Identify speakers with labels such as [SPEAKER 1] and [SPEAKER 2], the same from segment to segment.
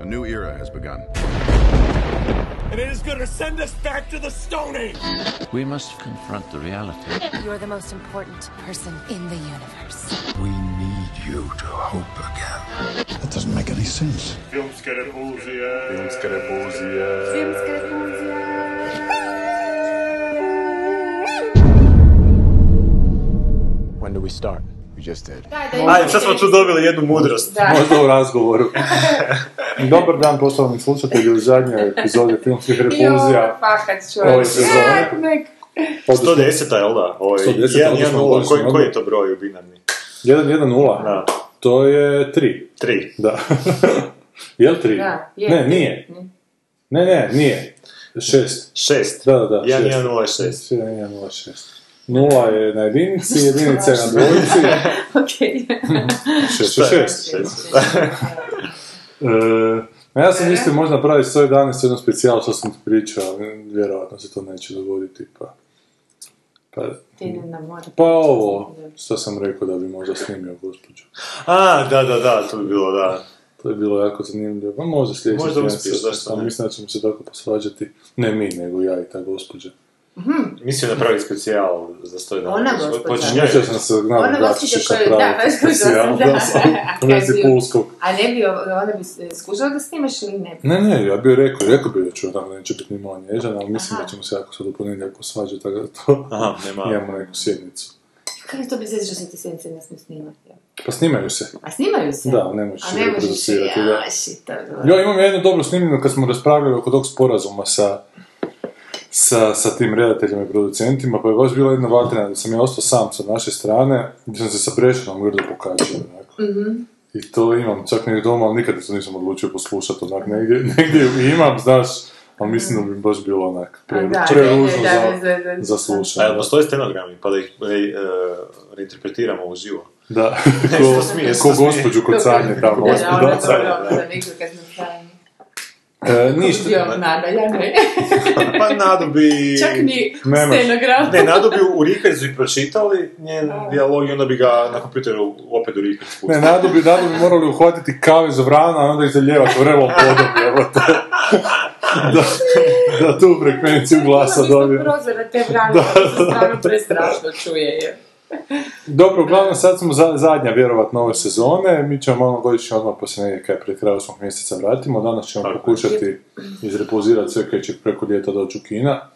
[SPEAKER 1] A new era has begun.
[SPEAKER 2] and it is going to send us back to the Stone Age.
[SPEAKER 3] We must confront the reality.
[SPEAKER 4] You're the most important person in the universe.
[SPEAKER 5] We need you to hope again. That doesn't make any sense.
[SPEAKER 6] Filmske repulzije. Filmske
[SPEAKER 7] When do we start?
[SPEAKER 1] We just did.
[SPEAKER 6] Ajde, sad smo tu dobili jednu mudrost.
[SPEAKER 7] Možda u razgovoru. Dobar dan poslovni slušatelji u zadnjoj epizodi filmskih repulzija
[SPEAKER 8] Fakat
[SPEAKER 7] ove
[SPEAKER 8] čovječ.
[SPEAKER 7] sezone.
[SPEAKER 8] pa Nek,
[SPEAKER 6] 110-a, jel da? Ovo je
[SPEAKER 7] 110-a,
[SPEAKER 6] 1,
[SPEAKER 7] odnosno
[SPEAKER 6] 1,
[SPEAKER 7] odnosno
[SPEAKER 6] koji,
[SPEAKER 7] odnosno.
[SPEAKER 6] koji je to broj u binarni?
[SPEAKER 7] 1-1-0.
[SPEAKER 6] Da,
[SPEAKER 7] To je 3.
[SPEAKER 6] 3.
[SPEAKER 7] Da. Jel 3?
[SPEAKER 8] Da, je.
[SPEAKER 7] Ne, nije. Ne, ne, nije. 6.
[SPEAKER 6] 6.
[SPEAKER 7] Da, da, da.
[SPEAKER 6] 1, 1, 0, 6.
[SPEAKER 7] 1-1-0-6. Nula je na jedinici, jedinica je na dvojici,
[SPEAKER 8] okej.
[SPEAKER 7] 6 je 6. E, ja sam mislio možda napraviti 111 jedno specijal što sam ti pričao, vjerojatno se to neće dogoditi, pa... Pa,
[SPEAKER 8] Ti ne na more.
[SPEAKER 7] pa ovo, što sam rekao da bi možda snimio gospođu.
[SPEAKER 6] A, da, da, da, to bi bilo, da.
[SPEAKER 7] To je bilo jako zanimljivo, pa možda sljedeći
[SPEAKER 6] Možda
[SPEAKER 7] tjedan
[SPEAKER 6] uspiješ,
[SPEAKER 7] se-
[SPEAKER 6] zašto
[SPEAKER 7] pa
[SPEAKER 6] ne?
[SPEAKER 7] Mislim da ćemo se tako posvađati, ne mi, nego ja i ta gospođa.
[SPEAKER 6] Mislim da pravi specijal za 111.
[SPEAKER 8] Ona gospođa.
[SPEAKER 6] Počinje
[SPEAKER 7] Mislio sam se, nadam
[SPEAKER 8] Ona
[SPEAKER 7] da
[SPEAKER 8] gospođa
[SPEAKER 7] ćeš
[SPEAKER 8] koju- da,
[SPEAKER 7] napraviti
[SPEAKER 8] baš koju sam-
[SPEAKER 7] specijal,
[SPEAKER 8] da.
[SPEAKER 7] da, sam- u vezi
[SPEAKER 8] Kad bi-
[SPEAKER 7] pulskog.
[SPEAKER 8] A ne bi, o- ona bi s- skužila da snimaš ili ne?
[SPEAKER 7] Ne, ne, ja bih rekao, rekao bih da ću da neće biti ni malo nježan, ali mislim da ćemo se jako sad u ponedjeljak posvađati, tako da to
[SPEAKER 6] Aha, nema.
[SPEAKER 7] imamo neku sjednicu.
[SPEAKER 8] Kako je to bez veze što se ti sjednice ne smije snimati? jel?
[SPEAKER 7] Pa snimaju se.
[SPEAKER 8] A snimaju se?
[SPEAKER 7] Da, ne možeš
[SPEAKER 8] A
[SPEAKER 7] je
[SPEAKER 8] ne možeš je,
[SPEAKER 7] reproducirati, da.
[SPEAKER 8] ja, shit, to je bilo.
[SPEAKER 7] Ja imam jednu dobru snimljenu kad smo raspravljali oko tog sporazuma sa, sa, sa tim redateljima i producentima, pa je baš bila jedna vatrena da sam ja ostao sam sa naše strane, gdje sam se sa prešenom grdo pokačio, onako.
[SPEAKER 8] Mhm.
[SPEAKER 7] I to imam, čak negdje doma, ali nikad to nisam odlučio poslušati, onak, negdje, negdje ju imam, znaš, ali mislim da bi baš bilo onak, pre,
[SPEAKER 8] Da,
[SPEAKER 7] preružno
[SPEAKER 8] da, da,
[SPEAKER 7] za,
[SPEAKER 8] da, da.
[SPEAKER 7] za
[SPEAKER 6] A
[SPEAKER 7] slušanje.
[SPEAKER 6] jel postoje stenogrami, pa da ih re, e, reinterpretiramo uživo?
[SPEAKER 7] Da,
[SPEAKER 6] Što smije,
[SPEAKER 7] ko,
[SPEAKER 6] što
[SPEAKER 7] ko
[SPEAKER 6] smije.
[SPEAKER 7] gospođu kod sanje tamo.
[SPEAKER 8] Da, da, ja, ona je
[SPEAKER 7] Da,
[SPEAKER 6] gospođa,
[SPEAKER 8] dobro,
[SPEAKER 6] da.
[SPEAKER 8] da, nekdo kad smo sami.
[SPEAKER 7] E, ništa,
[SPEAKER 8] Bio nadaljane.
[SPEAKER 6] Pa nadu bi...
[SPEAKER 8] Čak ni
[SPEAKER 7] Nemaš.
[SPEAKER 8] stenogram.
[SPEAKER 6] Ne, Nadu bi u Rikazu i pročitali njen dijalog i onda bi ga na kompjuteru opet u Rikaz
[SPEAKER 7] Ne,
[SPEAKER 6] pustili.
[SPEAKER 7] nadu bi, nadu bi morali uhvatiti kave za vrana, a onda ih zaljevati vrelom vodom, evo to. Da, da tu frekvenciju glasa
[SPEAKER 8] dobio.
[SPEAKER 7] dobijemo.
[SPEAKER 8] prozora te brane, da se stvarno prestrašno čuje. je.
[SPEAKER 7] Dobro, uglavnom sad smo za, zadnja vjerovatno ove sezone, mi ćemo malo godišnji odmah poslije negdje kaj pred kraj osmog mjeseca vratimo, danas ćemo
[SPEAKER 6] Tako je.
[SPEAKER 7] pokušati izrepozirati sve kaj će preko ljeta doći u Kina.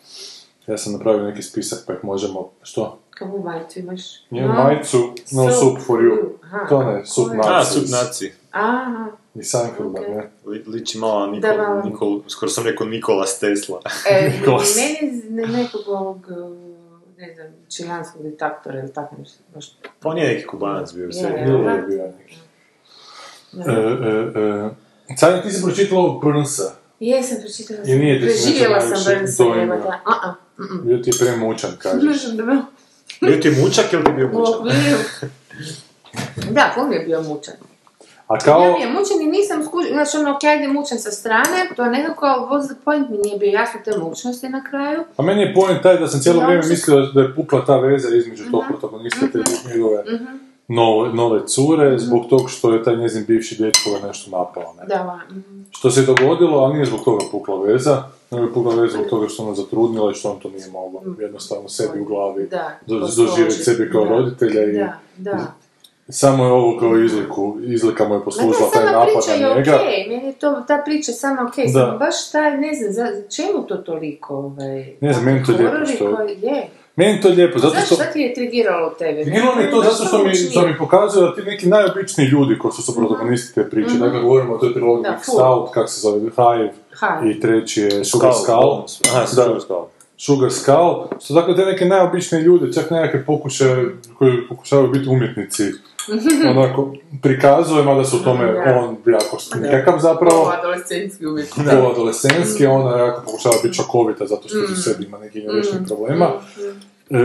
[SPEAKER 7] Ja sam napravio neki spisak pa ih možemo, što?
[SPEAKER 8] Kakvu majicu imaš?
[SPEAKER 7] Njem
[SPEAKER 8] No.
[SPEAKER 7] majicu, no
[SPEAKER 8] Soup
[SPEAKER 7] soup for you.
[SPEAKER 8] Aha.
[SPEAKER 7] To ne, soup
[SPEAKER 8] Koja?
[SPEAKER 6] A,
[SPEAKER 7] nazi.
[SPEAKER 6] subnaci.
[SPEAKER 8] Aha.
[SPEAKER 7] I Sankerba,
[SPEAKER 8] Ok.
[SPEAKER 7] ne?
[SPEAKER 6] Li, liči malo na
[SPEAKER 8] Da,
[SPEAKER 6] Nikol,
[SPEAKER 8] malo.
[SPEAKER 6] Nikol, skoro sam rekao Nikolas Tesla.
[SPEAKER 8] E,
[SPEAKER 7] Nikolas.
[SPEAKER 8] meni iz ne- nekog ovog, uh, ne znam, čilanskog diktatora ili tako nešto. baš-
[SPEAKER 6] Pa on je neki kubanac bio sve.
[SPEAKER 8] Je,
[SPEAKER 7] Bilo
[SPEAKER 8] Aha.
[SPEAKER 7] je bio neki.
[SPEAKER 8] ne
[SPEAKER 7] E,
[SPEAKER 8] znam.
[SPEAKER 7] e, e. Sanja, ti si pročitala ovog Brnsa.
[SPEAKER 8] Jesam pročitala
[SPEAKER 7] I nije ti se
[SPEAKER 8] Preživjela
[SPEAKER 7] nešto
[SPEAKER 8] sam
[SPEAKER 7] najviše
[SPEAKER 8] Burnsa,
[SPEAKER 7] dojmilo.
[SPEAKER 8] evo da. A, a.
[SPEAKER 7] Bio ti je premučan, kažeš.
[SPEAKER 8] Dužan da me
[SPEAKER 6] Bio ti mučak ili ti bio
[SPEAKER 8] u
[SPEAKER 6] mučak?
[SPEAKER 8] okviru. Da, pun je bio mučan.
[SPEAKER 7] A
[SPEAKER 8] Ja
[SPEAKER 7] kao...
[SPEAKER 8] mi je mučan i nisam skužila, znači ono, ok, ajde mučan sa strane, to nekako what's the point mi nije bio jasno te mučnosti na kraju.
[SPEAKER 7] A meni je point taj da sam cijelo
[SPEAKER 8] Ja Mhm.
[SPEAKER 7] vrijeme
[SPEAKER 8] se-
[SPEAKER 7] mislio da je pukla ta veza između tog protagonista i te
[SPEAKER 8] Mhm.
[SPEAKER 7] njegove nove, nove cure zbog tog što je taj njezin bivši dečko ga nešto napao. Ne?
[SPEAKER 8] Da, va, mhm.
[SPEAKER 7] Što se dogodilo, ali nije zbog toga pukla veza, nego je pukla veza zbog toga što ona zatrudnila i što on to nije mogao jednostavno sebi u glavi
[SPEAKER 8] Mhm. da.
[SPEAKER 7] do- doživjeti
[SPEAKER 8] posložiti,
[SPEAKER 7] sebi kao
[SPEAKER 8] da.
[SPEAKER 7] roditelja i
[SPEAKER 8] Da, da.
[SPEAKER 7] samo je ovo kao izliku, izlika mu je poslužila taj napad na
[SPEAKER 8] Ma ta sama priča
[SPEAKER 7] njega.
[SPEAKER 8] je okej, meni je to, ta priča je sama okej,
[SPEAKER 7] Da.
[SPEAKER 8] samo baš taj, ne znam, za, čemu to toliko, ovaj...
[SPEAKER 7] Ne znam, meni to lijepo
[SPEAKER 8] horori
[SPEAKER 7] što je.
[SPEAKER 8] koji je.
[SPEAKER 7] Meni je to lijepo, zato
[SPEAKER 8] Zašto,
[SPEAKER 7] što...
[SPEAKER 8] šta ti je trigiralo tebe?
[SPEAKER 7] Bilo mi je to
[SPEAKER 8] Zašto
[SPEAKER 7] zato što mi,
[SPEAKER 8] učinio?
[SPEAKER 7] što mi pokazuje da ti neki najobičniji ljudi koji su su protagonisti te priče, dakle govorimo o toj trilogiji
[SPEAKER 8] Mhm. Da,
[SPEAKER 7] Big
[SPEAKER 8] full.
[SPEAKER 7] Stout, kako se zove, Hive,
[SPEAKER 8] Ha,
[SPEAKER 7] i treći je Sugar Skull.
[SPEAKER 6] Aha,
[SPEAKER 7] Da,
[SPEAKER 6] Sugar Skull.
[SPEAKER 7] Sugar Skull, su dakle te neke najobičnije ljude, čak nekakve pokušaje koji pokušavaju biti umjetnici, onako, prikazuje, mada su u tome
[SPEAKER 8] Da.
[SPEAKER 7] on jako što nekakav zapravo,
[SPEAKER 8] adolescenski uvijek.
[SPEAKER 7] polu adolescenski, ona jako pokušava biti čakovita zato što u sebi ima nekih riješenih problema. E,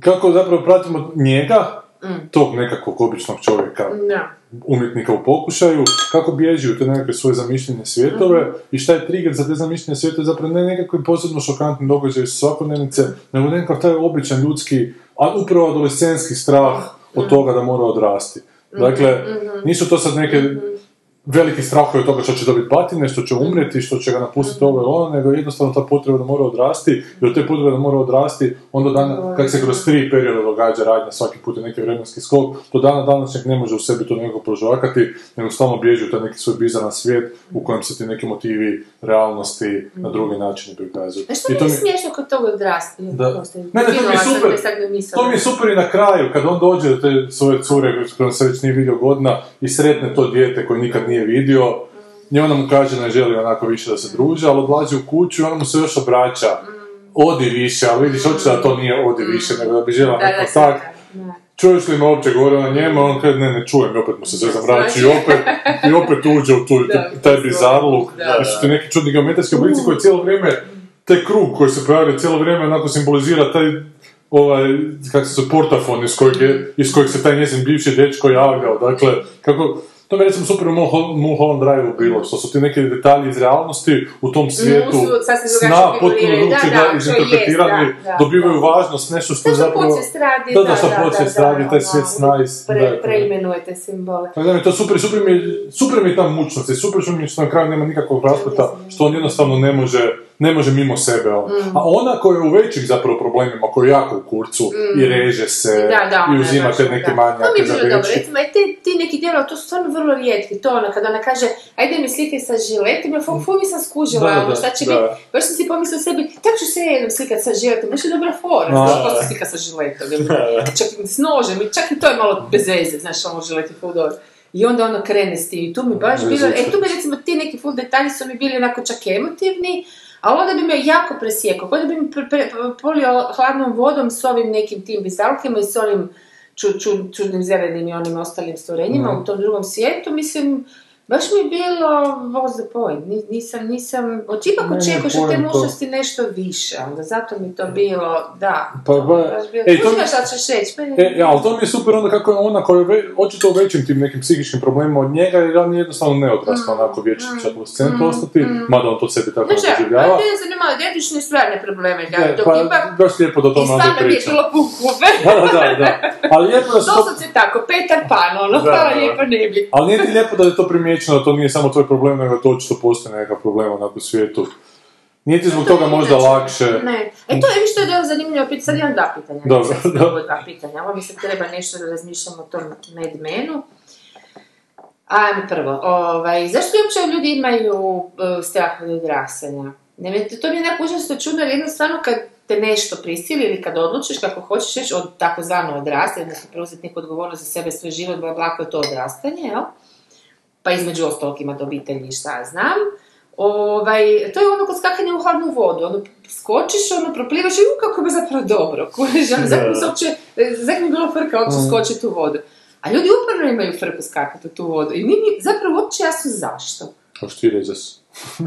[SPEAKER 7] kako zapravo pratimo njega, tog nekakvog običnog čovjeka,
[SPEAKER 8] Mm, Da.
[SPEAKER 7] umjetnika u pokušaju, kako bježi u te nekakve svoje zamišljene svijetove i šta je trigger za te zamišljene svijetove, zapravo ne nekakvi posebno šokantni događaj iz svakodnevnice, nego nekakav taj običan ljudski, a upravo adolescenski strah od toga da mora odrasti. Dakle, nisu to sad neke veliki strah od toga što će dobiti patine, što će umreti, što će ga napustiti ovo ili ono, nego jednostavno ta potreba da mora odrasti, jer od te potrebe da mora odrasti, onda dan, kad se kroz tri perioda događa radnja svaki put je neki vremenski skok, to dana današnjeg ne može u sebi to nekako prožvakati, nego stalno bježi u taj neki svoj bizaran svijet u kojem se ti neki motivi realnosti na drugi način prikazuju.
[SPEAKER 8] Nešto
[SPEAKER 7] I
[SPEAKER 8] mi
[SPEAKER 7] to
[SPEAKER 8] je
[SPEAKER 7] mi-
[SPEAKER 8] smiješno kod Mm, toga odrasti.
[SPEAKER 7] da. Ne, ne, to mi je super. To mi je super i na kraju, kad on dođe do te svoje cure, s kojom se već nije vidio godina, i sretne to dijete koje nikad nije vidio, i ona mu kaže da ne želi onako više da se druže, ali odlazi u kuću i ona mu se još obraća.
[SPEAKER 8] Mm.
[SPEAKER 7] Odi više, ali vidiš očito da to nije odi više, nego da bi žela
[SPEAKER 8] Da,
[SPEAKER 7] neki
[SPEAKER 8] da,
[SPEAKER 7] kontakt.
[SPEAKER 8] da, da.
[SPEAKER 7] Čuješ li me uopće govori na njemu, on kaže ne, ne čujem, i opet mu se sve zamrači i opet, i opet uđe u tu,
[SPEAKER 8] Da,
[SPEAKER 7] taj bizarluk,
[SPEAKER 8] da, da.
[SPEAKER 7] znači to je neki čudni geometrijski oblici koji cijelo vrijeme, taj krug koji se pojavlja cijelo vrijeme onako simbolizira taj ovaj, kako se zove, portafon iz kojeg, je, iz kojeg se taj njezin bivši dečko javljao, dakle, kako, to mi je recimo super u Mul- Mulholland Drive-u bilo, što su ti neki detalji iz realnosti u tom svijetu
[SPEAKER 8] su sasvim drugačije
[SPEAKER 7] sna potpuno
[SPEAKER 8] figurirani. Da,
[SPEAKER 7] drugčije
[SPEAKER 8] da, to
[SPEAKER 7] da,
[SPEAKER 8] jest,
[SPEAKER 7] izinterpretirani,
[SPEAKER 8] da, da,
[SPEAKER 7] dobivaju
[SPEAKER 8] da.
[SPEAKER 7] važnost, nešto što je
[SPEAKER 8] Što
[SPEAKER 7] zapravo...
[SPEAKER 8] podsvijest radi,
[SPEAKER 7] Da, da, što podsvijest radi, taj
[SPEAKER 8] ono,
[SPEAKER 7] svijet sna i-
[SPEAKER 8] pre-
[SPEAKER 7] da, da.
[SPEAKER 8] Preimenujete simbole.
[SPEAKER 7] Pa da mi je to super, super mi, je- super mi je ta mučnost i super mi je što na kraju nema nikakvog raspleta, što on jednostavno ne može, ne može mimo sebe. On.
[SPEAKER 8] Mm.
[SPEAKER 7] A ona koja je u većim zapravo problemima, koja je jako u kurcu i reže se
[SPEAKER 8] Mm. Da, da,
[SPEAKER 7] i
[SPEAKER 8] ona je
[SPEAKER 7] uzima
[SPEAKER 8] baš, ono,
[SPEAKER 7] te neke
[SPEAKER 8] da.
[SPEAKER 7] manjake
[SPEAKER 8] To Pa mi je
[SPEAKER 7] za
[SPEAKER 8] bilo dobro,
[SPEAKER 7] veći.
[SPEAKER 8] recimo, i ti, ti neki djelovi, to su stvarno vrlo rijetki, to ono, kada ona kaže, ajde mi slike sa žiletima, fuk, fuk, nisam skužila,
[SPEAKER 7] Mm. Da, da,
[SPEAKER 8] ono,
[SPEAKER 7] da,
[SPEAKER 8] šta će
[SPEAKER 7] da.
[SPEAKER 8] biti, baš sam si pomislila sebi, tako ću se ja jednom slikat sa žiletom, baš je dobra fora,
[SPEAKER 7] Da.
[SPEAKER 8] znaš, ko se slika sa žiletom, jel? čak i s nožem, i čak i to je malo bez veze, znaš, ono žilet je ful dobro. I onda ono krene s tim, i tu mi baš
[SPEAKER 7] Ne
[SPEAKER 8] bilo, e
[SPEAKER 7] zvuči.
[SPEAKER 8] tu mi recimo ti neki ful detalji su mi bili onako čak emotivni, ali onda bi me jako presjekao, onda bi mi pre, pre- polio hladnom vodom s ovim nekim tim bizarkima i s onim ču, ču- čudnim zelenim i onim ostalim stvorenjima
[SPEAKER 7] Mhm.
[SPEAKER 8] u tom drugom svijetu, mislim, baš mi je bilo what's the point, Ni- nisam, nisam, oči
[SPEAKER 7] Ne, ne,
[SPEAKER 8] ipak očekuješ od te
[SPEAKER 7] point to.
[SPEAKER 8] mušnosti nešto više, onda zato mi to bilo, da,
[SPEAKER 7] Pa, ba-
[SPEAKER 8] baš bilo,
[SPEAKER 7] Ej, to mi-
[SPEAKER 8] Kužiš šta ćeš reći, meni-
[SPEAKER 7] E, ja, ali to mi je super onda kako je ona koja je ve- očito u većim tim nekim psihičkim problemima od njega, jer on je jednostavno neodrastao
[SPEAKER 8] Mm,
[SPEAKER 7] onako vječito će adolescent ostati, mada on to sebi tako
[SPEAKER 8] Ne
[SPEAKER 7] ne
[SPEAKER 8] želim,
[SPEAKER 7] doživljava.
[SPEAKER 8] mm, ali mene zanimalo djevične stvarne probleme, da,
[SPEAKER 7] Ne,
[SPEAKER 8] dok
[SPEAKER 7] E, pa,
[SPEAKER 8] ipak,
[SPEAKER 7] baš lijepo da o
[SPEAKER 8] i
[SPEAKER 7] tome onda
[SPEAKER 8] stvarno mi je
[SPEAKER 7] priča.
[SPEAKER 8] bilo pukove.
[SPEAKER 7] Da, da, da, da. Ali lijepo da su to-
[SPEAKER 8] Doslovce tako, Petar Pan, ono,
[SPEAKER 7] Da,
[SPEAKER 8] hvala
[SPEAKER 7] da.
[SPEAKER 8] lijepo ne bi.
[SPEAKER 7] Ali nije ti lijepo da je to primijećeno, da to nije samo tvoj problem, nego da to očito postoji nekakav problem onako u svijetu. Nije ti zbog toga možda lakše.
[SPEAKER 8] znači- Ne. E to je više je bilo zanimljivo pitanje. Sad imam dva pitanja.
[SPEAKER 7] Dobro,
[SPEAKER 8] Sad sam
[SPEAKER 7] da.
[SPEAKER 8] probala dva pitanja. Ovo mi se treba nešto da razmišljamo o tom medmenu. Ajme prvo, ovaj, zašto uopće ljudi imaju e, strah od odrastanja? Ne, meni to- to mi je onako užasno čudno, jer jednostavno kad te nešto prisili ili kad odlučiš kako hoćeš reći od takozvano odrastanja, odnosno preuzeti neku odgovornost za sebe, svoj život, bla, bla, ako je to odrastanje, jel? pa između ostalog imati obitelji i šta ja znam. Ovaj, to je ono kod skakanja u hladnu vodu, ono, skočiš, ono, proplivaš i u, kako je zapravo dobro, kužiš, ono, zato mi se uopće, zato mi je bilo frka uopće
[SPEAKER 6] Mm.
[SPEAKER 8] skočiti u vodu. A ljudi uporno imaju frku skakati u tu vodu i nije mi zapravo uopće jasno zašto.
[SPEAKER 7] Kao što ti ređas.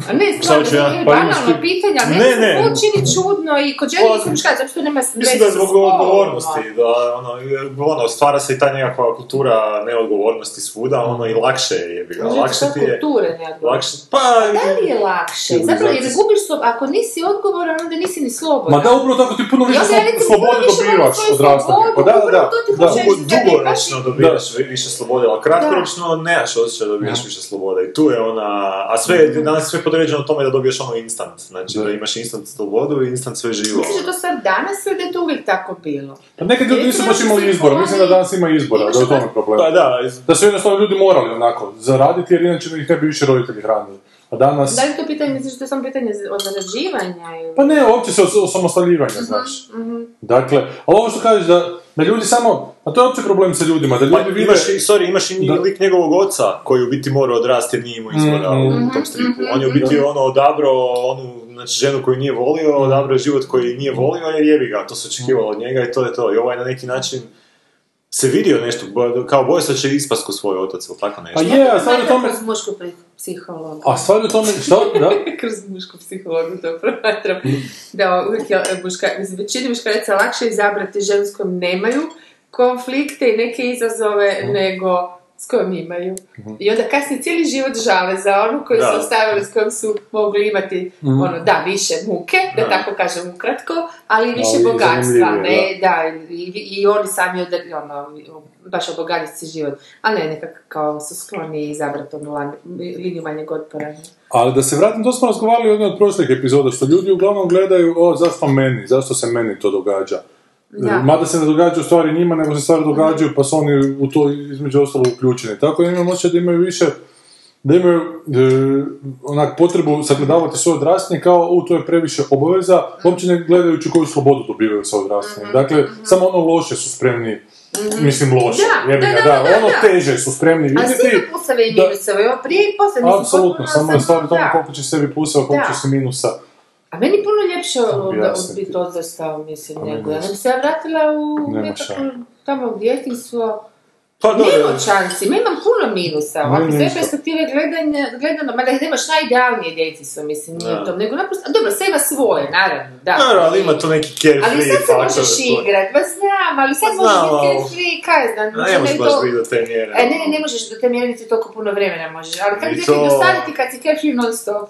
[SPEAKER 8] A ne,
[SPEAKER 6] Šta
[SPEAKER 8] stvarno,
[SPEAKER 6] hoću
[SPEAKER 8] to
[SPEAKER 6] ja?
[SPEAKER 8] je
[SPEAKER 6] Pa imaš
[SPEAKER 8] banalno
[SPEAKER 6] ti-
[SPEAKER 8] pitanje, ali
[SPEAKER 6] Ne,
[SPEAKER 8] meni se
[SPEAKER 6] ne.
[SPEAKER 8] to čini čudno i kod žene
[SPEAKER 6] Pa,
[SPEAKER 8] nisam muškarac, zato što nema
[SPEAKER 6] Mislim da je zbog odgovornosti, da ono, jer, ono, stvara se i ta nekakva kultura neodgovornosti svuda, ono i lakše je, bi ga, lakše ti je,
[SPEAKER 8] Kulture, ne
[SPEAKER 6] lakše, pa,
[SPEAKER 8] Znači, Da li je lakše? Zapravo, jer gubiš slob... Ako nisi odgovoran, onda nisi ni slobodan.
[SPEAKER 7] Ma da, upravo tako ti puno više
[SPEAKER 8] Ja se, ja recimo,
[SPEAKER 7] slobode
[SPEAKER 8] puno više volim
[SPEAKER 7] dobivaš
[SPEAKER 8] svoju
[SPEAKER 7] od rastanja. Pa da,
[SPEAKER 8] slobodu,
[SPEAKER 7] da, da.
[SPEAKER 8] upravo to ti
[SPEAKER 7] da.
[SPEAKER 8] hoću
[SPEAKER 6] dugo-
[SPEAKER 8] da ne
[SPEAKER 6] dugoročno dobijaš više slobode, ali kratkoročno nemaš osjećaj da dobijaš više slobode i tu je ona, a sve je danas sve podređeno tome da dobiješ ono instant, znači
[SPEAKER 7] Da.
[SPEAKER 6] da, imaš instant slobodu i instant sve živo.
[SPEAKER 8] Misliš da to sad danas ili da je to uvijek tako bilo?
[SPEAKER 7] Pa nekad ljudi nisu baš imali izbora, mislim da danas ima izbora, da je u tome problem.
[SPEAKER 6] Pa da, iz-
[SPEAKER 7] Da su jednostavno ljudi morali onako zaraditi, jer inače ih ne bi više roditelji hranili. A danas...
[SPEAKER 8] Da li to pitanje, misliš da je samo pitanje o zarađivanja ili...
[SPEAKER 7] Pa ne, uopće se os- osamostaljivanje, znaš. Dakle, ali ovo što kažeš da, da ljudi samo, a to je uopće problem sa ljudima, da
[SPEAKER 6] Pa
[SPEAKER 7] ljudi vide...
[SPEAKER 6] imaš, i- sorry, imaš i
[SPEAKER 7] Da.
[SPEAKER 6] lik njegovog oca koji u biti mora odrasti jer nije imao izbora
[SPEAKER 7] Mhm.
[SPEAKER 6] u tom stripu. On je u biti ono odabrao onu znači, ženu koju nije
[SPEAKER 7] Mhm.
[SPEAKER 6] volio, odabrao je život koji nije volio jer jebi ga, to se očekivalo od njega i to je to. I ovaj na neki način se vidio nešto, bo- kao boje se će ispast ko svoj otac ili tako
[SPEAKER 7] Pa
[SPEAKER 6] nešto.
[SPEAKER 7] je, a stvar je u tome...
[SPEAKER 8] Kroz mušku pri- psihologu.
[SPEAKER 7] A stvar je u tome, šta, da?
[SPEAKER 8] Kroz mušku psihologu to promatram. Da, uvijek je e, muška, mislim, većini muškaraca lakše izabrati ženskom nemaju konflikte i neke izazove nego s kojom imaju. I onda kasnije cijeli život žale za onu koju
[SPEAKER 6] Da.
[SPEAKER 8] su ostavili, s kojom su mogli imati, ono, da, više muke, da,
[SPEAKER 6] Da.
[SPEAKER 8] tako kažem ukratko, ali i više
[SPEAKER 7] Ali
[SPEAKER 8] bogatstva, ne,
[SPEAKER 7] zanimljivije,
[SPEAKER 8] da, i, i oni sami, od, ono, baš obogatiti si život. A ne, nekako kao su skloni izabrati onu lan- liniju manjeg otpora.
[SPEAKER 7] Ali da se vratim, to smo razgovarali u jednoj od prošlih epizoda, što ljudi uglavnom gledaju, o, zašto meni, zašto se meni to događa.
[SPEAKER 8] Da.
[SPEAKER 7] Mada se ne događaju stvari njima, nego se stvari događaju, pa su oni u to između ostalo uključeni. Tako da imam osjećaj da imaju više, da imaju e, onak potrebu sagledavati svoje odrastanje kao, u, to je previše obaveza, uopće ne gledajući koju slobodu dobivaju sa odrastanjem.
[SPEAKER 8] Mhm,
[SPEAKER 7] Dakle, samo ono loše su spremni, mislim loše,
[SPEAKER 8] Da,
[SPEAKER 7] jebi
[SPEAKER 8] da,
[SPEAKER 7] ga,
[SPEAKER 8] da,
[SPEAKER 7] da,
[SPEAKER 8] da,
[SPEAKER 7] ono
[SPEAKER 8] da.
[SPEAKER 7] teže su spremni
[SPEAKER 8] A svi
[SPEAKER 7] vidjeti.
[SPEAKER 8] su pluseve i
[SPEAKER 7] da-
[SPEAKER 8] minuseve, i ovo prije i poslije, mislim,
[SPEAKER 7] Apsolutno,
[SPEAKER 8] potpuno
[SPEAKER 7] samo je
[SPEAKER 8] sam-
[SPEAKER 7] stvar u tome
[SPEAKER 8] da.
[SPEAKER 7] koliko će sebi pluseva, koliko
[SPEAKER 8] Da.
[SPEAKER 7] će se minusa.
[SPEAKER 8] A meni je puno ljepše onda
[SPEAKER 7] Objasniti.
[SPEAKER 8] biti odrastao, mislim,
[SPEAKER 7] A meni
[SPEAKER 8] nego. Ja
[SPEAKER 7] isto.
[SPEAKER 8] sam se ja vratila u
[SPEAKER 7] Nema
[SPEAKER 8] nekako
[SPEAKER 7] šanse.
[SPEAKER 8] tamo djetinstvo.
[SPEAKER 6] Pa
[SPEAKER 8] Nema
[SPEAKER 6] dobro,
[SPEAKER 8] šansi, mi imam puno minusa. Ovako,
[SPEAKER 7] Meni
[SPEAKER 8] sve
[SPEAKER 7] isto.
[SPEAKER 8] perspektive gledanja, gledano, mada nemaš najidealnije djetinstvo, mislim, nije
[SPEAKER 6] Da.
[SPEAKER 8] u tom. Nego naprosto, a dobro, sve ima svoje, naravno, da.
[SPEAKER 6] naravno, ali ima to neki carefree
[SPEAKER 8] Ali sad se
[SPEAKER 6] faktor
[SPEAKER 8] možeš
[SPEAKER 6] koji-
[SPEAKER 8] igrat, ba znam, ali sad
[SPEAKER 6] Pa
[SPEAKER 8] možeš
[SPEAKER 6] znam,
[SPEAKER 8] biti
[SPEAKER 6] ali-
[SPEAKER 8] carefree, kaj ja znam.
[SPEAKER 6] Ne možeš
[SPEAKER 8] ne
[SPEAKER 6] baš
[SPEAKER 8] to-
[SPEAKER 6] biti do te mjere.
[SPEAKER 8] E, ne, ne, ne možeš do te mjere niti toliko puno vremena možeš, ali kad
[SPEAKER 6] I
[SPEAKER 8] ti
[SPEAKER 6] to-
[SPEAKER 8] dosaditi kad si carefree non stop.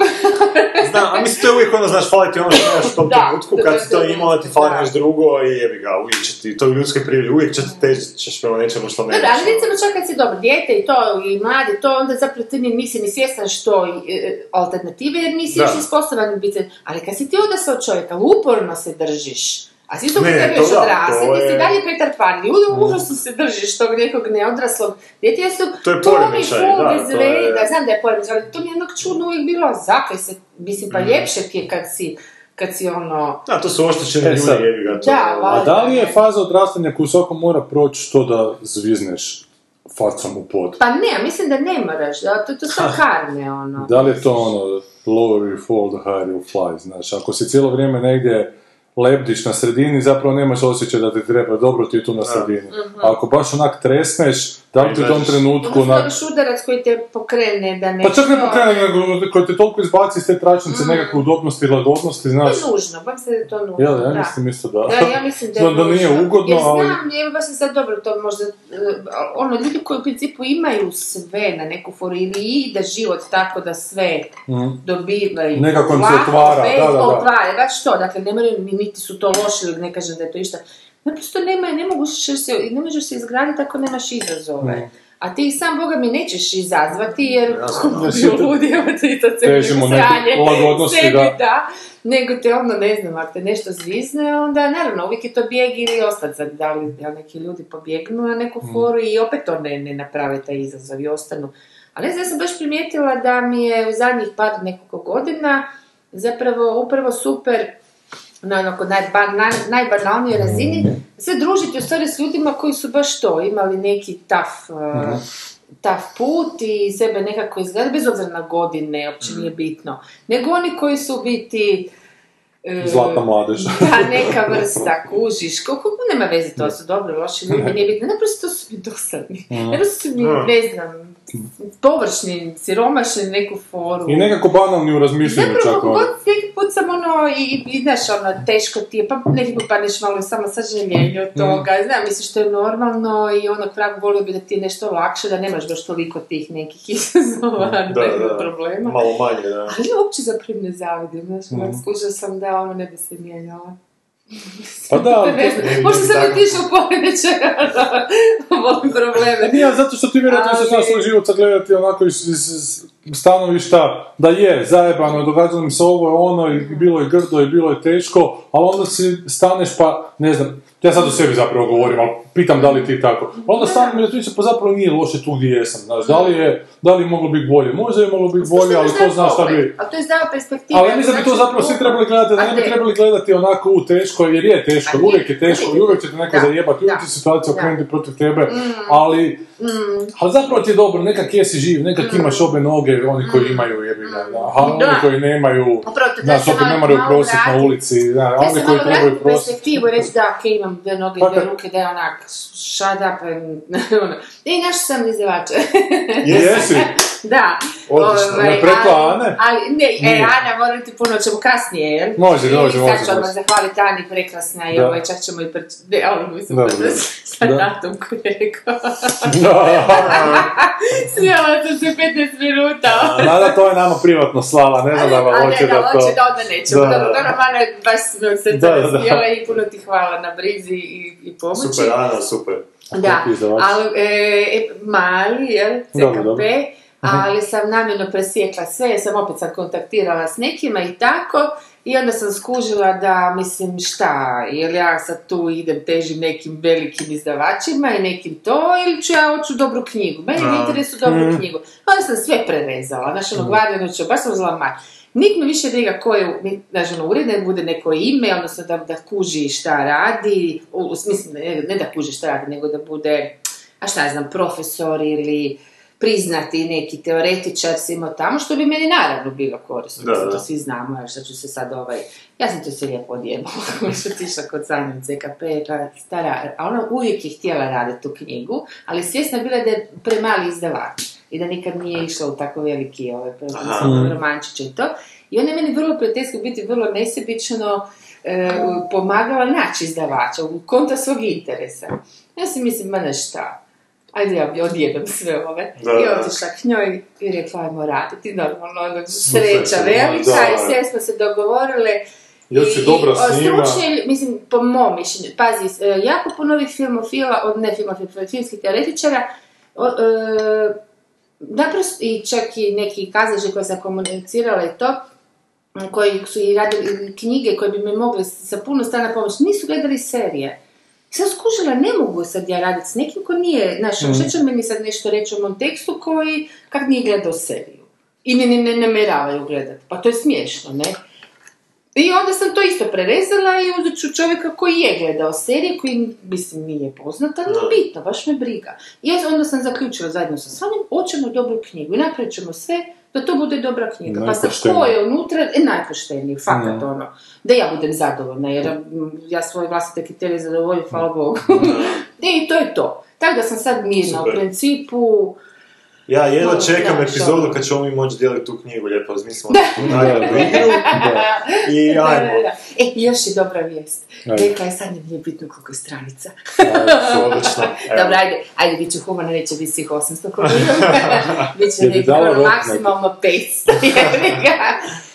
[SPEAKER 6] Znam, a mislim, to je uvijek ono, znaš, fali ti ono što imaš u tom
[SPEAKER 8] Da,
[SPEAKER 6] trenutku,
[SPEAKER 8] da,
[SPEAKER 6] kad
[SPEAKER 8] da,
[SPEAKER 6] si to
[SPEAKER 8] da,
[SPEAKER 6] imao, ti fali
[SPEAKER 8] da.
[SPEAKER 6] nešto drugo i jebi ga, uvijek će ti, to je u ljudskoj prirodi, uvijek će ti teći, ćeš prema nečemu što ono. ne
[SPEAKER 8] Dobro, ali recimo čak kad si dobro dijete i to, i mladi, to onda zapravo ti ni- nisi ni svjestan što i, e, alternative, jer nisi
[SPEAKER 6] Da.
[SPEAKER 8] još ni sposoban biti. Ali kad si ti odrasao čovjeka, uporno se držiš. A svi su
[SPEAKER 6] Ne,
[SPEAKER 8] kod tebe
[SPEAKER 6] to
[SPEAKER 8] još
[SPEAKER 6] da,
[SPEAKER 8] odrasli,
[SPEAKER 6] to
[SPEAKER 8] ti si
[SPEAKER 6] je- Mm.
[SPEAKER 8] dalje pretrpan. I u užasno se držiš tog nekog neodraslog djeteta. jer su
[SPEAKER 6] To je
[SPEAKER 8] to mi
[SPEAKER 6] poremećaj,
[SPEAKER 8] ful
[SPEAKER 6] da,
[SPEAKER 8] bez
[SPEAKER 6] to je-
[SPEAKER 8] reda. Znam da je poremećaj, ali to mi je jednog čudno uvijek bilo. Zakaj se, mislim,
[SPEAKER 6] Mm.
[SPEAKER 8] pa ljepše ti je kad si, kad si ono...
[SPEAKER 6] Da, to su oštećeni
[SPEAKER 7] E, sad.
[SPEAKER 6] ljudi, jebi ga, to.
[SPEAKER 8] Da,
[SPEAKER 7] A
[SPEAKER 8] valjda,
[SPEAKER 7] da li je
[SPEAKER 8] ne.
[SPEAKER 7] faza odrastanja koju svako mora proći to da zvizneš facom u pod?
[SPEAKER 8] Pa ne, mislim da ne moraš, da, to, to su karme, ono.
[SPEAKER 7] Da li je to ono, lower you fall, the higher you fly, znaš, ako si cijelo vrijeme negdje lebdiš na sredini, zapravo nemaš osjećaj da ti treba, dobro ti je tu na sredini.
[SPEAKER 8] Mhm.
[SPEAKER 7] A ako baš onak tresneš, da li ti u tom
[SPEAKER 6] Izađeš.
[SPEAKER 7] trenutku
[SPEAKER 8] Onda
[SPEAKER 7] onak...
[SPEAKER 8] moraš Ono udarac koji te pokrene da
[SPEAKER 7] Pa
[SPEAKER 8] nešto...
[SPEAKER 7] čak ne pokrene, nego koji te toliko izbaci iz te tračnice
[SPEAKER 8] Mhm.
[SPEAKER 7] nekakve udobnosti i lagodnosti,
[SPEAKER 8] To
[SPEAKER 7] znaš.
[SPEAKER 8] je nužno, bam se da je to nužno.
[SPEAKER 7] Jel, ja
[SPEAKER 8] da.
[SPEAKER 7] mislim isto da.
[SPEAKER 8] Da, ja mislim da je
[SPEAKER 7] Znam da nije
[SPEAKER 8] nužno.
[SPEAKER 7] ugodno,
[SPEAKER 8] Jer
[SPEAKER 7] ali-
[SPEAKER 8] znam, evo baš sam sad dobro to možda, e, ono, ljudi koji u principu imaju sve na neku foru ili ide život tako da sve
[SPEAKER 7] Mhm.
[SPEAKER 8] dobivaju.
[SPEAKER 7] Nekako im se
[SPEAKER 8] Ovako,
[SPEAKER 7] otvara,
[SPEAKER 8] bez
[SPEAKER 7] da, da, da.
[SPEAKER 8] otvara, baš to, dakle, ne moraju, ni- niti su to loši ili ne kažem da je to išta. Naprosto nema, ne mogu se, ne možeš se izgraditi ako nemaš izazove. A ti sam, Boga mi, nećeš izazvati jer
[SPEAKER 7] da.
[SPEAKER 8] bi uludio ti to sebi
[SPEAKER 7] Težimo nekoj lagodnosti,
[SPEAKER 8] sebi,
[SPEAKER 7] da.
[SPEAKER 8] Nego te ono, ne znam, ako te nešto zvizne, onda naravno uvijek je to bijeg ili ostat za da li da neki ljudi pobjegnu na neku
[SPEAKER 7] Mm.
[SPEAKER 8] foru i opet to ne, ne naprave taj izazov i ostanu. Ali ne znam, ja sam baš primijetila da mi je u zadnjih par nekoliko godina zapravo upravo super na onako najba, na, najbanalnijoj razini,
[SPEAKER 7] Mm.
[SPEAKER 8] se družiti u stvari s ljudima koji su baš to, imali neki taf, uh,
[SPEAKER 7] Mm-hmm.
[SPEAKER 8] taf put i sebe nekako izgledali, bez obzira na godine, uopće nije bitno. Nego oni koji su u biti... e,
[SPEAKER 7] Zlata mladež.
[SPEAKER 8] da, neka vrsta, kužiš, koliko pa nema veze to, su dobri, loši ljudi, nije bitno, naprosto su mi dosadni, naprosto su mi,
[SPEAKER 6] Mm.
[SPEAKER 8] ne znam, površni, siromašni neku foru.
[SPEAKER 7] I nekako banalni u razmišljanju
[SPEAKER 8] Zapravo,
[SPEAKER 7] čak
[SPEAKER 8] kako
[SPEAKER 7] ono.
[SPEAKER 8] god neki put sam ono, i, i znaš, ono, teško ti je, pa neki put padneš malo i samo sažaljenju
[SPEAKER 7] Mm.
[SPEAKER 8] od toga, znam, misliš što je normalno i ono, pragu volio bi da ti je nešto lakše, da nemaš baš toliko tih nekih izazova, nekih problema.
[SPEAKER 6] Malo manje, da.
[SPEAKER 8] Ali ja uopće zapravo ne zavidim, znaš, mm. skužila sam da ono ne bi se mijenjala.
[SPEAKER 7] Pa da, ali
[SPEAKER 8] Ne
[SPEAKER 7] to-
[SPEAKER 8] znam, možda sam
[SPEAKER 6] Tako.
[SPEAKER 8] otišla u poremećaj, ono, volim probleme.
[SPEAKER 7] E, Nije, zato što ti vjerojatno
[SPEAKER 8] Ali-
[SPEAKER 7] se znaš svoj život sagledati onako iz, iz, iz stanovišta da je zajebano, događalo mi se ovo je ono i bilo je grdo i bilo je teško, ali onda si staneš pa, ne znam, ja sad o sebi zapravo govorim, ali pitam da li ti tako. Onda stanem i razmišljam, pa zapravo nije loše tu gdje jesam, znaš, da li je, da li je moglo biti bolje, možda je moglo biti bolje, ali ko zna šta bi...
[SPEAKER 8] A to je zdrava perspektiva.
[SPEAKER 7] Ali ja mislim da bi to
[SPEAKER 8] znači,
[SPEAKER 7] zapravo svi trebali gledati, da
[SPEAKER 8] A
[SPEAKER 7] ne bi
[SPEAKER 8] ne.
[SPEAKER 7] trebali gledati onako u teško, jer je teško,
[SPEAKER 8] A je,
[SPEAKER 7] uvijek je teško,
[SPEAKER 8] je.
[SPEAKER 7] i uvijek će te neko
[SPEAKER 8] Da,
[SPEAKER 7] zajebati, uvijek
[SPEAKER 8] da,
[SPEAKER 7] će situacija
[SPEAKER 8] da. Mm,
[SPEAKER 7] okrenuti protiv tebe, ali, ali zapravo ti je dobro, nekak jesi živ, nekak imaš obe noge, oni koji imaju jebi ga, da, a oni
[SPEAKER 8] Mm. Da.
[SPEAKER 7] koji nemaju,
[SPEAKER 8] Upravo to,
[SPEAKER 7] znaš,
[SPEAKER 8] da se
[SPEAKER 7] opet ne
[SPEAKER 8] malo-
[SPEAKER 7] moraju
[SPEAKER 8] malo
[SPEAKER 7] prosit na
[SPEAKER 8] vratiti.
[SPEAKER 7] ulici, da, a
[SPEAKER 8] Ja
[SPEAKER 7] oni
[SPEAKER 8] se
[SPEAKER 7] koji
[SPEAKER 8] malo vratim
[SPEAKER 7] trebaju
[SPEAKER 8] u
[SPEAKER 7] prosit.
[SPEAKER 8] perspektivu i reći da, ok, imam dve noge
[SPEAKER 7] Pa
[SPEAKER 8] i dvije
[SPEAKER 7] kad-
[SPEAKER 8] ruke, da je onak, shut up, and, ono. I naš sam izdavače.
[SPEAKER 7] Jesi,
[SPEAKER 8] da.
[SPEAKER 7] Odlično.
[SPEAKER 8] Ovaj,
[SPEAKER 7] Ne preko
[SPEAKER 8] ali-
[SPEAKER 7] Ane?
[SPEAKER 8] Ali, ne, e,
[SPEAKER 7] Nije.
[SPEAKER 8] Ana, moram ti puno, ćemo kasnije, jel?
[SPEAKER 7] Može,
[SPEAKER 8] I
[SPEAKER 7] može, može,
[SPEAKER 8] Sad ću odmah
[SPEAKER 7] može.
[SPEAKER 8] zahvaliti Ani, prekrasna je,
[SPEAKER 7] Da.
[SPEAKER 8] ovaj, čak ćemo i preći... Ne, ovo mislim,
[SPEAKER 7] Dobro.
[SPEAKER 8] sa
[SPEAKER 7] Da.
[SPEAKER 8] datum koji je rekao. Snijela sam se 15 minuta.
[SPEAKER 7] Mada to je nama privatno slava, ne znam da vam
[SPEAKER 8] A
[SPEAKER 7] hoće
[SPEAKER 8] ne,
[SPEAKER 7] da
[SPEAKER 8] da,
[SPEAKER 7] to...
[SPEAKER 8] hoće da onda nećemo.
[SPEAKER 7] Da,
[SPEAKER 8] Da,
[SPEAKER 7] da,
[SPEAKER 8] da,
[SPEAKER 7] da.
[SPEAKER 8] Mane, baš smo se
[SPEAKER 7] Da, da, da.
[SPEAKER 8] sjela i puno ti hvala na brizi i, i pomoći.
[SPEAKER 6] Super, Ana, super.
[SPEAKER 8] Da,
[SPEAKER 7] koliko je izdavač?
[SPEAKER 8] ali e, mali, jel, CKP,
[SPEAKER 7] Dobro, dobro.
[SPEAKER 8] ali sam namjerno presjekla sve, jer sam opet sam kontaktirala s nekima i tako, i onda sam skužila da, mislim, šta, jel ja sad tu idem težim nekim velikim izdavačima i nekim to, ili ću ja hoću dobru knjigu, meni je u interesu dobru knjigu. Onda sam sve prerezala, znaš, ono, gladno ću, baš sam uzela mak. Nik me više briga ko je, mi- znaš, ono, ured, ne bude neko ime, odnosno da, da kuži šta radi, u, u smislu, ne, ne da kuži šta radi, nego da bude, a šta ja znam, profesor ili priznati neki teoretičar svima tamo, što bi meni naravno bilo korisno,
[SPEAKER 6] Da,
[SPEAKER 8] mislim,
[SPEAKER 6] da.
[SPEAKER 8] to svi znamo, ja šta ću se sad ovaj, ja sam to se lijepo odjebala, ono što ti išla kod Sanja u CKP, pa stara, a ona uvijek je htjela raditi tu knjigu, ali svjesna je bila da je premali izdavač i da nikad nije išla u tako veliki ovaj,
[SPEAKER 6] Aha.
[SPEAKER 8] romančiće i to. I ona je meni vrlo prijateljsko biti vrlo nesebično e, u- pomagala naći izdavača u konta svog interesa. Ja si mislim, ma ne šta, ajde ja odjedem sve ove.
[SPEAKER 6] Da,
[SPEAKER 8] I
[SPEAKER 6] da.
[SPEAKER 8] otišla k njoj i rekla, ajmo raditi, normalno, ono, sreća velika
[SPEAKER 7] da.
[SPEAKER 8] i sve smo se dogovorile
[SPEAKER 7] Još si
[SPEAKER 8] i-
[SPEAKER 7] dobra
[SPEAKER 8] i, o,
[SPEAKER 7] snima.
[SPEAKER 8] stručni, mislim, po mom mišljenju, pazi, s- e, jako puno ovih filmofila, od ne filmofila, filmskih teoretičara, o, e, naprosto, i čak i neki kazaži koji sam komunicirala i to, m, koji su i radili knjige koje bi mi mogli s- sa puno strana pomoći, nisu gledali serije. I Sam skužila, ne mogu sad ja raditi s nekim ko nije, znaš, mm. će mi sad nešto reći o mom tekstu koji kak nije gledao seriju. I ne, ne, ne namjeravaju gledati. Pa to je smiješno, ne? I onda sam to isto prerezala i uzet ću čovjeka koji je gledao serije, koji, mislim, nije poznat, ali
[SPEAKER 6] Da.
[SPEAKER 8] nije bitno, baš me briga. I ja onda sam zaključila zajedno sa Sanjem, hoćemo dobru knjigu i napravit ćemo sve da to bude dobra knjiga. Pa sad
[SPEAKER 7] Najpoštenije.
[SPEAKER 8] ko je unutra, e, najpošteniji, fakat
[SPEAKER 7] Mm.
[SPEAKER 8] ono. Da ja budem zadovoljna, jer mm, ja svoje vlastite kriterije zadovoljim, hvala Bogu. E, I to je to. Tako da sam sad mirna u
[SPEAKER 6] Super.
[SPEAKER 8] principu,
[SPEAKER 6] Ja jedno
[SPEAKER 8] Malo
[SPEAKER 6] čekam
[SPEAKER 8] previše,
[SPEAKER 6] epizodu
[SPEAKER 8] ono.
[SPEAKER 6] kad ćemo mi moći dijeliti tu knjigu, lijepo razmislimo da, da, igru i
[SPEAKER 8] Da, da,
[SPEAKER 6] ajmo.
[SPEAKER 8] da. E, i još je dobra vijest.
[SPEAKER 7] Ajde.
[SPEAKER 8] Rekla je Sanja, nije bitno koliko je stranica.
[SPEAKER 7] Ajde, odlično.
[SPEAKER 6] Evo.
[SPEAKER 8] Dobro, ajde, ajde, bit će humana, neće biti svih 800 kolina. bit će
[SPEAKER 7] Jer bi
[SPEAKER 8] nekih
[SPEAKER 7] dala
[SPEAKER 8] ono,
[SPEAKER 7] rok
[SPEAKER 8] maksimalno 500. jebi ga.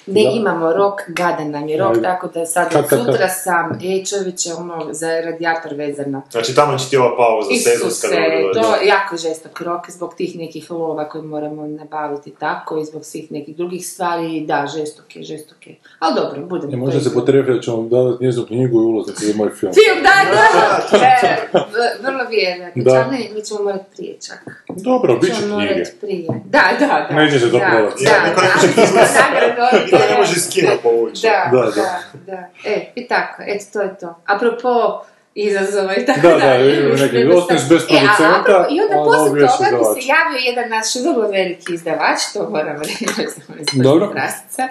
[SPEAKER 8] ne,
[SPEAKER 7] Da.
[SPEAKER 8] imamo rok, gadan nam je rok,
[SPEAKER 7] Ajde.
[SPEAKER 8] tako da sad
[SPEAKER 7] Kad,
[SPEAKER 8] od
[SPEAKER 7] kad, kad?
[SPEAKER 8] sutra sam, e, čovječe, ono, za radijator vezana.
[SPEAKER 6] Znači tamo će ti ova pauza sezonska
[SPEAKER 8] Isuse,
[SPEAKER 6] dobro doći.
[SPEAKER 8] to je jako žestok rok zbog tih nekih lova koje moramo nabaviti tako i zbog svih nekih drugih stvari, da, žestok je, žestok je. Ali dobro, budemo.
[SPEAKER 7] I možda se
[SPEAKER 8] korektni.
[SPEAKER 7] potrebuje da ćemo dodati njezinu knjigu i ulaznicu za moj film.
[SPEAKER 8] Film, da, da, E, v- vrlo vjerno.
[SPEAKER 7] Da.
[SPEAKER 8] Da. mi ćemo morati prije čak.
[SPEAKER 7] Dobro, bit će
[SPEAKER 8] Ćemo morat
[SPEAKER 7] knjige.
[SPEAKER 8] prije. Da, da, da.
[SPEAKER 7] Neće se to
[SPEAKER 8] Da,
[SPEAKER 7] prodati.
[SPEAKER 8] Da,
[SPEAKER 6] Ja, niko ne može
[SPEAKER 8] da, ali
[SPEAKER 6] Niko ne
[SPEAKER 8] da,
[SPEAKER 6] može iz kina povući.
[SPEAKER 8] da,
[SPEAKER 7] Da,
[SPEAKER 8] da,
[SPEAKER 7] da.
[SPEAKER 8] da, E, i tako, eto, to je to. Apropo izazova i tako
[SPEAKER 7] Da, e, da,
[SPEAKER 8] dalje,
[SPEAKER 7] imamo
[SPEAKER 8] mislim
[SPEAKER 7] neki
[SPEAKER 8] da sad-
[SPEAKER 7] ostaš bez
[SPEAKER 8] E, a
[SPEAKER 7] producenta,
[SPEAKER 8] apropo, I onda
[SPEAKER 7] a
[SPEAKER 8] poslije
[SPEAKER 7] dobiješ
[SPEAKER 8] toga mi
[SPEAKER 7] izdavača.
[SPEAKER 8] se javio jedan naš vrlo veliki izdavač, to moram reći, samo iz
[SPEAKER 7] Dobro.
[SPEAKER 8] Krasica,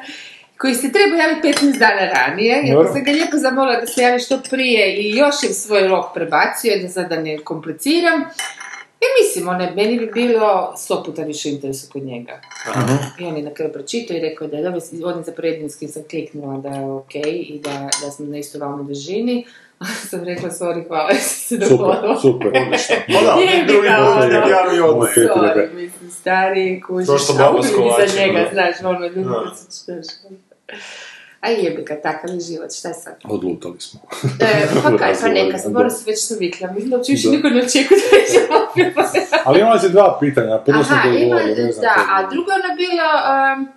[SPEAKER 8] koji se treba javiti 15 dana ranije, jer
[SPEAKER 7] Dobro.
[SPEAKER 8] sam ga lijepo zamolila da se javi što prije i još je svoj rok prebacio, da sada ne kompliciram. I mislim, one, meni bi bilo sto puta više interesa kod njega. I on je Ja, na kraju pročitao i rekao da je dobro, on je zapravo jedini s kim sam kliknula da je ok i da, da smo na istoj valnoj dužini. A sam rekla, sorry, hvala, jer sam se
[SPEAKER 7] Super,
[SPEAKER 8] dogodila.
[SPEAKER 7] super, odlično.
[SPEAKER 6] Pa da,
[SPEAKER 8] Jebi ga,
[SPEAKER 6] drugi put
[SPEAKER 8] ono.
[SPEAKER 6] ne javi
[SPEAKER 7] Ovo
[SPEAKER 6] odmah.
[SPEAKER 7] je Petri Bek.
[SPEAKER 8] Sorry, mislim, stari, kužiš,
[SPEAKER 6] To što
[SPEAKER 8] a
[SPEAKER 6] baba
[SPEAKER 8] ubili
[SPEAKER 6] s
[SPEAKER 8] mi za
[SPEAKER 6] kolačima,
[SPEAKER 8] njega,
[SPEAKER 6] da.
[SPEAKER 8] znaš, ono, ljudi,
[SPEAKER 6] Da.
[SPEAKER 7] Ja.
[SPEAKER 8] da se čuješ. A jebi ga, takav je život, šta je sad?
[SPEAKER 7] Odlutali smo.
[SPEAKER 8] E, pa kaj, pa
[SPEAKER 7] Razgovaramo,
[SPEAKER 8] neka,
[SPEAKER 7] da.
[SPEAKER 8] sam, moram se već navikla, mislim da uopće više
[SPEAKER 7] Da.
[SPEAKER 8] niko ne očekuje da reći
[SPEAKER 7] Ali imala si dva pitanja, prvo smo
[SPEAKER 8] Aha,
[SPEAKER 7] to
[SPEAKER 8] ima,
[SPEAKER 7] govorili, ne znam
[SPEAKER 8] da,
[SPEAKER 7] koje.
[SPEAKER 8] a drugo je ono bilo, um,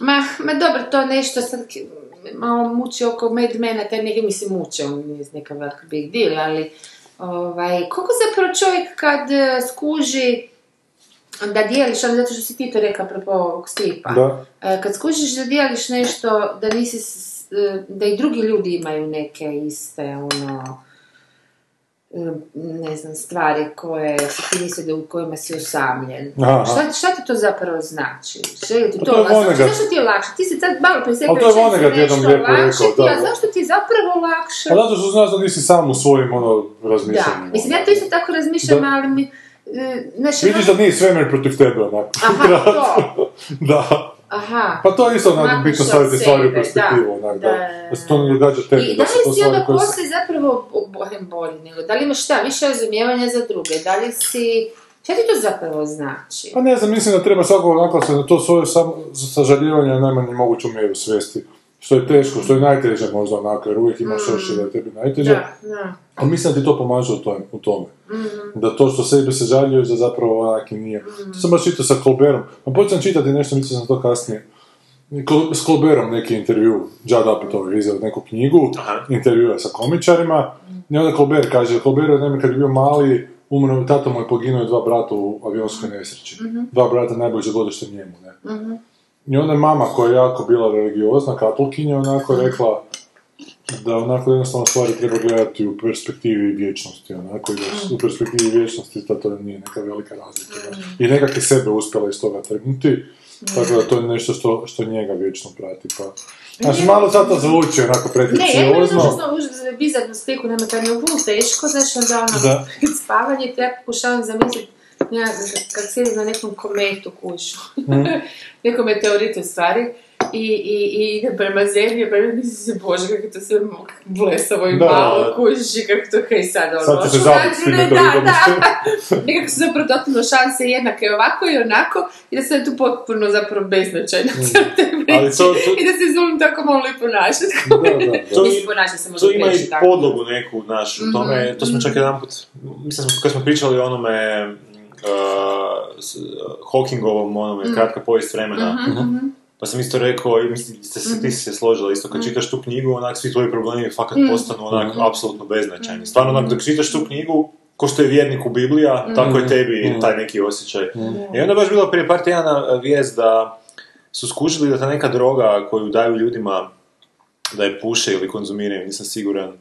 [SPEAKER 8] ma, ma dobro, to nešto sad k- malo muči oko Madmana, taj neki, mislim, muče, on nije neka velika big deal, ali ovaj, koliko zapravo čovjek kad e, skuži da dijeliš, ali zato što si ti to rekao apropo ovog stipa,
[SPEAKER 7] Da,
[SPEAKER 8] E, kad skužiš da dijeliš nešto, da nisi, s- e, da i drugi ljudi imaju neke iste, ono, e, ne znam, stvari koje ti nisi da u kojima si usamljen.
[SPEAKER 7] Aha.
[SPEAKER 8] Šta, šta ti to zapravo znači? Želi ti
[SPEAKER 7] Pa
[SPEAKER 8] to,
[SPEAKER 7] to je
[SPEAKER 8] olakšati?
[SPEAKER 7] Vonnegut.
[SPEAKER 8] Zašto ti je lakše? Ti si sad malo presjekao
[SPEAKER 7] Ali to je Vonnegut jednom lijepo rekao, da, da.
[SPEAKER 8] zašto ti je zapravo lakše?
[SPEAKER 7] pa zato što znaš da nisi sam u svojim ono razmišljanjima.
[SPEAKER 8] da, mislim, ja to isto tako razmišljam,
[SPEAKER 7] Da.
[SPEAKER 8] ali mi... e, Znači,
[SPEAKER 7] Vidiš da nije svemir protiv tebe, onako.
[SPEAKER 8] Aha, to.
[SPEAKER 7] da.
[SPEAKER 8] Aha.
[SPEAKER 7] Pa to je isto onako
[SPEAKER 8] Makneš
[SPEAKER 7] bitno
[SPEAKER 8] od
[SPEAKER 7] staviti
[SPEAKER 8] sebe,
[SPEAKER 7] stvari u
[SPEAKER 8] da,
[SPEAKER 7] perspektivu, onak, da,
[SPEAKER 8] da.
[SPEAKER 7] da se to ne događa tebi,
[SPEAKER 8] I da
[SPEAKER 7] da se to
[SPEAKER 8] li si
[SPEAKER 7] stvari
[SPEAKER 8] onda
[SPEAKER 7] koje su...
[SPEAKER 8] poslije zapravo bo- bolje, bolje nego, da li imaš šta, više razumijevanja za druge, da li si Šta ti to zapravo znači?
[SPEAKER 7] Pa ne znam, mislim da treba svakog naglasa na to svoje sam, sažaljivanje na najmanju moguću mjeru svesti. Što je teško, što je najteže možda onako, jer uvijek imaš mm. da je tebi najteže.
[SPEAKER 8] Da, da.
[SPEAKER 7] Ali mislim da ti to pomaže u tome. U tome. Da to što sebi se žaljuju, da zapravo onak i nije. To sam baš čitao sa Colbertom. Ma počeo sam čitati nešto, mislio sam to kasnije. Kol- S Colbertom neki intervju, Judd Apatow je izveo neku knjigu, intervjua sa komičarima. I onda Colbert kaže, Colbert je naime kad je bio mali, umro, tato mu je poginuo i dva brata u avionskoj nesreći. Dva brata najbolje godište njemu, ne. I onda je mama koja je jako bila religiozna, katolkinja, onako rekla da onako jednostavno stvari treba gledati u perspektivi vječnosti, onako, i
[SPEAKER 8] Mm.
[SPEAKER 7] da u perspektivi vječnosti da to nije neka velika razlika.
[SPEAKER 8] Mm.
[SPEAKER 7] ne. I nekak je sebe uspjela iz toga trgnuti, tako da to je nešto što, što njega vječno prati. Pa. Znači, malo sad to zvuči onako
[SPEAKER 8] Ne, ja imam
[SPEAKER 7] pretenciozno.
[SPEAKER 8] užasno, užasno bizarnu sliku, nema kad mi je vrlo teško, znači onda ono,
[SPEAKER 7] Da.
[SPEAKER 8] pred spavanje, te ja pokušavam zamisliti ja, kad sjedim na nekom kometu kuću,
[SPEAKER 7] Mhm.
[SPEAKER 8] nekom meteoritu u stvari, i, i, i idem prema zemlji, pa mi se, bože, kako je to sve blesavo i
[SPEAKER 7] Da,
[SPEAKER 8] malo
[SPEAKER 7] da.
[SPEAKER 8] kući, i kako to kaj sad ono.
[SPEAKER 7] Sad ću se
[SPEAKER 8] hoću,
[SPEAKER 7] zabiti s tim
[SPEAKER 8] znači, da,
[SPEAKER 7] meteoritom.
[SPEAKER 8] da, nekako su zapravo dotaknule šanse jednake ovako i onako, i da sam tu potpuno zapravo beznačajna u cijeloj toj
[SPEAKER 7] Ali
[SPEAKER 8] priči.
[SPEAKER 7] to- to-
[SPEAKER 8] I da se izvolim tako malo i ponašati.
[SPEAKER 7] Da, da, da.
[SPEAKER 6] To
[SPEAKER 8] Mislim,
[SPEAKER 6] i-
[SPEAKER 8] ponašaj se možda
[SPEAKER 6] To ima
[SPEAKER 8] previše
[SPEAKER 6] i
[SPEAKER 8] tako.
[SPEAKER 6] podlogu neku našu u tome, to smo čak jedan put, mislim kad smo pričali o onome uh, s- Hawkingovom, onome, kratka povijest vremena, pa sam isto rekao, i mislim, ste se, ti si se složila isto, kad čitaš tu knjigu, onak svi tvoji problemi fakat postanu onak apsolutno beznačajni. Stvarno onak dok čitaš tu knjigu, ko što je vjerniku Biblija, tako je tebi taj neki osjećaj. I onda je baš bila prije par tjedana eh, vijest da su skužili da ta neka droga koju daju ljudima da je puše ili konzumiraju, nisam siguran,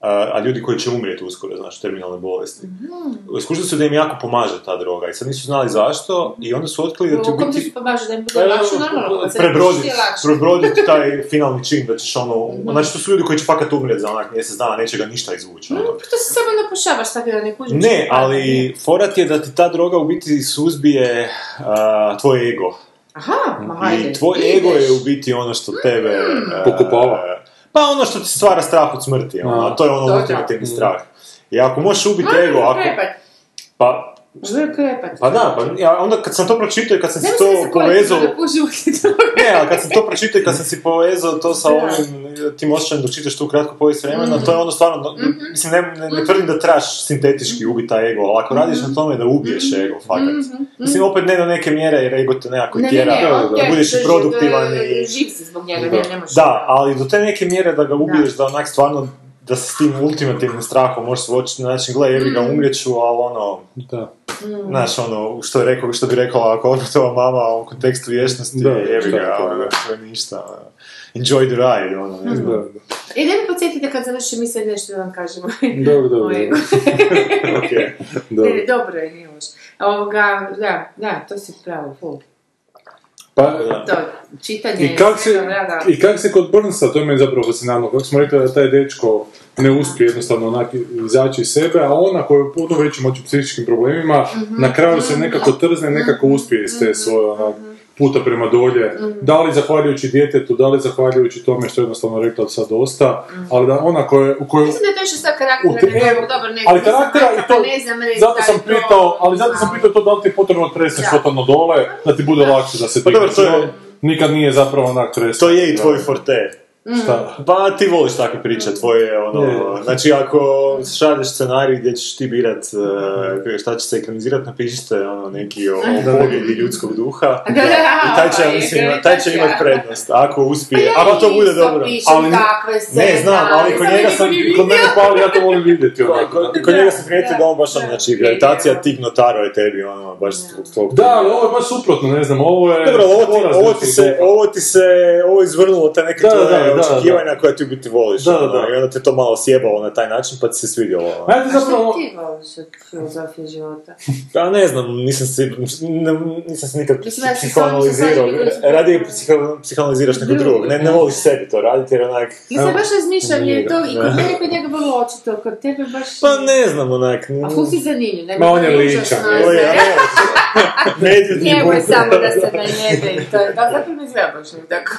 [SPEAKER 6] a, a ljudi koji će umrijeti uskoro, znaš, terminalne bolesti.
[SPEAKER 8] Mhm.
[SPEAKER 6] Skužili su da im jako pomaže ta droga i sad nisu znali zašto i onda su otkrili da ti u
[SPEAKER 8] Kom ti
[SPEAKER 6] biti...
[SPEAKER 8] su pomažu da im bude lakše, normalno, kad se
[SPEAKER 6] Prebroditi,
[SPEAKER 8] pusti lakše.
[SPEAKER 6] prebroditi taj finalni čin da ćeš ono,
[SPEAKER 8] Mhm.
[SPEAKER 6] znači to su ljudi koji će fakat umrijeti za onak mjesec dana, neće ga ništa izvući. ono.
[SPEAKER 8] Pa To se samo napušavaš tako da ne kužiš.
[SPEAKER 6] Ne, ali forat je da ti ta droga u biti suzbije a, tvoj ego.
[SPEAKER 8] Aha, ma hajde.
[SPEAKER 6] I tvoj
[SPEAKER 8] ideš.
[SPEAKER 6] ego je u biti ono što tebe...
[SPEAKER 8] Hmm.
[SPEAKER 6] e,
[SPEAKER 7] Pokopava.
[SPEAKER 6] Pa ono što ti stvara strah od smrti, ono,
[SPEAKER 7] A.
[SPEAKER 6] a to je ono
[SPEAKER 8] To da.
[SPEAKER 6] ultimativni strah. I ako možeš ubiti
[SPEAKER 8] Ma,
[SPEAKER 6] ego, ako...
[SPEAKER 8] krepat,
[SPEAKER 6] Pa,
[SPEAKER 8] želi krepat.
[SPEAKER 6] pa da, pa, ja, onda kad sam to pročitao i kad sam
[SPEAKER 8] Ne
[SPEAKER 6] si
[SPEAKER 8] mislim da
[SPEAKER 6] to
[SPEAKER 8] se
[SPEAKER 6] povezao...
[SPEAKER 8] kolektivno ne puši uvijek toga.
[SPEAKER 6] Ne, ali kad sam to pročitao i kad sam si povezao to sa
[SPEAKER 8] Da. Mhm.
[SPEAKER 6] ovim e, tim osjećajem dok čitaš tu kratku povijest vremena, to je ono stvarno, no, mislim, ne, ne, ne tvrdim da trebaš sintetički ubiti taj ego, ali ako
[SPEAKER 8] Mhm.
[SPEAKER 6] radiš na tome da ubiješ ego, fakat. Mislim, opet ne do neke mjere jer ego te nekako
[SPEAKER 8] Ne, ne,
[SPEAKER 6] tjera,
[SPEAKER 8] ne,
[SPEAKER 6] da,
[SPEAKER 8] okej,
[SPEAKER 6] budeš i
[SPEAKER 8] drži-
[SPEAKER 6] produktivan i...
[SPEAKER 8] Živ si zbog njega, ne, ne možeš.
[SPEAKER 6] Da, ali do te neke mjere da ga ubiješ, da, onak stvarno da se s tim ultimativnim strahom možeš suočiti na način, gle, jebi ga umrijeću, ali ono,
[SPEAKER 7] da.
[SPEAKER 6] znaš, ono, što, je rekao, što bi rekao, ako ono to mama u kontekstu vječnosti,
[SPEAKER 7] Da,
[SPEAKER 6] jebi
[SPEAKER 7] šta je
[SPEAKER 6] ga,
[SPEAKER 7] to,
[SPEAKER 6] ono,
[SPEAKER 7] da.
[SPEAKER 6] to je ništa, ono. enjoy the ride, ono, ne znam.
[SPEAKER 7] Da, da.
[SPEAKER 8] E, da mi podsjetite kad završi misle nešto da vam kažemo.
[SPEAKER 7] Dobro, dobro.
[SPEAKER 8] Moje-
[SPEAKER 6] Okej.
[SPEAKER 7] dobro.
[SPEAKER 8] Ne, dobro je, nije loš. Ovoga, da, da, to si pravo, ful.
[SPEAKER 7] Pa,
[SPEAKER 8] To, čitanje
[SPEAKER 7] I kak se,
[SPEAKER 8] sve dobro, da.
[SPEAKER 7] I kak se kod Burnsa, to je meni zapravo fascinantno, kako smo rekli da taj dečko ne uspije jednostavno onak izaći iz sebe, a ona koja je u puno većim moći psihičkim problemima,
[SPEAKER 8] Mhm.
[SPEAKER 7] na kraju se nekako trzne, nekako uspije iz te svoje onak,
[SPEAKER 8] Mhm.
[SPEAKER 7] puta prema dolje. Da li zahvaljujući djetetu, da li zahvaljujući tome što je jednostavno rekla od sad dosta, ali da ona koja, u kojoj...
[SPEAKER 8] Mhm. Mislim da je to išlo sa
[SPEAKER 7] u te-
[SPEAKER 8] karaktera, ne, dobro, dobro, ne,
[SPEAKER 7] ali
[SPEAKER 8] mislim,
[SPEAKER 7] karaktera
[SPEAKER 8] ajde,
[SPEAKER 7] i to,
[SPEAKER 8] ne znam reći
[SPEAKER 7] zato
[SPEAKER 8] da
[SPEAKER 7] sam
[SPEAKER 8] je to-
[SPEAKER 7] pitao, ali zato sam pitao to da li ti je potrebno tresneš
[SPEAKER 8] Da.
[SPEAKER 7] totalno dole, da ti bude lakše da se
[SPEAKER 6] Pa dobro, to je-
[SPEAKER 7] digneš. Ono, Nikad nije zapravo onak tresno.
[SPEAKER 6] To je i tvoj forte.
[SPEAKER 8] Mm.
[SPEAKER 7] Šta?
[SPEAKER 6] Pa ti voliš takve priče, tvoje, ono,
[SPEAKER 7] Je.
[SPEAKER 6] znači ako šalješ scenarij gdje ćeš ti birat e, šta će se ekranizirati, napišite ono, neki o, o pobjedi ljudskog duha.
[SPEAKER 8] Da,
[SPEAKER 6] I taj će,
[SPEAKER 8] ovaj,
[SPEAKER 6] mislim, taj će imati prednost, ako uspije,
[SPEAKER 8] Pa Ja
[SPEAKER 6] ako to bude
[SPEAKER 8] isto
[SPEAKER 6] dobro.
[SPEAKER 8] pišem
[SPEAKER 7] ali-
[SPEAKER 8] takve
[SPEAKER 6] Ne, znam, ali kod njega sam, kod mene
[SPEAKER 7] pali, ja to volim vidjeti. ono.
[SPEAKER 6] Ko-
[SPEAKER 7] onako.
[SPEAKER 6] ko- Kod njega sam primijetio
[SPEAKER 8] Da,
[SPEAKER 6] da on baš
[SPEAKER 8] da.
[SPEAKER 6] ono, znači, gravitacija tih notaro je tebi, ono, baš zbog tog-
[SPEAKER 7] Da, ali ovo je baš suprotno, ne znam, ovo je...
[SPEAKER 6] Dobro, ovo ti,
[SPEAKER 7] poraz
[SPEAKER 6] ovo ti
[SPEAKER 7] ljudskog
[SPEAKER 6] se,
[SPEAKER 7] duha.
[SPEAKER 6] ovo ti se, ovo je izvrnulo te neke
[SPEAKER 7] Da,
[SPEAKER 6] tvoje
[SPEAKER 7] da, da, da.
[SPEAKER 6] očekivanja koja ti u biti voliš.
[SPEAKER 7] Da, da,
[SPEAKER 6] ono,
[SPEAKER 7] da.
[SPEAKER 6] I onda te to malo sjebalo na taj način pa ti se svidjelo. ono.
[SPEAKER 7] Ajde zapravo...
[SPEAKER 8] Ti voliš od filozofije života.
[SPEAKER 6] Da, E, ne znam, nisam se, ne- nisam se nikad
[SPEAKER 8] Mislim da si
[SPEAKER 6] psihoanalizirao.
[SPEAKER 8] sam- sam- sam-
[SPEAKER 6] Radije psiho- psihoanaliziraš nekog drugog. Ne, ne voliš sebi to raditi jer onak...
[SPEAKER 8] Ja sam baš razmišljam, je to i
[SPEAKER 6] Da.
[SPEAKER 8] kod mene i kod njega vrlo očito, kod tebe baš...
[SPEAKER 6] Pa ne znam, onak...
[SPEAKER 8] A ful si zanimljiv, ne?
[SPEAKER 7] Ma, on je
[SPEAKER 8] Užasno
[SPEAKER 7] ličan,
[SPEAKER 8] je
[SPEAKER 6] Ovo je,
[SPEAKER 8] sve.
[SPEAKER 6] a ne, medvjed mi
[SPEAKER 8] Nemoj
[SPEAKER 6] bude.
[SPEAKER 8] samo da se najede i to je, da zapravo ne izgleda baš mi tako.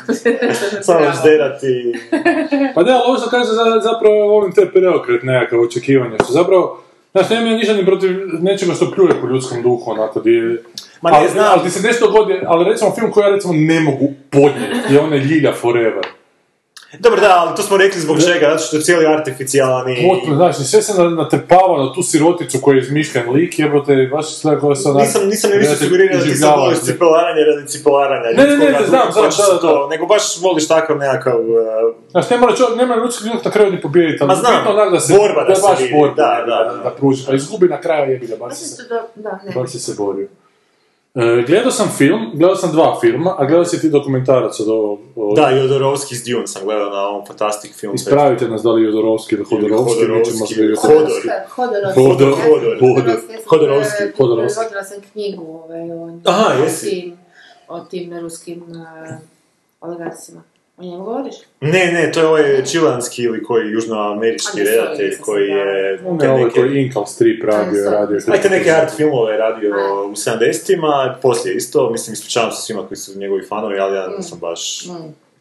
[SPEAKER 6] Samo žderati.
[SPEAKER 7] Pa da, ali ovo što kaže za- zapravo volim te preokret nekakav očekivanja, što zapravo Znaš, nemam ja ništa ni protiv nečega što pljuje po ljudskom duhu, onako, di je...
[SPEAKER 6] Ma ne,
[SPEAKER 7] ali,
[SPEAKER 6] znam.
[SPEAKER 7] ali ti se nešto godi, ali recimo film koji ja recimo ne mogu podnijeti je onaj Ljilja Forever.
[SPEAKER 6] Dobro, da, ali to smo rekli zbog čega, zato što je cijeli artificijalni...
[SPEAKER 7] Potpuno, znaš, i sve se na- natrpava na tu siroticu koja je izmišljen lik, jebote, baš izgleda koja se onak...
[SPEAKER 6] Nisam, nisam ni više
[SPEAKER 7] Gledate,
[SPEAKER 6] sugerirao da ti sad
[SPEAKER 7] iživljava.
[SPEAKER 6] voliš cipelaranje radi cipelaranja.
[SPEAKER 7] Ne, ne, ne,
[SPEAKER 6] ljudskoga
[SPEAKER 7] znam,
[SPEAKER 6] duha,
[SPEAKER 7] znam,
[SPEAKER 6] hoćeš
[SPEAKER 7] da, da.
[SPEAKER 6] to, Nego baš voliš takav nekakav... uh,
[SPEAKER 7] Znaš, ne mora, čovjek, ne mora ljudski ljud na kraju ni pobijediti, ali
[SPEAKER 6] Ma znam,
[SPEAKER 7] bitno onak da se...
[SPEAKER 6] borba da
[SPEAKER 7] je
[SPEAKER 6] se
[SPEAKER 7] baš
[SPEAKER 6] vidi,
[SPEAKER 7] borba,
[SPEAKER 6] da,
[SPEAKER 7] jebi
[SPEAKER 6] da,
[SPEAKER 7] ga,
[SPEAKER 6] da.
[SPEAKER 7] da, pruži, pa izgubi na kraju, jebi ga, baš se...
[SPEAKER 8] Mislim da, da, ne.
[SPEAKER 7] Baš si se borio. E, gledao sam film, gledao sam dva filma, a gledao si ti dokumentarac od ovog... ovog-
[SPEAKER 6] Da, Jodorovski iz Dune sam gledao na ovom fantastic film.
[SPEAKER 7] Ispravite nas da li je Jodorovski ili Hodorovski, mi ćemo
[SPEAKER 6] Hodorovski.
[SPEAKER 7] zbilju...
[SPEAKER 6] Hodor.
[SPEAKER 8] Hodorovski.
[SPEAKER 6] Hodor,
[SPEAKER 8] Ja
[SPEAKER 6] Hodor,
[SPEAKER 8] sam Hodorovski, ja sam,
[SPEAKER 6] Hodorovski,
[SPEAKER 8] e,
[SPEAKER 7] Hodorovski.
[SPEAKER 8] Prevodila sam knjigu ovaj, o,
[SPEAKER 6] Aha,
[SPEAKER 8] o
[SPEAKER 6] jesi.
[SPEAKER 8] tim, o tim ruskim e, oligarcima. O njemu govoriš?
[SPEAKER 6] Ne, ne, to je ovaj čilanski ili koji južnoamerički
[SPEAKER 8] A, nisam,
[SPEAKER 6] redatelj
[SPEAKER 8] nisam,
[SPEAKER 6] koji je...
[SPEAKER 7] Ne,
[SPEAKER 6] te
[SPEAKER 7] ovo je
[SPEAKER 6] neke-
[SPEAKER 7] koji Inkal Strip radio, je
[SPEAKER 8] Ajde,
[SPEAKER 7] radio...
[SPEAKER 6] Ajte neke art filmove je radio u 70-ima, poslije isto, mislim, ispričavam se svima koji su njegovi fanovi, ali ja
[SPEAKER 8] Mm.
[SPEAKER 6] nisam baš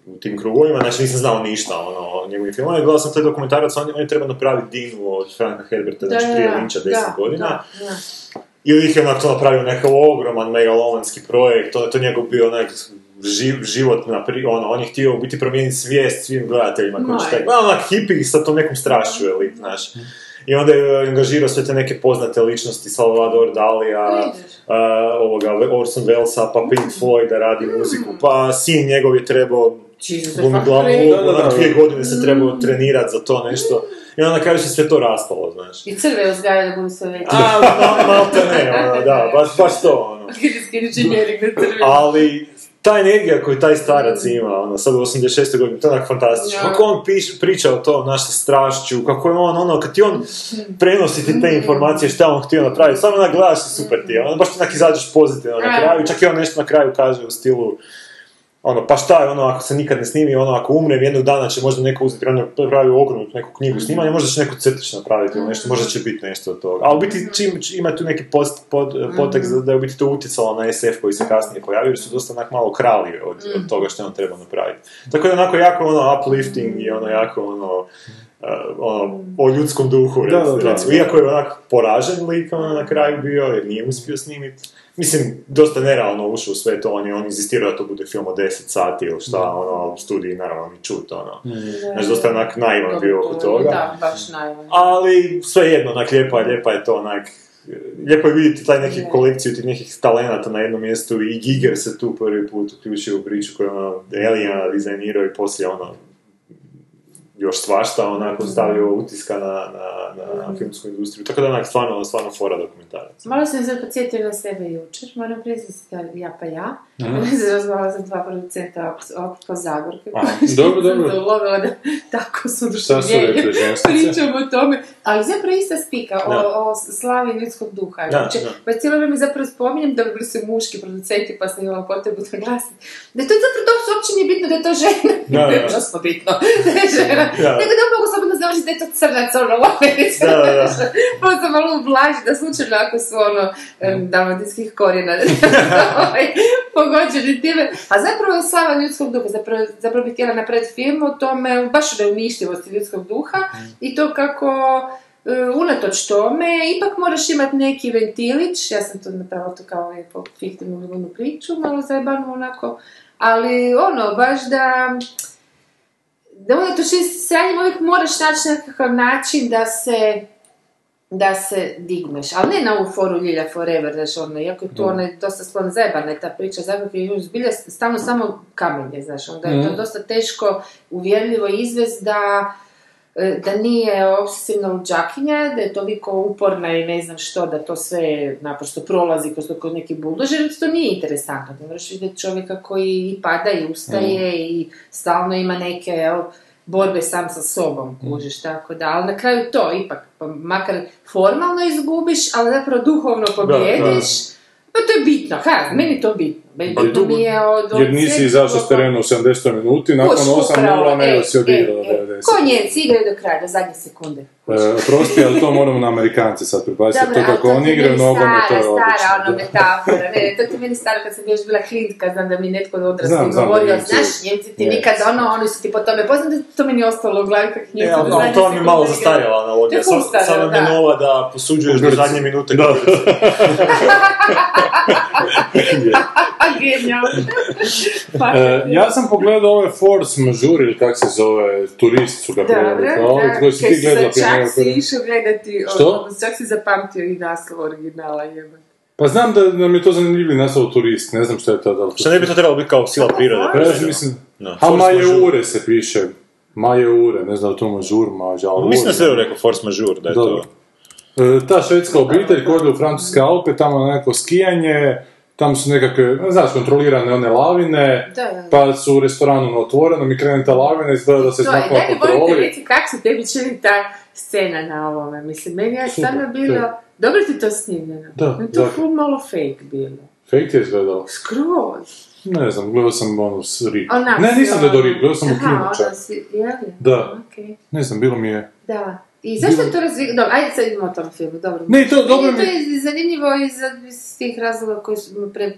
[SPEAKER 6] u tim krugovima, znači nisam znao ništa ono, o njegovim filmovima, gledao sam taj dokumentarac, on, je- on je trebao napraviti Dinu od Franka Herberta, znači prije Linča 10
[SPEAKER 8] da,
[SPEAKER 6] godina,
[SPEAKER 8] Da, da.
[SPEAKER 6] ili ih je onak to napravio nekakav ogroman megalomanski projekt, to je to njegov bio onak živ, život, na pri, ono, on je htio u biti promijeniti svijest svim gledateljima koji
[SPEAKER 8] No,
[SPEAKER 6] čitaju.
[SPEAKER 8] je.
[SPEAKER 6] Gledam onak hipi sa tom nekom strašću, je lik, znaš. I onda je angažirao sve te neke poznate ličnosti, Salvador Dalija,
[SPEAKER 8] Vidiš. Mm.
[SPEAKER 6] ovoga Orson Wellesa, pa Pink Floyd da radi muziku, pa sin njegov je trebao
[SPEAKER 8] Jesus,
[SPEAKER 6] glumi
[SPEAKER 8] fuck,
[SPEAKER 6] glavnu
[SPEAKER 8] really?
[SPEAKER 6] ulogu,
[SPEAKER 7] Da, da,
[SPEAKER 6] onak
[SPEAKER 7] da.
[SPEAKER 6] dvije godine se trebao
[SPEAKER 8] Mm.
[SPEAKER 6] trenirati za to nešto. I onda na kraju se sve to raspalo, znaš.
[SPEAKER 8] I crve uzgajaju da budu sve veće.
[SPEAKER 6] A, ma- malte ne, ono, da, bač, baš to, ono. Ali, ta energija koju taj starac ima, ono, sad u 86. godini, to je onak fantastično.
[SPEAKER 8] Ja.
[SPEAKER 6] Kako on piš, priča o tom, naš sa strašću, kako je on, ono, kad ti on prenosi ti te informacije šta je on htio napraviti, samo onak gledaš i super ti, je, ono, baš ti onak izađeš pozitivno na
[SPEAKER 8] Ja.
[SPEAKER 6] kraju, čak i on nešto na kraju kaže u stilu, ono, pa šta je ono, ako se nikad ne snimi, ono, ako umrem jednog dana će možda neko uzeti, ono, pravi ogromnu neku knjigu snimanja, možda će neku crtić napraviti ili nešto, možda će biti nešto od toga. Ali u biti čim, čim ima tu neki post, pod, potekst da je u biti to utjecalo na SF koji se kasnije pojavio, jer su dosta onak malo krali od, od toga što je on treba napraviti. Tako da onako jako ono uplifting i ono jako ono, eh, ono, o ljudskom duhu,
[SPEAKER 7] Da,
[SPEAKER 6] recimo,
[SPEAKER 7] da, da.
[SPEAKER 6] recimo. Iako je onak poražen lik ono, na kraju bio, jer nije uspio snimiti. Mislim, dosta nerealno ušao u sve to, on je on inzistirao da to bude film od 10 sati ili šta, ono, ali u studiji naravno ni čut, ono. Znači, dosta onak naivan bio oko toga.
[SPEAKER 8] Da, baš najvan.
[SPEAKER 6] Ali svejedno, onak lijepa, lijepa je to onak, lijepo je vidjeti taj neki
[SPEAKER 8] Je.
[SPEAKER 6] kolekciju tih nekih talenata na jednom mjestu i Giger se tu prvi put uključio u priču koju je ono Elijana dizajnirao i poslije ono još svašta onako stavio utiska na, na, na, filmsku industriju. Tako da onak stvarno, stvarno fora dokumentarac.
[SPEAKER 8] Malo sam se podsjetila na sebe jučer, moram priznati da ja pa ja. Razgovala sam dva producenta op- op- po Zagorke.
[SPEAKER 7] Aha, dobro, dobro.
[SPEAKER 8] Ulovila da tako su
[SPEAKER 7] Šta su
[SPEAKER 8] oduševljenje.
[SPEAKER 7] rekli ženskice?
[SPEAKER 8] pričamo o tome, ali zapravo ista spika
[SPEAKER 6] Da.
[SPEAKER 8] o, o slavi ljudskog duha.
[SPEAKER 6] Da,
[SPEAKER 8] Znači,
[SPEAKER 6] da.
[SPEAKER 8] pa cijelo vrijeme zapravo spominjem da bi se muški producenti pa sam imala potrebu da glasim. Da je to zapravo to uopće nije bitno da je to žena.
[SPEAKER 6] Da,
[SPEAKER 8] to je
[SPEAKER 6] da.
[SPEAKER 8] užasno bitno da je žena.
[SPEAKER 6] Da.
[SPEAKER 8] Nego da mogu slobodno završiti da je to crnac, ono, loverica.
[SPEAKER 6] Da, da, da.
[SPEAKER 8] Pa sam malo ublaži da slučajno ako su ono em, dalmatinskih korijena ovaj, pogođeni time. A zapravo je slava ljudskog duha. Zapravo, zapravo bih htjela napraviti film o tome, baš o neuništivosti ljudskog duha
[SPEAKER 6] Mm.
[SPEAKER 8] i to kako e, unatoč tome, ipak moraš imati neki ventilić, ja sam to napravila to kao neku fiktivnu ljubavnu priču, malo zajebanu onako, ali ono, baš da da ono, unatoč istim sranjem uvijek moraš naći nekakav način da se da se digneš, ali ne na ovu foru Ljilja Forever, znaš, ono, iako je tu ona je dosta sklon zajebana je ta priča, zato je još zbilja stalno samo kamenje, znaš, onda je to
[SPEAKER 7] Mm.
[SPEAKER 8] dosta teško uvjerljivo izvest da e, da nije obsesivna luđakinja, da je toliko uporna i ne znam što, da to sve naprosto prolazi kroz kod neki buldožer, jer to nije interesantno. Ne moraš vidjeti čovjeka koji i pada i ustaje
[SPEAKER 7] Mm.
[SPEAKER 8] i stalno ima neke jel, borbe sam sa sobom,
[SPEAKER 7] Mm.
[SPEAKER 8] kužiš, tako da, ali na kraju to ipak, pa makar formalno izgubiš, ali zapravo duhovno pobjediš, pa to je bitno, ha, meni je to bitno. Ba,
[SPEAKER 7] Mm. Pa
[SPEAKER 8] to
[SPEAKER 7] tu-
[SPEAKER 8] mi je od... od
[SPEAKER 7] Jer nisi
[SPEAKER 8] sveg-
[SPEAKER 7] izašao s terena u 70. minuti, nakon
[SPEAKER 8] Kuš, upravo,
[SPEAKER 7] 8-0 nego
[SPEAKER 8] e,
[SPEAKER 7] si odigrao do
[SPEAKER 8] e, e.
[SPEAKER 7] 90.
[SPEAKER 8] Ko Nijemci igraju do kraja, do zadnje sekunde.
[SPEAKER 7] E, Oprosti, ali to moramo na Amerikance sad prebaciti, jer Pa to
[SPEAKER 8] ali
[SPEAKER 7] kako
[SPEAKER 8] ti
[SPEAKER 7] oni
[SPEAKER 8] je
[SPEAKER 7] igraju
[SPEAKER 8] meni
[SPEAKER 7] nogomet, to
[SPEAKER 8] stara,
[SPEAKER 7] je
[SPEAKER 8] stara ono
[SPEAKER 7] odlično.
[SPEAKER 8] metafora. Ne, to ti je meni stara kad sam još bila klinika, znam da mi netko od
[SPEAKER 7] Znam,
[SPEAKER 8] odraslih
[SPEAKER 7] znam da
[SPEAKER 8] govorio,
[SPEAKER 7] Nijemci-
[SPEAKER 8] znaš, njemci ti
[SPEAKER 7] Ne.
[SPEAKER 8] nikad ono, oni su ti po tome poznati, da to meni je ostalo u glavi kako
[SPEAKER 6] Ne,
[SPEAKER 8] njemci.
[SPEAKER 6] E, ali ono,
[SPEAKER 8] do zadnje
[SPEAKER 6] to vam je malo
[SPEAKER 8] sekunde igraju.
[SPEAKER 6] zastarjela analogija.
[SPEAKER 8] znači To je
[SPEAKER 6] Sad,
[SPEAKER 8] ful
[SPEAKER 6] sad
[SPEAKER 8] starjela,
[SPEAKER 6] vam je
[SPEAKER 8] da.
[SPEAKER 6] nova da posuđuješ do zadnje minute. Da.
[SPEAKER 8] Pa A, Pa, genijalno. Fakat.
[SPEAKER 7] E, ja sam pogledao ovaj Force Majeure, ili kak se zove, turist su ga preveli kao,
[SPEAKER 8] da,
[SPEAKER 7] koji si
[SPEAKER 8] kaj
[SPEAKER 7] ti gledala
[SPEAKER 8] sad
[SPEAKER 7] prije
[SPEAKER 8] Čak
[SPEAKER 7] nego
[SPEAKER 8] si
[SPEAKER 7] prije-
[SPEAKER 8] išao gledati, o,
[SPEAKER 7] Što?
[SPEAKER 8] čak si zapamtio i naslov originala, jebate.
[SPEAKER 7] Pa znam da nam je to zanimljiv naslov turist, ne znam što je to da li...
[SPEAKER 6] Što ne bi to trebalo biti kao sila prirode?
[SPEAKER 7] Pa ja
[SPEAKER 6] prevedeno?
[SPEAKER 7] mislim,
[SPEAKER 6] No,
[SPEAKER 7] ha
[SPEAKER 6] force majeure.
[SPEAKER 7] Majeure se piše, Majeure, ne znam da li to Majeure, Majeure.
[SPEAKER 6] Mislim da se rekao force majeure, da je
[SPEAKER 7] Dobro.
[SPEAKER 6] to...
[SPEAKER 7] E, Ta švedska obitelj koja ide u Francuske Alpe, tamo na neko skijanje, tam su nekakve, ne znaš, kontrolirane one lavine,
[SPEAKER 8] Da, da.
[SPEAKER 7] pa su u restoranu na otvorenom i krene ta lavina, izgleda da se
[SPEAKER 8] To je,
[SPEAKER 7] znakova
[SPEAKER 8] daj mi volite
[SPEAKER 7] kontroli.
[SPEAKER 8] reći kak se tebi čini ta scena na ovome. Mislim, meni je
[SPEAKER 7] Super,
[SPEAKER 8] stvarno bilo... Dobro ti to snimljeno.
[SPEAKER 7] Da, dakle.
[SPEAKER 8] Meni to
[SPEAKER 7] da.
[SPEAKER 8] ful malo fake bilo.
[SPEAKER 7] Fake ti je izgledalo.
[SPEAKER 8] Skroz.
[SPEAKER 7] Ne znam, gledao sam ono s Rip.
[SPEAKER 8] Onak
[SPEAKER 7] Ne,
[SPEAKER 8] si,
[SPEAKER 7] nisam da
[SPEAKER 8] ono-
[SPEAKER 7] do Rip, gledao sam u kinu
[SPEAKER 8] ja. Aha,
[SPEAKER 7] čak.
[SPEAKER 8] onda si, jeli?
[SPEAKER 7] Da.
[SPEAKER 8] Okej.
[SPEAKER 7] Ne znam, bilo mi je...
[SPEAKER 8] Da. I zašto je to razvijeno? Dobro, ajde sad idemo o tom filmu, dobro.
[SPEAKER 7] Ne, i to dobro
[SPEAKER 8] Meni
[SPEAKER 7] mi
[SPEAKER 8] je
[SPEAKER 7] je...
[SPEAKER 8] to je zanimljivo iz, iz tih razloga koji su pre,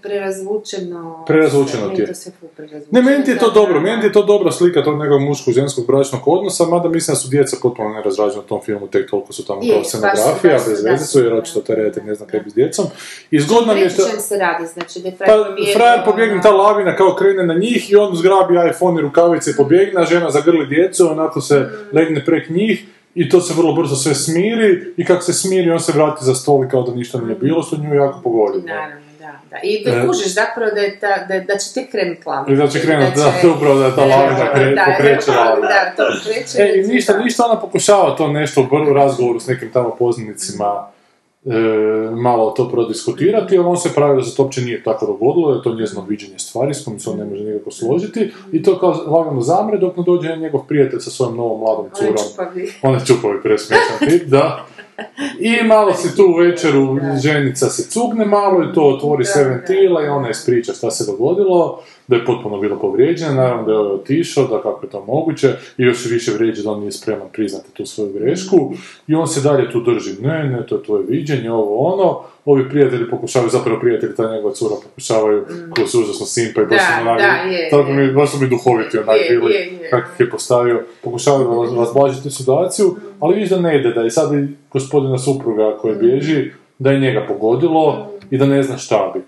[SPEAKER 8] prerazvučeno.
[SPEAKER 7] Prerazvučeno
[SPEAKER 8] Meni
[SPEAKER 7] ti je.
[SPEAKER 8] to sve ful prerazvučeno.
[SPEAKER 7] Ne, meni ti je to
[SPEAKER 8] Da,
[SPEAKER 7] dobro,
[SPEAKER 8] da.
[SPEAKER 7] meni ti je to dobra slika tog njegovog muško-ženskog bračnog odnosa, mada mislim da su djeca potpuno nerazrađena u tom filmu, tek toliko su tamo
[SPEAKER 8] Je,
[SPEAKER 7] kao
[SPEAKER 8] baš su,
[SPEAKER 7] scenografija,
[SPEAKER 8] baš su,
[SPEAKER 7] bez
[SPEAKER 8] da.
[SPEAKER 7] veze su, jer očito taj redatelj ne zna kaj bi s djecom. I zgodno mi je što...
[SPEAKER 8] Pričam se radi, znači da je ono-
[SPEAKER 7] Pa,
[SPEAKER 8] frajer pobjegao,
[SPEAKER 7] frajer pobjegne, ta lavina kao krene na njih i on zgrabi iPhone i rukavice i pobjegne, a žena zagrli djecu, onako se
[SPEAKER 8] Mm.
[SPEAKER 7] legne prek njih i to se vrlo brzo sve smiri i kako se smiri on se vrati za stol i kao da ništa nije bilo, što nju jako pogodi.
[SPEAKER 8] Naravno, Mm. da, da. I da
[SPEAKER 7] E.
[SPEAKER 8] kužiš zapravo da, je ta, da, da će tek krenut lavina. Znači
[SPEAKER 7] I da će krenut, da, to je upravo da je ta lavina kre-
[SPEAKER 8] da,
[SPEAKER 7] pokreće
[SPEAKER 8] da,
[SPEAKER 7] lavinu.
[SPEAKER 8] Da, to kreće.
[SPEAKER 7] E, i ništa, ništa ona pokušava to nešto u br- razgovoru s nekim tamo poznanicima e, malo to prodiskutirati, ali on se pravi da se to uopće nije tako dogodilo, da je to njezino viđenje stvari s kojim se on ne može nikako složiti i to kao lagano zamre dok ne dođe njegov prijatelj sa svojom novom mladom
[SPEAKER 8] Oni
[SPEAKER 7] curom.
[SPEAKER 8] čupavi.
[SPEAKER 7] On je čupavi presmješan tip, da. I malo se tu večeru ženica se cugne malo i to otvori sve
[SPEAKER 8] Da, da.
[SPEAKER 7] ventila i ona ispriča šta se dogodilo, da je potpuno bilo povrijeđena, naravno da je ovaj otišao, da kako je to moguće i još više vrijeđa da on nije spreman priznati tu svoju grešku i on se dalje tu drži, ne, ne, to je tvoje viđenje, ovo ono, ovi prijatelji pokušavaju, zapravo prijatelji, ta njegova cura pokušavaju kroz užasno simpa i baš
[SPEAKER 8] Mm. Da,
[SPEAKER 7] su mi onak-
[SPEAKER 8] da, je,
[SPEAKER 7] tako
[SPEAKER 8] je.
[SPEAKER 7] mi, baš su mi duhoviti onak
[SPEAKER 8] Je,
[SPEAKER 7] bili,
[SPEAKER 8] je, je.
[SPEAKER 7] kak- je postavio, pokušavaju raz- razblažiti situaciju, ali vidiš da ne ide, da je sad i gospodina supruga koji bježi, da je njega pogodilo i da ne zna šta bi.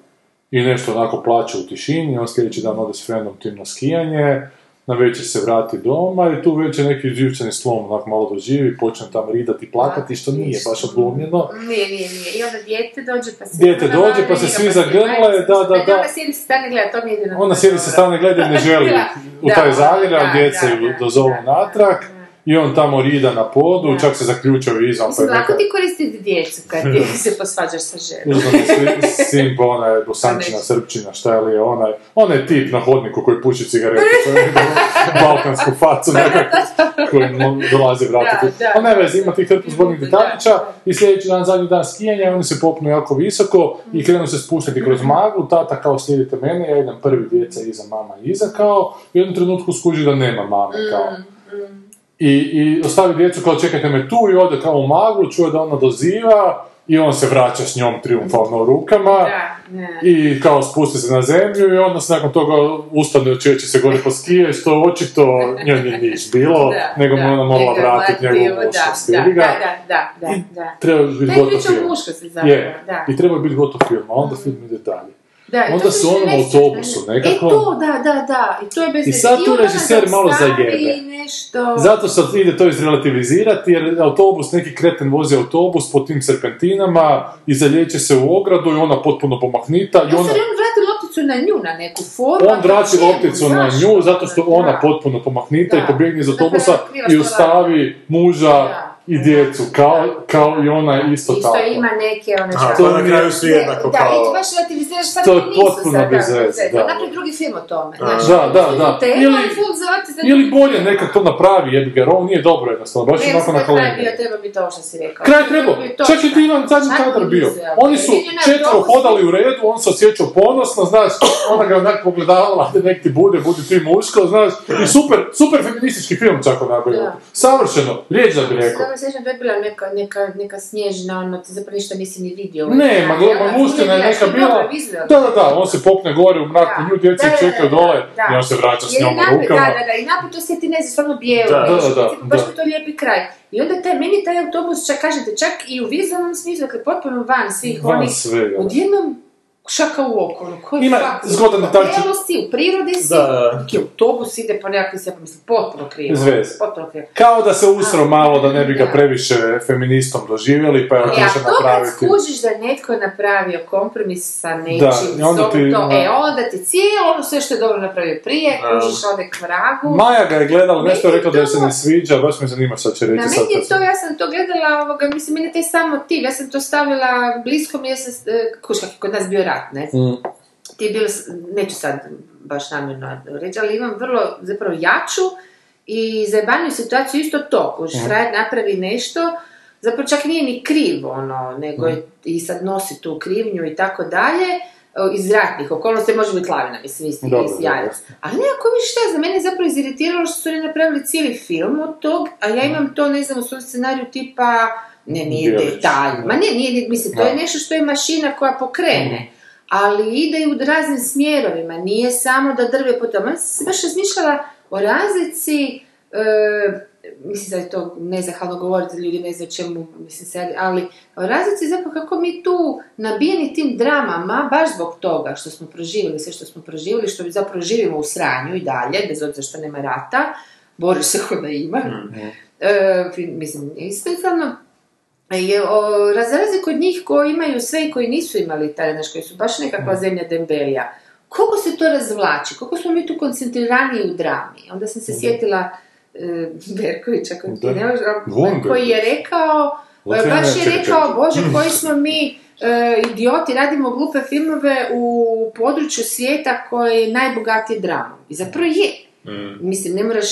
[SPEAKER 7] I nešto onako plaće u tišini, on sljedeći dan ode s frendom tim na skijanje, na večer se vrati doma i tu večer neki živčani slom onako malo doživi, počne tamo ridati i plakati, što nije baš odglumljeno.
[SPEAKER 8] Nije, nije, nije. I onda dijete dođe pa se...
[SPEAKER 7] Dijete dođe, pa se svi zagrle, da, da, da.
[SPEAKER 8] Ona sjedi se stane gleda, to mi je jedino...
[SPEAKER 7] Ona sjedi sa strane gleda i ne želi u
[SPEAKER 8] Da,
[SPEAKER 7] taj zagrlje, a
[SPEAKER 8] da,
[SPEAKER 7] djeca
[SPEAKER 8] da,
[SPEAKER 7] ju
[SPEAKER 8] da,
[SPEAKER 7] dozovu
[SPEAKER 8] da,
[SPEAKER 7] natrag.
[SPEAKER 8] da, da.
[SPEAKER 7] I on tamo rida na podu,
[SPEAKER 8] Da.
[SPEAKER 7] čak se zaključao izvan.
[SPEAKER 8] Mislim,
[SPEAKER 7] pa je
[SPEAKER 8] lako
[SPEAKER 7] neka-
[SPEAKER 8] ti koristiti djecu kad ti se posvađaš sa ženom.
[SPEAKER 7] Uzmano svi- Simba, ona je bosančina,
[SPEAKER 8] Neću.
[SPEAKER 7] srpčina, šta je li je ona, je- ona je tip na hodniku koji puši cigarete, koji ima balkansku facu nekak, koji mu dolazi vratiti.
[SPEAKER 8] Da, da.
[SPEAKER 7] Ali ne vezi, ima tih hrpu zbornih
[SPEAKER 8] Da.
[SPEAKER 7] detaljića i sljedeći dan, zadnji dan skijanja, oni se popnu jako visoko
[SPEAKER 8] Mm.
[SPEAKER 7] i krenu se spuštati kroz maglu, tata kao slijedite mene, ja idem prvi djeca iza mama iza kao, i u jednom trenutku skuži da nema mame kao.
[SPEAKER 8] Mm.
[SPEAKER 7] I, i ostavi djecu kao čekajte me tu i ode kao u maglu, čuje da ona doziva i on se vraća s njom triumfalno u rukama
[SPEAKER 8] Da, ne.
[SPEAKER 7] i kao spusti se na zemlju i onda se nakon toga ustane očeći se gore po skije, što očito njoj nije niš bilo,
[SPEAKER 8] Da,
[SPEAKER 7] nego mu
[SPEAKER 8] da.
[SPEAKER 7] je ona morala
[SPEAKER 8] Nego je
[SPEAKER 7] vratiti
[SPEAKER 8] vratio,
[SPEAKER 7] njegovu
[SPEAKER 8] da,
[SPEAKER 7] mušnost.
[SPEAKER 8] Da,
[SPEAKER 7] jebi ga.
[SPEAKER 8] da, da, da, da.
[SPEAKER 7] Treba biti
[SPEAKER 8] Ne
[SPEAKER 7] gotov
[SPEAKER 8] priča o
[SPEAKER 7] film.
[SPEAKER 8] muškosti zapravo,
[SPEAKER 7] Je.
[SPEAKER 8] da. Mhm.
[SPEAKER 7] I treba biti gotov film, a onda film ide dalje.
[SPEAKER 8] Da, i
[SPEAKER 7] Onda
[SPEAKER 8] to
[SPEAKER 7] su
[SPEAKER 8] više
[SPEAKER 7] ono u
[SPEAKER 8] ne
[SPEAKER 7] autobusu
[SPEAKER 8] sjećam.
[SPEAKER 7] nekako. ono.
[SPEAKER 8] E to, da, da, da. I to je bez
[SPEAKER 7] I sad
[SPEAKER 8] veze.
[SPEAKER 7] tu
[SPEAKER 8] onda
[SPEAKER 7] režiser malo
[SPEAKER 8] zaustavi
[SPEAKER 7] zajebe.
[SPEAKER 8] Nešto...
[SPEAKER 7] Zato sad ide to izrelativizirati, jer autobus, neki kreten vozi autobus po tim serpentinama i zalječe se u ogradu i ona potpuno pomahnita i
[SPEAKER 8] Ja
[SPEAKER 7] ona...
[SPEAKER 8] sam on vrati lopticu na nju, na neku formu.
[SPEAKER 7] On vrati lopticu na nju zato što ona potpuno pomahnita
[SPEAKER 8] Da.
[SPEAKER 7] i pobjegne iz
[SPEAKER 8] Zato je
[SPEAKER 7] autobusa
[SPEAKER 8] kriva
[SPEAKER 7] i
[SPEAKER 8] stvar.
[SPEAKER 7] ustavi muža
[SPEAKER 8] Da.
[SPEAKER 7] i djecu, kao, kao i ona isto
[SPEAKER 8] Isto
[SPEAKER 7] tako.
[SPEAKER 8] ima neke one
[SPEAKER 6] Aha, Znači,
[SPEAKER 8] što...
[SPEAKER 6] to na kraju svi jednako
[SPEAKER 8] da,
[SPEAKER 6] kao...
[SPEAKER 8] i tu baš relativiziraš sad
[SPEAKER 7] To je
[SPEAKER 8] oni nisu
[SPEAKER 7] potpuno
[SPEAKER 8] sad,
[SPEAKER 7] bez veze, da.
[SPEAKER 8] Napravi drugi film o tome. znaš,
[SPEAKER 7] Da, da, da.
[SPEAKER 8] Tema
[SPEAKER 7] Ili-
[SPEAKER 8] i full zavati za znači-
[SPEAKER 7] Ili bolje nekak to napravi, jebi ga, jer ovo nije dobro jednostavno, baš
[SPEAKER 8] Ne,
[SPEAKER 7] onako
[SPEAKER 8] mislim
[SPEAKER 7] na
[SPEAKER 8] da je
[SPEAKER 7] kolenu.
[SPEAKER 8] bio, treba biti ovo što si rekao.
[SPEAKER 7] Pa Kraj trebao,
[SPEAKER 8] Bi to-
[SPEAKER 7] čak je ti imam zadnji
[SPEAKER 8] Čak
[SPEAKER 7] kadar
[SPEAKER 8] i
[SPEAKER 7] bio.
[SPEAKER 8] nisu, ali
[SPEAKER 7] Oni su
[SPEAKER 8] jedino je
[SPEAKER 7] četvro
[SPEAKER 8] propust-
[SPEAKER 7] hodali u redu, on se osjećao ponosno, znaš, ona ga onak pogledavala, ajde nek ti bude, budi ti muško, znaš, i super, super feministički film čak onako je.
[SPEAKER 8] Da.
[SPEAKER 7] Savršeno, riječ da bi rekao.
[SPEAKER 8] Sada sjećam da je bila neka, neka, neka snježna, ono, ti zapravo ništa nisi ni vidio.
[SPEAKER 7] Ne, ma gle,
[SPEAKER 8] Ona
[SPEAKER 7] ma luština je
[SPEAKER 8] snježna,
[SPEAKER 7] neka
[SPEAKER 8] što je
[SPEAKER 7] bila.
[SPEAKER 8] dobro izgledala.
[SPEAKER 7] Da, da, da, on se popne gore u
[SPEAKER 8] Da.
[SPEAKER 7] mraku, nju djeca
[SPEAKER 8] Da, da,
[SPEAKER 7] čekaju
[SPEAKER 8] da,
[SPEAKER 7] dole,
[SPEAKER 8] da.
[SPEAKER 7] i on se vraća s
[SPEAKER 8] Jer
[SPEAKER 7] njom
[SPEAKER 8] je
[SPEAKER 7] u
[SPEAKER 8] nape-
[SPEAKER 7] rukama.
[SPEAKER 8] Da, da, da, i napeto se ti ne znaš, stvarno bijelo.
[SPEAKER 6] Da,
[SPEAKER 7] da,
[SPEAKER 8] nešto,
[SPEAKER 7] da,
[SPEAKER 8] ti- Baš
[SPEAKER 7] da.
[SPEAKER 8] mi to lijepi kraj. I onda taj, meni taj autobus, čak kažete, čak i u vizualnom smislu, dakle, potpuno van svih
[SPEAKER 7] Van
[SPEAKER 8] onih,
[SPEAKER 7] svega.
[SPEAKER 8] odjednom šaka u okolo, koji
[SPEAKER 7] Ima
[SPEAKER 8] fakt, no,
[SPEAKER 7] zgodan
[SPEAKER 8] u
[SPEAKER 7] detalj-
[SPEAKER 8] bijelosti, u prirodi si,
[SPEAKER 6] Da, da.
[SPEAKER 8] neki autobus ide po nekakvim, ja mislim, potpuno krivo.
[SPEAKER 7] Bez veze.
[SPEAKER 8] Potpuno krivo.
[SPEAKER 7] Kao da se usro
[SPEAKER 8] A.
[SPEAKER 7] malo da ne bi ga
[SPEAKER 8] Da.
[SPEAKER 7] previše feministom doživjeli, pa je
[SPEAKER 8] E, a to
[SPEAKER 7] otišao
[SPEAKER 8] kad
[SPEAKER 7] napraviti.
[SPEAKER 8] skužiš da je netko napravio kompromis sa nečim,
[SPEAKER 7] Da, i onda
[SPEAKER 8] s tobom
[SPEAKER 7] ti-
[SPEAKER 8] to, e, onda ti cijelo ono sve što je dobro napravio prije,
[SPEAKER 7] Ja.
[SPEAKER 6] Da.
[SPEAKER 8] kužiš onda k vragu.
[SPEAKER 7] Maja ga je gledala, nešto je
[SPEAKER 8] Meni je
[SPEAKER 7] rekla da joj se
[SPEAKER 8] to-
[SPEAKER 7] ne sviđa, baš me zanima šta će
[SPEAKER 8] Na
[SPEAKER 7] reći sad.
[SPEAKER 8] meni
[SPEAKER 7] kad
[SPEAKER 8] je
[SPEAKER 7] se-
[SPEAKER 8] to, ja sam to gledala, ovoga, mislim, meni je taj samo motiv, ja sam to stavila blisko mi je se, e, kuš kak je kod nas bio rat, ne?
[SPEAKER 7] Mm.
[SPEAKER 8] Ti je bilo, s- neću sad baš namjerno reći, ali imam vrlo, zapravo jaču i zajebaniju situaciju isto to, kuš, frajer napravi nešto, zapravo čak nije ni kriv, ono, nego je, i sad nosi tu krivnju i tako dalje, e, iz ratnih okolnosti može biti lavina, mislim, iz,
[SPEAKER 7] Dobro,
[SPEAKER 8] iz jaja.
[SPEAKER 7] dobro.
[SPEAKER 8] Ali nekako mi šta, za mene je zapravo iziritiralo što su oni napravili cijeli film od tog, a ja imam to, ne znam, u svom scenariju tipa, ne, nije
[SPEAKER 7] Bijelić,
[SPEAKER 8] detalj,
[SPEAKER 7] da.
[SPEAKER 8] ma ne, nije, nije- mislim, to
[SPEAKER 7] Da.
[SPEAKER 8] je nešto što je mašina koja pokrene, ali ide i u raznim smjerovima, nije samo da drve po tome. Ja sam se baš razmišljala o razlici, e, mislim da je to nezahvalno govoriti, ljudi ne znaju o čemu, mislim se, radi, ali o razlici je zapravo kako mi tu nabijeni tim dramama, baš zbog toga što smo proživjeli sve što smo proživjeli, što zapravo živimo u sranju i dalje, bez obzira što nema rata, boriš se ko da ima, e, mislim, ispisano, je o, za razliku od njih koji imaju sve i koji nisu imali taj, znaš, koji su baš nekakva zemlja dembelja, koliko se to razvlači, koliko smo mi tu koncentrirani u drami. Onda sam se sjetila e, Berkovića, koji, ti
[SPEAKER 7] Da.
[SPEAKER 8] ne može- a-
[SPEAKER 7] Volim
[SPEAKER 8] koji je rekao, e,
[SPEAKER 7] Volim
[SPEAKER 8] baš
[SPEAKER 7] Berkovića.
[SPEAKER 8] je rekao, Bože, koji smo mi e, idioti, radimo glupe filmove u području svijeta koje je najbogatije dramom. I zapravo je, Mislim, ne moraš,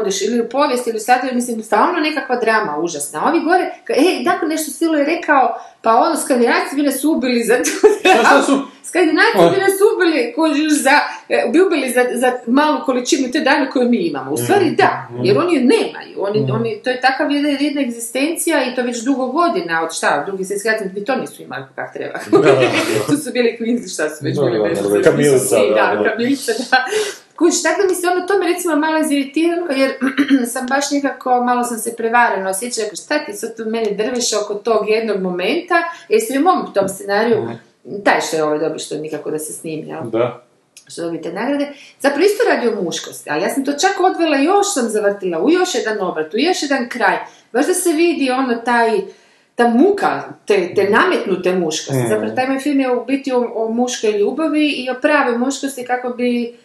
[SPEAKER 8] odeš ili u povijest ili u satire, mislim, stalno nekakva drama užasna. Ovi gore, ka, e, dakle, nešto silo je rekao, pa ono, Skandinavci bi nas ubili za tu
[SPEAKER 7] Šta, šta
[SPEAKER 8] dramu.
[SPEAKER 7] Pa su?
[SPEAKER 8] Skandinavci bi nas ubili, kužiš, za, e, bi ubili za, za malu količinu te dane koju mi imamo. U stvari da, jer oni je nemaju. Oni, oni, to je takav jedna, jedna egzistencija i to već dugo godina od šta, drugi svjetski rat, bi to nisu imali kak treba. tu su bili kvinci, šta su već
[SPEAKER 6] No,
[SPEAKER 7] Da,
[SPEAKER 8] bili.
[SPEAKER 7] da,
[SPEAKER 8] nešto
[SPEAKER 7] da,
[SPEAKER 8] su-
[SPEAKER 6] Kamilica,
[SPEAKER 8] nisu
[SPEAKER 7] da.
[SPEAKER 8] svi,
[SPEAKER 6] da, da.
[SPEAKER 8] Kamilica, da. Kužiš, tako da mi se ono to me recimo malo iziritiralo, jer sam baš nekako, malo sam se prevareno osjećala, ako šta ti sad tu meni drveš oko tog jednog momenta, jesi li u mom tom scenariju,
[SPEAKER 6] Mhm.
[SPEAKER 8] taj što je ovo dobro što nikako da se snimi, jel?
[SPEAKER 7] Da.
[SPEAKER 8] što dobijete nagrade, zapravo isto radi o muškosti, ali ja sam to čak odvela, još sam zavrtila u još jedan obrat, u još jedan kraj, baš da se vidi ono taj, ta muka, te, te nametnute muškosti.
[SPEAKER 7] Mm.
[SPEAKER 8] Zapravo taj moj film je u biti o, o muškoj ljubavi i o pravoj muškosti kako bi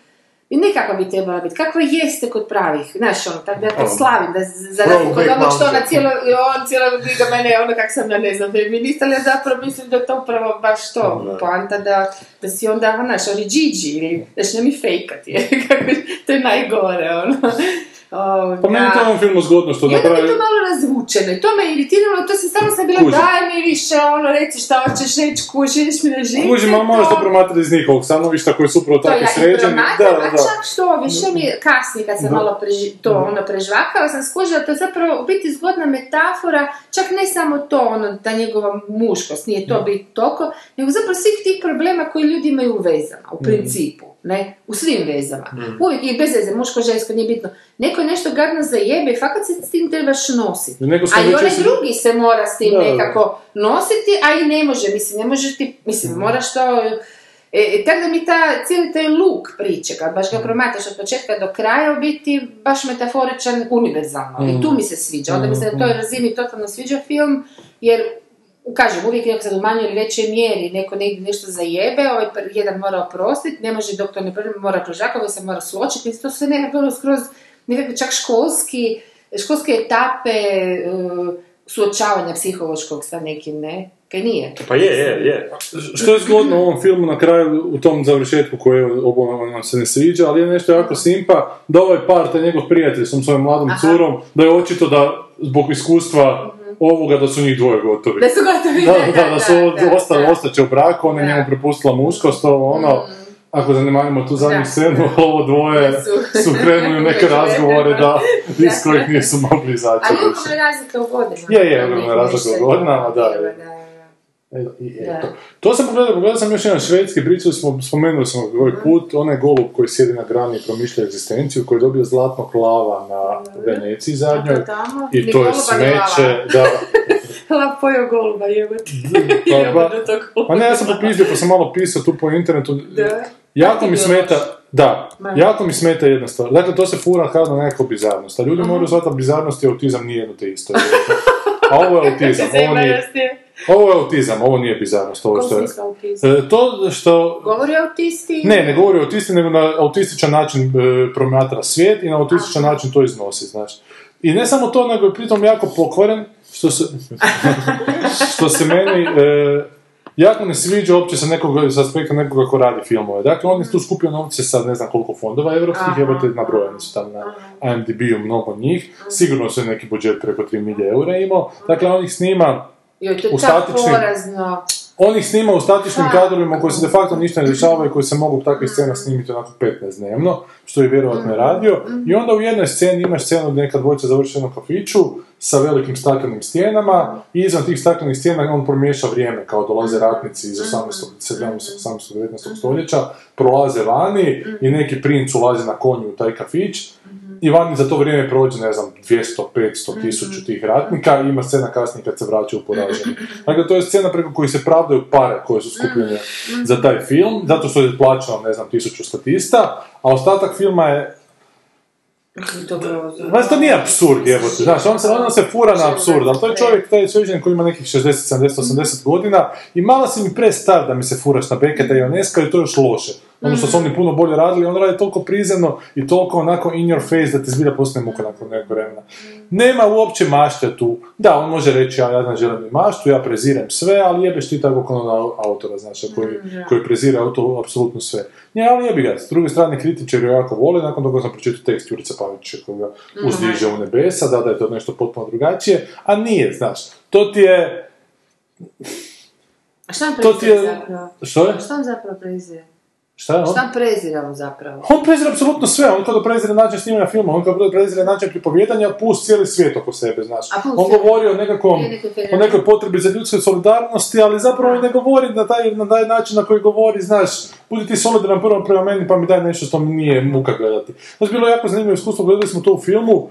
[SPEAKER 8] i ne kako bi trebala biti, kakva jeste kod pravih, znaš ono, tako da to slavim, da z- za razliku od
[SPEAKER 6] Brokeback
[SPEAKER 8] onog što ona
[SPEAKER 6] Mountain.
[SPEAKER 8] cijelo, on cijelo briga mene, ono kak sam ja ne znam, feminista, ali ja zapravo mislim da je to upravo baš to,
[SPEAKER 6] Da.
[SPEAKER 8] poanta da, da si onda, ono, znaš, oni Gigi, ili, znaš, ne mi fejkati, je, kako, to je najgore, ono. Ovoga.
[SPEAKER 7] Pa meni je to u ovom filmu zgodno što
[SPEAKER 8] I onda mi
[SPEAKER 7] napravi...
[SPEAKER 8] je to malo razvučeno i to me iritiralo, to sam samo sam bila,
[SPEAKER 7] Kužim.
[SPEAKER 8] daj mi više, ono, reci šta hoćeš reći, kuži, ideš mi na živce,
[SPEAKER 7] Kužim, ali možeš to
[SPEAKER 8] to-
[SPEAKER 7] promatrati iz njihovog stanovišta koji su upravo
[SPEAKER 8] to
[SPEAKER 7] tako
[SPEAKER 8] ja i znači
[SPEAKER 7] sređeni. Da,
[SPEAKER 8] promatram,
[SPEAKER 7] da, Mm-hmm.
[SPEAKER 8] a čak što više mi je kasnije kad sam
[SPEAKER 7] Da. Mm-hmm.
[SPEAKER 8] malo preži, to ono prežvakala, sam skužila to je zapravo u biti zgodna metafora, čak ne samo to ono da njegova muškost nije
[SPEAKER 7] Mm-hmm.
[SPEAKER 8] to biti toliko, nego zapravo svih tih problema koji ljudi imaju u vezama,
[SPEAKER 7] Mm-hmm.
[SPEAKER 8] u principu. Ne? U svim vezama. Uvijek i bez veze, muško, žensko, nije bitno. Neko je nešto gadno zajebe i fakat se s tim trebaš nositi.
[SPEAKER 7] da. Neko
[SPEAKER 8] A
[SPEAKER 7] sam
[SPEAKER 8] i
[SPEAKER 7] već
[SPEAKER 8] onaj
[SPEAKER 7] iz-
[SPEAKER 8] drugi se mora s tim
[SPEAKER 7] Da, da, da.
[SPEAKER 8] nekako nositi, a i ne može, mislim, ne može ti, mislim,
[SPEAKER 7] Mhm.
[SPEAKER 8] moraš to... E, e, tako da mi ta, cijeli taj luk priče, kad baš
[SPEAKER 7] Mhm.
[SPEAKER 8] ga promatraš od početka do kraja, u biti baš metaforičan, univerzalno. I
[SPEAKER 7] Mhm.
[SPEAKER 8] tu mi se sviđa. Onda mi se na toj razini totalno sviđa film, jer kažem, uvijek neko sad u manjoj ili većoj mjeri, neko negdje nešto zajebe, ovaj pr- jedan mora oprostiti, ne može ono doktor ne prvi, mora prožakati, ovaj se mora sločiti, mislim, to sve nekako skroz nekako čak školski, školske etape e, suočavanja psihološkog sa nekim, ne? Kaj nije.
[SPEAKER 6] Pa je, je, je.
[SPEAKER 7] Što je zgodno u ovom filmu na kraju, u tom završetku koji oboje nam ono, se ne sviđa, ali je nešto jako simpa, da ovaj par, taj njegov prijatelj s tom svojom mladom
[SPEAKER 8] Aha. Mhm.
[SPEAKER 7] curom, da je očito da zbog iskustva ovoga da su njih dvoje gotovi.
[SPEAKER 8] Da su gotovi.
[SPEAKER 7] Da, da, da, su
[SPEAKER 8] da,
[SPEAKER 7] ostali,
[SPEAKER 8] da.
[SPEAKER 7] ostaće u braku, ona je
[SPEAKER 8] Da. Mm.
[SPEAKER 7] njemu prepustila muškost, ovo ono, ako zanemarimo tu zadnju
[SPEAKER 8] Da.
[SPEAKER 7] scenu, ovo dvoje
[SPEAKER 8] Da su-
[SPEAKER 7] su krenuli u neke
[SPEAKER 8] Već
[SPEAKER 7] razgovore da,
[SPEAKER 8] Da.
[SPEAKER 7] iz kojih nisu mogli izaći.
[SPEAKER 8] Ali
[SPEAKER 7] više.
[SPEAKER 8] ogromna razlika u godinama.
[SPEAKER 7] Je, je, ogromna razlika u godinama, da.
[SPEAKER 8] Evo, da.
[SPEAKER 7] E, i
[SPEAKER 8] Da.
[SPEAKER 7] eto. To sam pogledao, pogledao sam još jedan švedski, pričali smo, spomenuli smo ga
[SPEAKER 8] Mhm.
[SPEAKER 7] ovaj put, onaj golub koji sjedi na grani i promišlja egzistenciju, koji je dobio zlatnog lava na Veneciji zadnjoj.
[SPEAKER 8] Kako Mhm. tamo?
[SPEAKER 7] I
[SPEAKER 8] Ni
[SPEAKER 7] to je
[SPEAKER 8] goluba, ni lava.
[SPEAKER 7] smeće, da.
[SPEAKER 8] Lap pojeo goluba, jebote.
[SPEAKER 7] Pa,
[SPEAKER 8] Idemo
[SPEAKER 7] ba-
[SPEAKER 8] do tog goluba.
[SPEAKER 7] pa ne, ja sam popizdio, pa sam malo pisao tu po internetu.
[SPEAKER 8] Da.
[SPEAKER 7] Jako mi
[SPEAKER 8] Ti
[SPEAKER 7] smeta, da,
[SPEAKER 8] Ma.
[SPEAKER 7] jako mi smeta jedna stvar. Dakle, to se fura kao na nekakvu bizarnost. A ljudi moraju shvatiti da bizarnost i autizam nije jedno te isto. A ovo je autizam, ovo nije, ovo je autizam, ovo nije bizarnost, ovo što je. E, To što
[SPEAKER 8] Govori autisti?
[SPEAKER 7] Ne, ne govori o autisti, nego na autističan način e, promatra svijet i na autističan način to iznosi, znaš. I ne samo to, nego je pritom jako pokvaren, što se, što se meni e, jako ne sviđa uopće sa nekog, sa aspekta nekoga ko radi filmove. Dakle, on je tu skupio novce sa ne znam koliko fondova europskih,
[SPEAKER 8] Aha.
[SPEAKER 7] jebate, nabrojani su tam na IMDb-u mnogo njih, sigurno su neki budžet preko 3 milije eura imao, dakle, on ih snima
[SPEAKER 8] Joj, to je
[SPEAKER 7] U
[SPEAKER 8] tako
[SPEAKER 7] statičnim-
[SPEAKER 8] porazno.
[SPEAKER 7] on ih snima u statičnim
[SPEAKER 8] Da.
[SPEAKER 7] kadrovima koji se de facto ništa ne dešavaju, koji se mogu takve scena snimiti onako 15 dnevno, što je vjerojatno i radio. I onda u jednoj sceni imaš scenu gdje neka dvojica završi u jednom kafiću sa velikim staklenim stijenama i izvan tih staklenih stijena on promiješa vrijeme kao dolaze ratnici iz 18. 17. 18. 19. stoljeća, prolaze vani i neki princ ulazi na konju u taj kafić i vani za to vrijeme prođe, ne znam, 200, 500, 1000 tih ratnika i ima scena kasnije kad se vraća u poraženi. Dakle, to je scena preko kojih se pravdaju pare koje su skupljene za taj film, zato što je plaćeno, ne znam, 1000 statista, a ostatak filma je
[SPEAKER 8] Dobro.
[SPEAKER 7] Znaš, to nije apsurd, jebote, znaš, on se, on se fura na apsurd, ali to je čovjek, taj sveđan koji ima nekih 60, 70, 80 godina i malo si mi prestar da mi se furaš na Beketa i Oneska i to je još loše. Ono što su oni puno bolje radili, on radi toliko prizemno i toliko onako in your face da ti zbilja postane muka nakon nekog vremena. Nema uopće mašte tu. Da, on može reći, ja, ja ne želim i maštu, ja prezirem sve, ali jebeš ti tako kod onog autora, znaš, koji, koji prezira auto, apsolutno sve. Ne, ali jebi ga, s druge strane kritičari joj jako vole, nakon toga sam pročitao tekst Jurica Pavića koji ga uzdiže u nebesa, da, da je to nešto potpuno drugačije, a nije, znaš, to ti je,
[SPEAKER 8] A šta on
[SPEAKER 7] to ti
[SPEAKER 8] prezira
[SPEAKER 7] je,
[SPEAKER 8] zapravo?
[SPEAKER 7] što je,
[SPEAKER 8] Šta on zapravo prezira?
[SPEAKER 7] šta je on?
[SPEAKER 8] Šta on prezira on zapravo?
[SPEAKER 7] On prezira apsolutno sve, on kada prezira način snimanja filma, on kada prezira način pripovjedanja, plus cijeli svijet oko sebe, znaš.
[SPEAKER 8] A plus
[SPEAKER 7] On
[SPEAKER 8] cijeli-
[SPEAKER 7] govori o nekakvom,
[SPEAKER 8] I o nekoj
[SPEAKER 7] o nekoj potrebi za ljudske solidarnosti, ali zapravo i ne govori na taj, na taj način na koji govori, znaš, budi ti solidaran prvo prema meni pa mi daj nešto što mi nije muka gledati. Znaš, bilo je jako zanimljivo iskustvo, gledali smo to u filmu,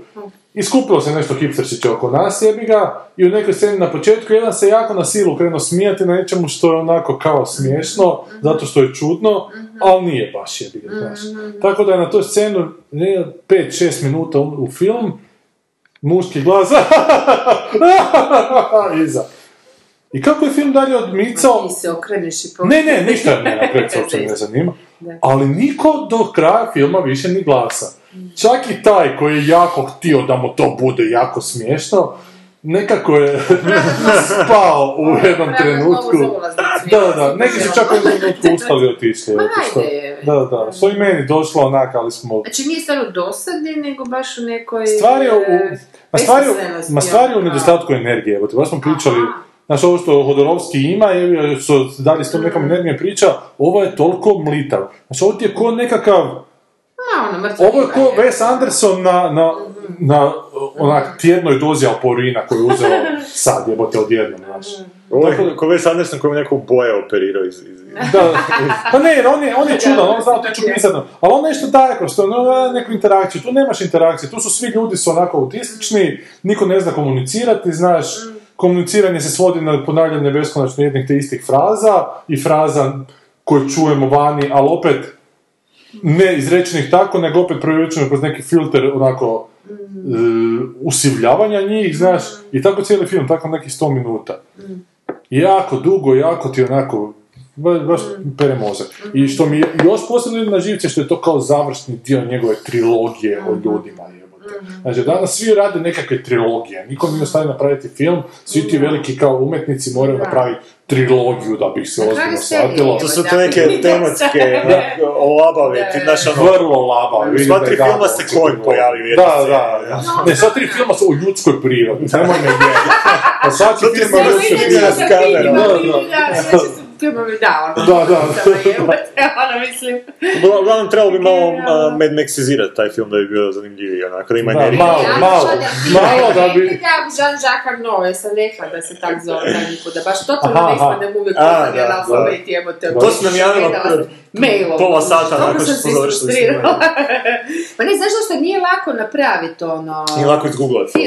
[SPEAKER 7] i skupilo se nešto hipsterčića oko nas, jebi ga, i u nekoj sceni na početku jedan se jako na silu krenuo smijati na nečemu što je onako kao smiješno,
[SPEAKER 8] Mhm.
[SPEAKER 7] zato što je čudno, ali nije baš jebi ga, znaš.
[SPEAKER 8] Mhm.
[SPEAKER 7] Tako da je na toj scenu 5-6 minuta u u film, muški glas, iza. I kako je film dalje odmicao,
[SPEAKER 8] Ti se okreneš i
[SPEAKER 7] ne, ne, ništa me naprijed se uopće ne zanima. Ali niko do kraja filma više ni glasa. Čak i taj koji je jako htio da mu to bude jako smiješno, nekako je spao u jednom trenutku. Da, da, da, neki su čak u jednom trenutku ustali i otišli. eto, što-
[SPEAKER 8] ajde.
[SPEAKER 7] Da, da, da, što i meni došlo onaka, ali smo...
[SPEAKER 8] Znači nije stvar u dosadi, nego baš u nekoj...
[SPEAKER 7] Stvar je u...
[SPEAKER 8] e,
[SPEAKER 7] Ma stvar je,
[SPEAKER 8] besmislenosti,
[SPEAKER 7] ma stvar je u
[SPEAKER 8] ono,
[SPEAKER 7] nedostatku energije, evo te, baš smo pričali,
[SPEAKER 8] Aha.
[SPEAKER 7] znaš, ovo što Hodorovski ima, je, što dalje s tom nekom energijom priča, ovo je toliko mlitav. Znaš, ovo ti je ko nekakav,
[SPEAKER 8] Ma, ono, mrtvo
[SPEAKER 7] ovo je Mhm. ko
[SPEAKER 8] ima,
[SPEAKER 7] Wes Anderson na, na, na onak tjednoj dozi Alporina koju je uzeo sad, jebote, odjednom, znaš.
[SPEAKER 6] Ovo
[SPEAKER 7] Tako
[SPEAKER 6] je
[SPEAKER 7] da-
[SPEAKER 6] ko Wes Anderson kojem neko boje operirao iz... iz, iz.
[SPEAKER 7] Da, pa ne, jer on je, on je čudan, on zna otići u pisarnu, ali on nešto daje kroz to, no, e, neku interakciju, tu nemaš interakcije, tu su svi ljudi su onako autistični, niko ne zna komunicirati, znaš, komuniciranje se svodi na ponavljanje beskonačno jednih te istih fraza i fraza koje čujemo vani, ali opet ne izrečenih tako, nego opet provječeno kroz neki filter onako e, usivljavanja njih, znaš, i tako cijeli film, tako nekih 100 minuta. Jako dugo, jako ti onako Ba- baš
[SPEAKER 8] Mm.
[SPEAKER 7] pere mozak.
[SPEAKER 8] Mm-hmm.
[SPEAKER 7] I što mi je još posebno ide na živce, što je to kao završni dio njegove trilogije
[SPEAKER 8] Mm-hmm.
[SPEAKER 7] o ljudima. jebote. Znači, danas svi rade nekakve trilogije, niko nije stavio napraviti film, svi
[SPEAKER 8] Mm-hmm.
[SPEAKER 7] ti veliki kao umetnici moraju napraviti trilogiju da bi se
[SPEAKER 8] Na kraju
[SPEAKER 7] ozbiljno
[SPEAKER 8] serije,
[SPEAKER 7] shvatilo.
[SPEAKER 6] To su
[SPEAKER 8] Da,
[SPEAKER 6] te neke
[SPEAKER 8] da.
[SPEAKER 6] tematske
[SPEAKER 8] Da.
[SPEAKER 6] olabave, ti znaš ono...
[SPEAKER 7] Vrlo laba. vidim
[SPEAKER 6] Sva
[SPEAKER 7] da je
[SPEAKER 6] tri
[SPEAKER 7] Gabo
[SPEAKER 6] filma se
[SPEAKER 7] očito
[SPEAKER 6] konj
[SPEAKER 7] laba.
[SPEAKER 6] pojavi u
[SPEAKER 7] Da,
[SPEAKER 6] jednoj
[SPEAKER 7] da,
[SPEAKER 6] seriji,
[SPEAKER 7] da. Ne, sva tri filma su o ljudskoj prirodi. Nemoj me jebati. Pa svaki
[SPEAKER 6] Zato
[SPEAKER 7] film
[SPEAKER 6] se
[SPEAKER 7] je o
[SPEAKER 6] uvijek
[SPEAKER 7] ljudskoj
[SPEAKER 6] ide
[SPEAKER 7] prirodi.
[SPEAKER 6] s kamerom.
[SPEAKER 7] Da, da. Da, da.
[SPEAKER 6] Ugla- Uglavnom, trebalo bi malo
[SPEAKER 8] Da.
[SPEAKER 6] uh, Mad Maxizirati taj film da bi bio zanimljiviji, onako, da ima
[SPEAKER 7] Da,
[SPEAKER 6] energije.
[SPEAKER 7] malo. malo da bi-
[SPEAKER 8] Jean-Jacques Arnaud, ja sam rekla da se tak zove taj lik, da baš totalno
[SPEAKER 7] Aha,
[SPEAKER 8] ne
[SPEAKER 7] aha.
[SPEAKER 8] ispadnem uvijek
[SPEAKER 6] A,
[SPEAKER 8] posljednja
[SPEAKER 6] da,
[SPEAKER 8] alfabet, jebote.
[SPEAKER 6] To su nam javila
[SPEAKER 8] Gledala sam
[SPEAKER 6] pred
[SPEAKER 8] mailom.
[SPEAKER 6] pola sata
[SPEAKER 8] Dobro
[SPEAKER 6] nakon što
[SPEAKER 8] sam
[SPEAKER 6] smo
[SPEAKER 8] se
[SPEAKER 6] završili
[SPEAKER 8] isfrustrirala.
[SPEAKER 6] snimanje.
[SPEAKER 8] Pa ne, znaš što nije lako napraviti ono...
[SPEAKER 6] Nije lako izgooglati.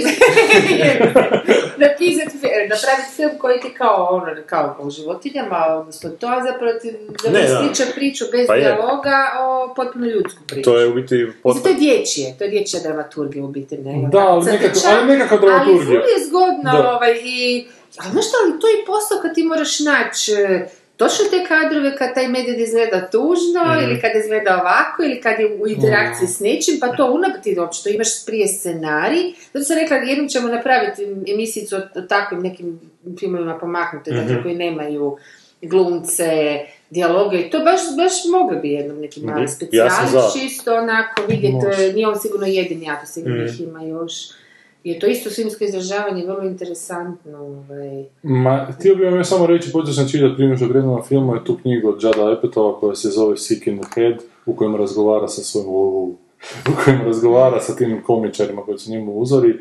[SPEAKER 8] napisati, napraviti film koji ti kao, ono, kao o životinjama, odnosno to, a zapravo ti
[SPEAKER 6] Ne, da.
[SPEAKER 8] ispriča priču bez
[SPEAKER 6] Pa je.
[SPEAKER 8] dijaloga o potpuno ljudsku priču.
[SPEAKER 6] To je u biti
[SPEAKER 8] Mislim,
[SPEAKER 6] pot...
[SPEAKER 8] to je dječje, to je dječja dramaturgija u biti, ne?
[SPEAKER 7] Da, ali
[SPEAKER 8] Crtića,
[SPEAKER 7] nekako- ali nekako dramaturgija.
[SPEAKER 8] Ali ful je zgodno,
[SPEAKER 7] Da.
[SPEAKER 8] ovaj, i... Ali znaš šta, ali to je posao kad ti moraš naći e, točno te kadrove kad taj medij izgleda tužno,
[SPEAKER 7] Mhm.
[SPEAKER 8] ili kad izgleda ovako, ili kad je u interakciji s nečim, pa to unaprijed ti očito imaš prije scenarij. Zato sam rekla, jednom ćemo napraviti emisijicu o, o takvim nekim filmovima pomaknute,
[SPEAKER 7] Mhm.
[SPEAKER 8] dakle, koji nemaju glumce, dijaloge i to baš, baš mogli bi jednom neki mali
[SPEAKER 6] Mhm.
[SPEAKER 8] specijal,
[SPEAKER 6] Ja sam za.
[SPEAKER 8] čisto onako vidjeti,
[SPEAKER 7] Može. Mm.
[SPEAKER 8] nije on sigurno jedini, a to sigurno
[SPEAKER 6] Mhm.
[SPEAKER 8] ih ima još. Je to isto filmsko izražavanje vrlo interesantno. Ovaj.
[SPEAKER 7] Ma, htio bih vam još samo reći, počeo sam čitati prije što vrednova filmu je tu knjigu od Jada Epetova koja se zove Sick in the Head, u kojem razgovara sa svojim u kojem razgovara sa tim komičarima koji su njemu uzori.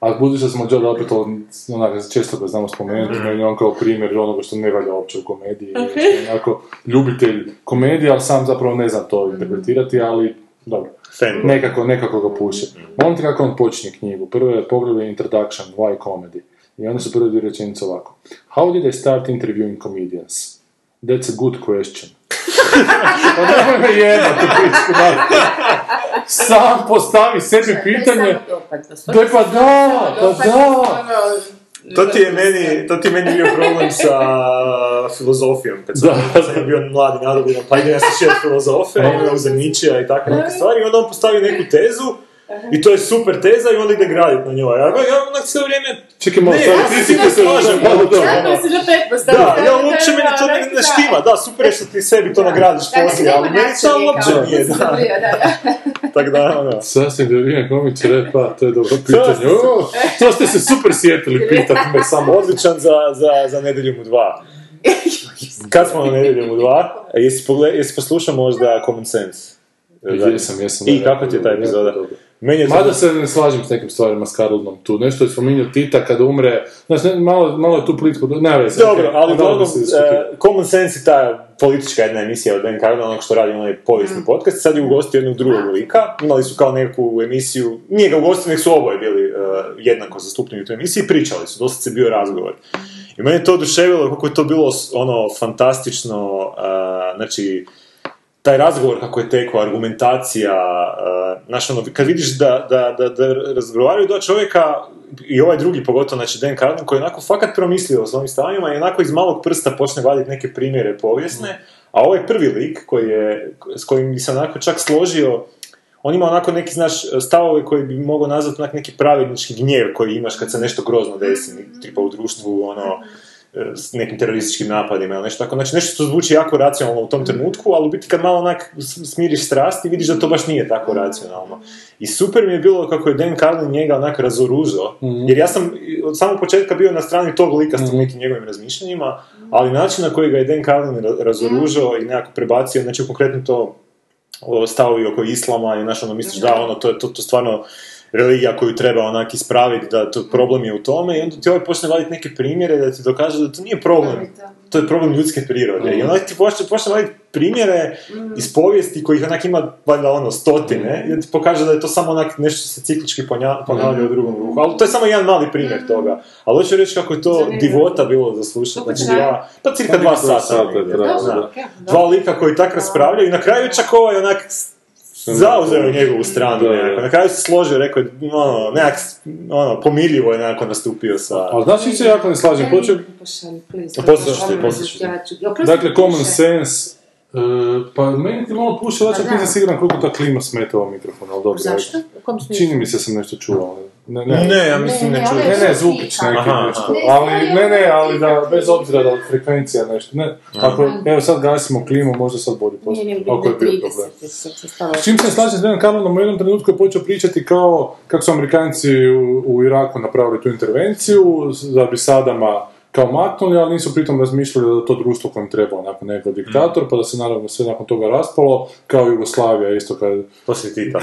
[SPEAKER 7] A budući da smo Jada Apatow, onak, često ga znamo spomenuti, meni je on kao primjer onoga što ne valja uopće u komediji, što je onako ljubitelj komedije, ali sam zapravo ne zna to interpretirati, ali dobro
[SPEAKER 6] Fan.
[SPEAKER 7] nekako, nekako ga puše.
[SPEAKER 6] Mm.
[SPEAKER 7] Molim te kako on počinje knjigu. Prvo je pogled introduction, why comedy. I onda su prve dvije rečenice ovako. How did I start interviewing comedians? That's a good question. pa nemoj me jebati, pičku mater. Sam postavi sebi pitanje.
[SPEAKER 8] To je samo dopadnost.
[SPEAKER 7] Da pa da,
[SPEAKER 8] Samo
[SPEAKER 7] pa
[SPEAKER 8] dopadnost,
[SPEAKER 7] da.
[SPEAKER 8] ono,
[SPEAKER 6] To ti je meni, to ti je meni bio problem sa uh, filozofijom, kad sam,
[SPEAKER 7] Da.
[SPEAKER 6] kad sam bio mladi nadobiljan, pa idem ja se šef filozofe, onda uzem Nietzschea i tako neke stvari, i onda on postavi neku tezu, i to je super teza i onda ide gradit na njoj. Ja, ja onak cijelo vrijeme...
[SPEAKER 7] Čekaj malo,
[SPEAKER 6] Ne,
[SPEAKER 7] sad
[SPEAKER 6] ja
[SPEAKER 7] ti
[SPEAKER 6] se
[SPEAKER 7] si
[SPEAKER 6] ne
[SPEAKER 7] se
[SPEAKER 6] slažem,
[SPEAKER 7] Da, da,
[SPEAKER 6] ono,
[SPEAKER 7] da.
[SPEAKER 8] Tako se na pretpostavku.
[SPEAKER 6] Da, ja uopće meni to ne, ne štima, da, super je što ti sebi to nagradiš poslije, ali meni to uopće nije, da. Tako da, ono.
[SPEAKER 7] Sasvim Dorina Komić re, pa to je dobro pitanje. O, to ste se super sjetili pitati me samo.
[SPEAKER 6] Odličan za, za, za nedeljom u dva. Kad smo na nedeljom u dva, E, jesi, pogled, jesi poslušao možda Common Sense?
[SPEAKER 7] Jesam, jesam.
[SPEAKER 6] I
[SPEAKER 7] da,
[SPEAKER 6] kako ti je ta
[SPEAKER 7] jako
[SPEAKER 6] epizoda?
[SPEAKER 7] dobro.
[SPEAKER 6] Meni je to-
[SPEAKER 7] Mada se ne slažem s nekim stvarima s Karolom tu. Nešto je spominjao Tita kada umre. Znaš, ne, malo, malo je tu plitko. Ne, veze.
[SPEAKER 6] Dobro,
[SPEAKER 7] ok,
[SPEAKER 6] ali
[SPEAKER 7] onda
[SPEAKER 6] uglavnom,
[SPEAKER 7] se diskutira.
[SPEAKER 6] e, Common Sense je ta politička jedna emisija od Ben Cardona, onog što radi onaj povijesni podcast, sad je ugostio jednog drugog lika, imali su kao neku emisiju, nije ga ugostio, nek su oboje bili e, jednako zastupljeni u toj emisiji, i pričali su, dosta se bio razgovor. I mene je to oduševilo kako je to bilo s- ono fantastično, e, znači, taj razgovor kako je tekao, argumentacija, uh, znaš, ono, kad vidiš da, da, da, da razgovaraju dva čovjeka i ovaj drugi, pogotovo, znači Dan Carlin, koji je onako fakat promislio o svojim stavima i onako iz malog prsta počne vaditi neke primjere povijesne, a ovaj prvi lik koji je, s kojim bi se onako čak složio, on ima onako neki, znaš, stavove koji bi mogao nazvati onak neki pravednički gnjev koji imaš kad se nešto grozno desi, tipa u društvu, ono, s nekim terorističkim napadima ili nešto tako. Znači nešto što zvuči jako racionalno u tom trenutku, ali u biti kad malo onak s- smiriš strasti, vidiš da to baš nije tako racionalno. I super mi je bilo kako je Dan Carlin njega onak razoružao. Jer ja sam od samog početka bio na strani tog lika s tim nekim njegovim razmišljanjima, ali način na koji ga je Dan Carlin ra- razoružao i nekako prebacio, znači konkretno to o, stavovi oko islama i znaš, ono, misliš da, ono, to je to, to stvarno religija koju treba onak ispraviti, da to problem je u tome i onda ti ovaj počne vaditi neke primjere da ti dokaže da to nije problem, to je problem ljudske prirode.
[SPEAKER 7] Mm.
[SPEAKER 6] I onda ti počne, počne vaditi primjere
[SPEAKER 8] Mm.
[SPEAKER 6] iz povijesti kojih onak ima valjda ono stotine
[SPEAKER 7] Mm.
[SPEAKER 6] i da ti pokaže da je to samo onak nešto što se ciklički ponja- ponavlja u drugom ruku. Ali to je samo jedan mali primjer toga. Ali hoću reći kako je to
[SPEAKER 8] Mm. Zanimljivo.
[SPEAKER 6] divota bilo za slušati.
[SPEAKER 8] Koliko
[SPEAKER 6] Znači,
[SPEAKER 8] traje?
[SPEAKER 6] ja, pa cirka dva sata. negdje. Da.
[SPEAKER 7] da, da.
[SPEAKER 8] Ok, dobro.
[SPEAKER 6] Dva lika koji tak raspravljaju i na kraju čak ovaj onak
[SPEAKER 7] se
[SPEAKER 6] zauzeo njegovu stranu
[SPEAKER 7] Da, da.
[SPEAKER 6] nekako. Na kraju se složio, rekao je, ono, nekak, ono, pomirljivo je nekako nastupio sa...
[SPEAKER 7] Ali znaš što se jako ne slažem, ko će...
[SPEAKER 8] Pošalj, pa please.
[SPEAKER 7] A poslat ću ti,
[SPEAKER 8] Oprostite,
[SPEAKER 7] poslat ću ti.
[SPEAKER 8] ja ću- oprostite,
[SPEAKER 7] Dakle, common
[SPEAKER 8] piše.
[SPEAKER 7] sense, e, pa meni ti malo puše, ali čak
[SPEAKER 8] Pa da.
[SPEAKER 7] nisam siguran koliko ta klima smeta ovom mikrofonu, ali dobro.
[SPEAKER 8] Zašto?
[SPEAKER 7] ajde.
[SPEAKER 8] U kom smislu?
[SPEAKER 7] Čini mi se da sam nešto čuo, ali... Ne, ne,
[SPEAKER 6] Ne, ja
[SPEAKER 8] mislim,
[SPEAKER 6] mislim
[SPEAKER 8] ne,
[SPEAKER 6] ne,
[SPEAKER 8] ne, čujem.
[SPEAKER 6] čujem.
[SPEAKER 8] ali-
[SPEAKER 7] Ne, ne, zvukić
[SPEAKER 8] Aha,
[SPEAKER 7] neki
[SPEAKER 6] aha.
[SPEAKER 7] nešto.
[SPEAKER 8] Ne,
[SPEAKER 7] Ali, ne, ne, ali da,
[SPEAKER 8] ali-
[SPEAKER 7] bez obzira da li frekvencija nešto. Ne, ako, evo sad gasimo klimu, možda sad bolje
[SPEAKER 8] Nije,
[SPEAKER 7] postoji.
[SPEAKER 8] nije,
[SPEAKER 7] Ako je bio
[SPEAKER 8] 30
[SPEAKER 7] problem.
[SPEAKER 8] sam se stala.
[SPEAKER 7] S čim se slažem s Dejan Karlonom, u jednom trenutku je počeo pričati kao kako su Amerikanci u, u Iraku napravili tu intervenciju, s- da bi Sadama kao maknuli, ali nisu pritom razmišljali da je to društvo kojem treba onako neko
[SPEAKER 6] Mm.
[SPEAKER 7] diktator, pa da se naravno sve nakon toga raspalo, kao Jugoslavija isto kad...
[SPEAKER 6] To si Tita.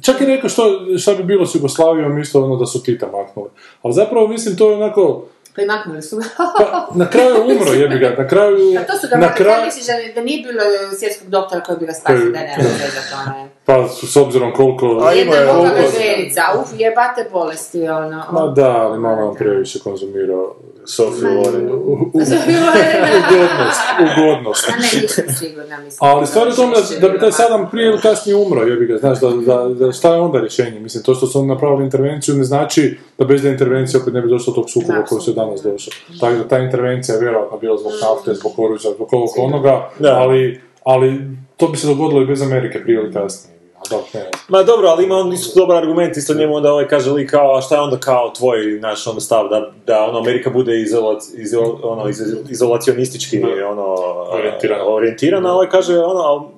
[SPEAKER 7] Čak je rekao što, šta bi bilo s Jugoslavijom isto ono da su Tita maknuli. Ali zapravo mislim to je onako...
[SPEAKER 8] Pa i maknuli su ga.
[SPEAKER 7] Pa, na kraju je umro jebi ga, na kraju...
[SPEAKER 8] Pa to su ga
[SPEAKER 7] na
[SPEAKER 8] maknuli,
[SPEAKER 7] kraju- E,
[SPEAKER 8] ja misliš da, da nije bilo e, svjetskog doktora koji bi ga spasio,
[SPEAKER 7] Koji-
[SPEAKER 8] da ne, ne, da to je.
[SPEAKER 7] Pa s obzirom koliko...
[SPEAKER 6] A
[SPEAKER 8] Jedna
[SPEAKER 6] imao je
[SPEAKER 8] lokalna
[SPEAKER 6] koliko-
[SPEAKER 8] ženica, uf, jebate bolesti, ono.
[SPEAKER 7] Ma da, ali malo on previše konzumirao
[SPEAKER 6] Sophie Loren.
[SPEAKER 7] u- u- ugodnost, ugodnost.
[SPEAKER 8] A ne, nisam sigurna, mislim.
[SPEAKER 7] Ali stvar je u tome da, da bi taj Sadam prije ili kasnije umro, jebi ga, znaš, da, da, da- šta je onda rješenje? Mislim, to što su oni napravili intervenciju ne znači da bez da intervencije opet ne bi došlo do tog sukoba koji se danas došao. Tako da ta intervencija je vjerojatno bila zbog nafte, zbog oružja, zbog ovog onoga,
[SPEAKER 6] Da.
[SPEAKER 7] ali, ali to bi se dogodilo i bez Amerike prije ili kasnije. A dobro, ne znam.
[SPEAKER 6] Ma dobro, ali ima on isto dobar argument, isto njemu onda ovaj kaže li kao, a šta je onda kao tvoj, naš ono stav, da, da ono Amerika bude izolac, izo- ono, iz- izolacionistički
[SPEAKER 7] Da.
[SPEAKER 6] ono,
[SPEAKER 7] Orijentirana.
[SPEAKER 6] a, orijentirana, a ovaj kaže ono, al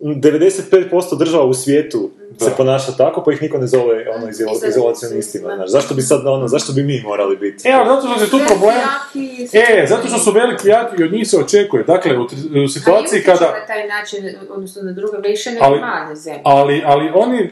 [SPEAKER 6] 95% država u svijetu
[SPEAKER 7] Da.
[SPEAKER 6] se ponaša tako, pa ih niko ne zove ono izo-
[SPEAKER 8] Izolacionistima.
[SPEAKER 6] izolacionistima, znaš, zašto bi sad ono, zašto bi mi morali biti?
[SPEAKER 7] E, ali zato što se tu problem... E, zato što su veliki jaki i od njih se očekuje. Dakle, u, tr- u situaciji kada...
[SPEAKER 8] Na taj način, odnosno na druga više nego
[SPEAKER 7] Ali-
[SPEAKER 8] male zemlje.
[SPEAKER 7] Ali, ali oni,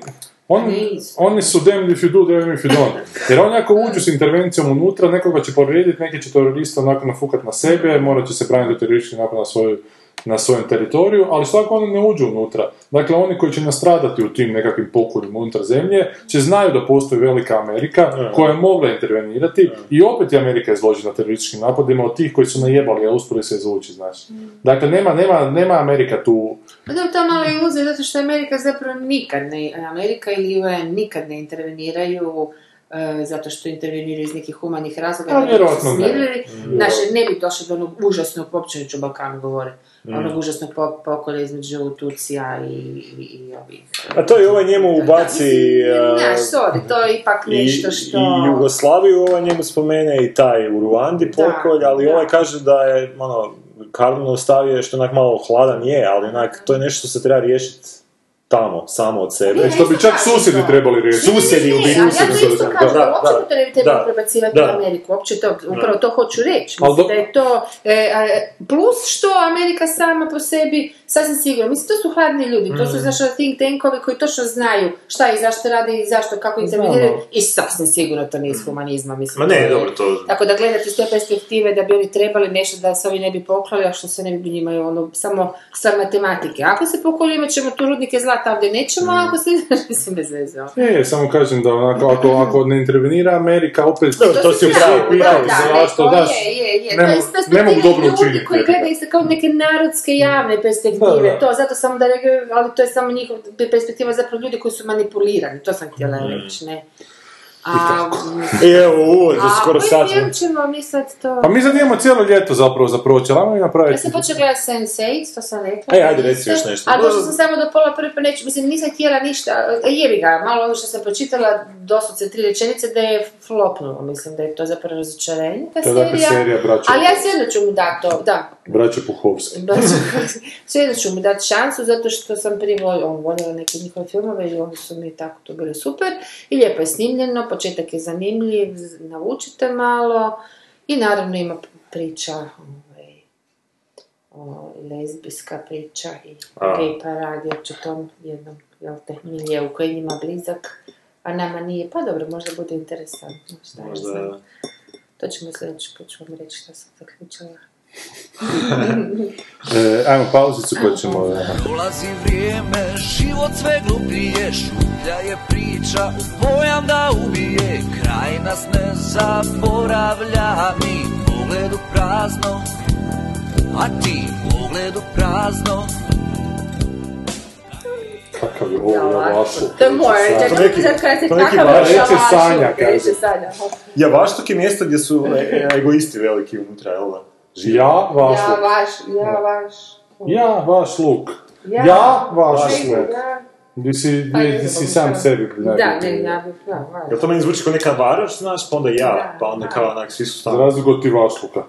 [SPEAKER 7] oni,
[SPEAKER 8] Nisu.
[SPEAKER 7] oni su damned if you do, damned if you don't. Jer oni ako uđu s intervencijom unutra, nekoga će povrijediti, neki će terorista onako nafukat na sebe, morat će se braniti od terorističkih napada na svoju na svojem teritoriju, ali što ako oni ne uđu unutra? Dakle, oni koji će nastradati u tim nekakvim pokurima unutar zemlje, će znaju da postoji velika Amerika
[SPEAKER 6] Mm.
[SPEAKER 7] koja je mogla intervenirati i opet je Amerika izložena terorističkim napadima od tih koji su najebali, a uspjeli se izvući, znači. Dakle, nema, nema, nema Amerika tu
[SPEAKER 8] Pa da, to je mala iluzija, zato što Amerika zapravo nikad ne, Amerika ili UN nikad ne interveniraju e, zato što interveniraju iz nekih humanih razloga.
[SPEAKER 7] Pa,
[SPEAKER 8] da bi se
[SPEAKER 7] vjerojatno ne.
[SPEAKER 8] smirili. Znači, ne bi došlo do onog užasnog, uopće neću o Balkanu govoriti, onog užasnog po- pokolja između Tucija i, i, i ovih. e,
[SPEAKER 6] A to je ovaj njemu ubaci...
[SPEAKER 8] Znaš,
[SPEAKER 6] a,
[SPEAKER 8] sorry, to je ipak nešto što...
[SPEAKER 6] i Jugoslaviju ovaj njemu spomene i taj u Ruandi
[SPEAKER 8] Da,
[SPEAKER 6] pokolj, ali
[SPEAKER 8] da.
[SPEAKER 6] ovaj kaže da je ono, Karlino ostavio je što onak malo hladan je, ali onak to je nešto što se treba riješiti tamo, samo od sebe.
[SPEAKER 8] Ne,
[SPEAKER 7] E, što bi čak
[SPEAKER 8] Isto tako,
[SPEAKER 7] susjedi
[SPEAKER 8] isto.
[SPEAKER 7] trebali riješiti.
[SPEAKER 6] Susjedi u
[SPEAKER 8] Ne,
[SPEAKER 6] biti.
[SPEAKER 8] ali ja to isto
[SPEAKER 6] Da,
[SPEAKER 8] kažem,
[SPEAKER 6] da,
[SPEAKER 8] uopće to ne bi trebalo
[SPEAKER 6] da,
[SPEAKER 8] prebacivati
[SPEAKER 6] da.
[SPEAKER 8] u Ameriku, uopće to, upravo to hoću reći.
[SPEAKER 7] Al
[SPEAKER 8] Mislim
[SPEAKER 7] do-
[SPEAKER 8] da je to, e, a, plus što Amerika sama po sebi, sasvim sigurno, mislim to su hladni ljudi, to
[SPEAKER 6] Mm.
[SPEAKER 8] su zašto think tankovi koji točno znaju šta i zašto rade i zašto, kako interveniraju i sasvim sigurno to nije iz humanizma, mislim.
[SPEAKER 6] Mm. Ma ne,
[SPEAKER 8] to je-
[SPEAKER 6] dobro, to-
[SPEAKER 8] Tako da gledati iz te perspektive da bi oni trebali nešto da se ovi ne bi poklali, a što se ne bi njima ono, samo stvar matematike. Ako se pokoli imat ćemo tu rudnike zlata, ovdje nećemo,
[SPEAKER 6] Mm.
[SPEAKER 8] a ako se, mislim, bez veze. ono.
[SPEAKER 7] E, samo kažem da onako, ako,
[SPEAKER 8] Mhm.
[SPEAKER 7] ako ne intervenira Amerika, opet...
[SPEAKER 6] Dobro, to si u pravu,
[SPEAKER 7] Svi pitaju
[SPEAKER 8] Da, da,
[SPEAKER 7] zašto,
[SPEAKER 8] to
[SPEAKER 7] daš,
[SPEAKER 8] je, je, je.
[SPEAKER 7] ne
[SPEAKER 8] to je
[SPEAKER 7] mogu-
[SPEAKER 8] iz perspektive
[SPEAKER 7] ne mogu dobro
[SPEAKER 8] ljudi
[SPEAKER 7] učiniti,
[SPEAKER 8] koji
[SPEAKER 7] jebi ga.
[SPEAKER 8] gledaju se kao neke narodske javne perspektive,
[SPEAKER 7] Da, da.
[SPEAKER 8] to, zato sam da rekao, ali to je samo njihova perspektiva zapravo ljudi koji su manipulirani, to sam htjela
[SPEAKER 7] Mm.
[SPEAKER 8] reći, ne. A,
[SPEAKER 6] I evo, uvod,
[SPEAKER 8] a
[SPEAKER 6] skoro
[SPEAKER 8] koji
[SPEAKER 6] sat.
[SPEAKER 8] film ćemo mi sad to...
[SPEAKER 7] E, Pa mi sad imamo cijelo ljeto zapravo za proći, ali ajmo i
[SPEAKER 8] Ja
[SPEAKER 7] napraviti...
[SPEAKER 8] sam počela gledati Sense8, to sam rekla.
[SPEAKER 6] E, ajde, reci još nešto.
[SPEAKER 8] A došla sam samo do pola prve, pa neću, mislim, nisam htjela ništa, e, jebi ga, malo ono što sam pročitala, doslovce tri rečenice, da je flopnulo, mislim da je to zapravo razočarenje, ta
[SPEAKER 7] To je dakle serija Braća,
[SPEAKER 8] ali ja svejedno ću mu dati to, da,
[SPEAKER 7] braća Puhovski.
[SPEAKER 8] baš, svejedno ću mu dati šansu, zato što sam prije vol- on, voljela neke njihove filmove i oni su mi tako to bili super. I lijepo je snimljeno, početak je zanimljiv, z- naučite malo i naravno ima p- priča ovaj, o, lezbijska priča i
[SPEAKER 6] A.
[SPEAKER 8] gay paradi, opće tom jednom, jel te, miljeu koji je njima blizak, a nama nije, pa dobro, možda bude interesantno, šta ja
[SPEAKER 6] Možda,
[SPEAKER 8] znam. To ćemo sljedeći put ću vam reći što sam zaključila.
[SPEAKER 7] E, ajmo pauzicu pa ćemo... e,
[SPEAKER 9] Dolazi vrijeme, život sve glupije, šuplja je priča, pojam da ubije, kraj nas ne zaboravlja, mi u pogledu prazno, a ti u pogledu prazno.
[SPEAKER 7] kakav je ovo, ja vašu.
[SPEAKER 8] To je moje,
[SPEAKER 7] Sad.
[SPEAKER 8] čak
[SPEAKER 6] To neki-
[SPEAKER 8] ne znam kada se
[SPEAKER 6] to neki
[SPEAKER 8] kakav
[SPEAKER 6] baš-
[SPEAKER 8] je
[SPEAKER 7] reče
[SPEAKER 8] šalašu,
[SPEAKER 7] Sanja,
[SPEAKER 8] reče
[SPEAKER 7] kaže.
[SPEAKER 8] Sanja.
[SPEAKER 6] Javašluk je mjesto gdje su e, e, egoisti veliki unutra, jel da?
[SPEAKER 7] Ja, vaš
[SPEAKER 8] Ja
[SPEAKER 7] luk.
[SPEAKER 8] vaš, ja vaš.
[SPEAKER 7] Ja, vaš luk.
[SPEAKER 8] Ja.
[SPEAKER 7] Ja, vaš luk.
[SPEAKER 8] Ja,
[SPEAKER 7] Di si,
[SPEAKER 8] Pa ne
[SPEAKER 7] di
[SPEAKER 8] znam,
[SPEAKER 7] si sam
[SPEAKER 8] šta.
[SPEAKER 7] sebi
[SPEAKER 8] da, ne,
[SPEAKER 7] najbolji.
[SPEAKER 8] ja bih, ja, vaš.
[SPEAKER 6] Jel to meni zvuči kao neka varoš, znaš, pa onda ja,
[SPEAKER 8] Da,
[SPEAKER 6] pa onda kao onak, svi su
[SPEAKER 7] Za
[SPEAKER 6] tamo
[SPEAKER 7] razliku od ti vaš luka.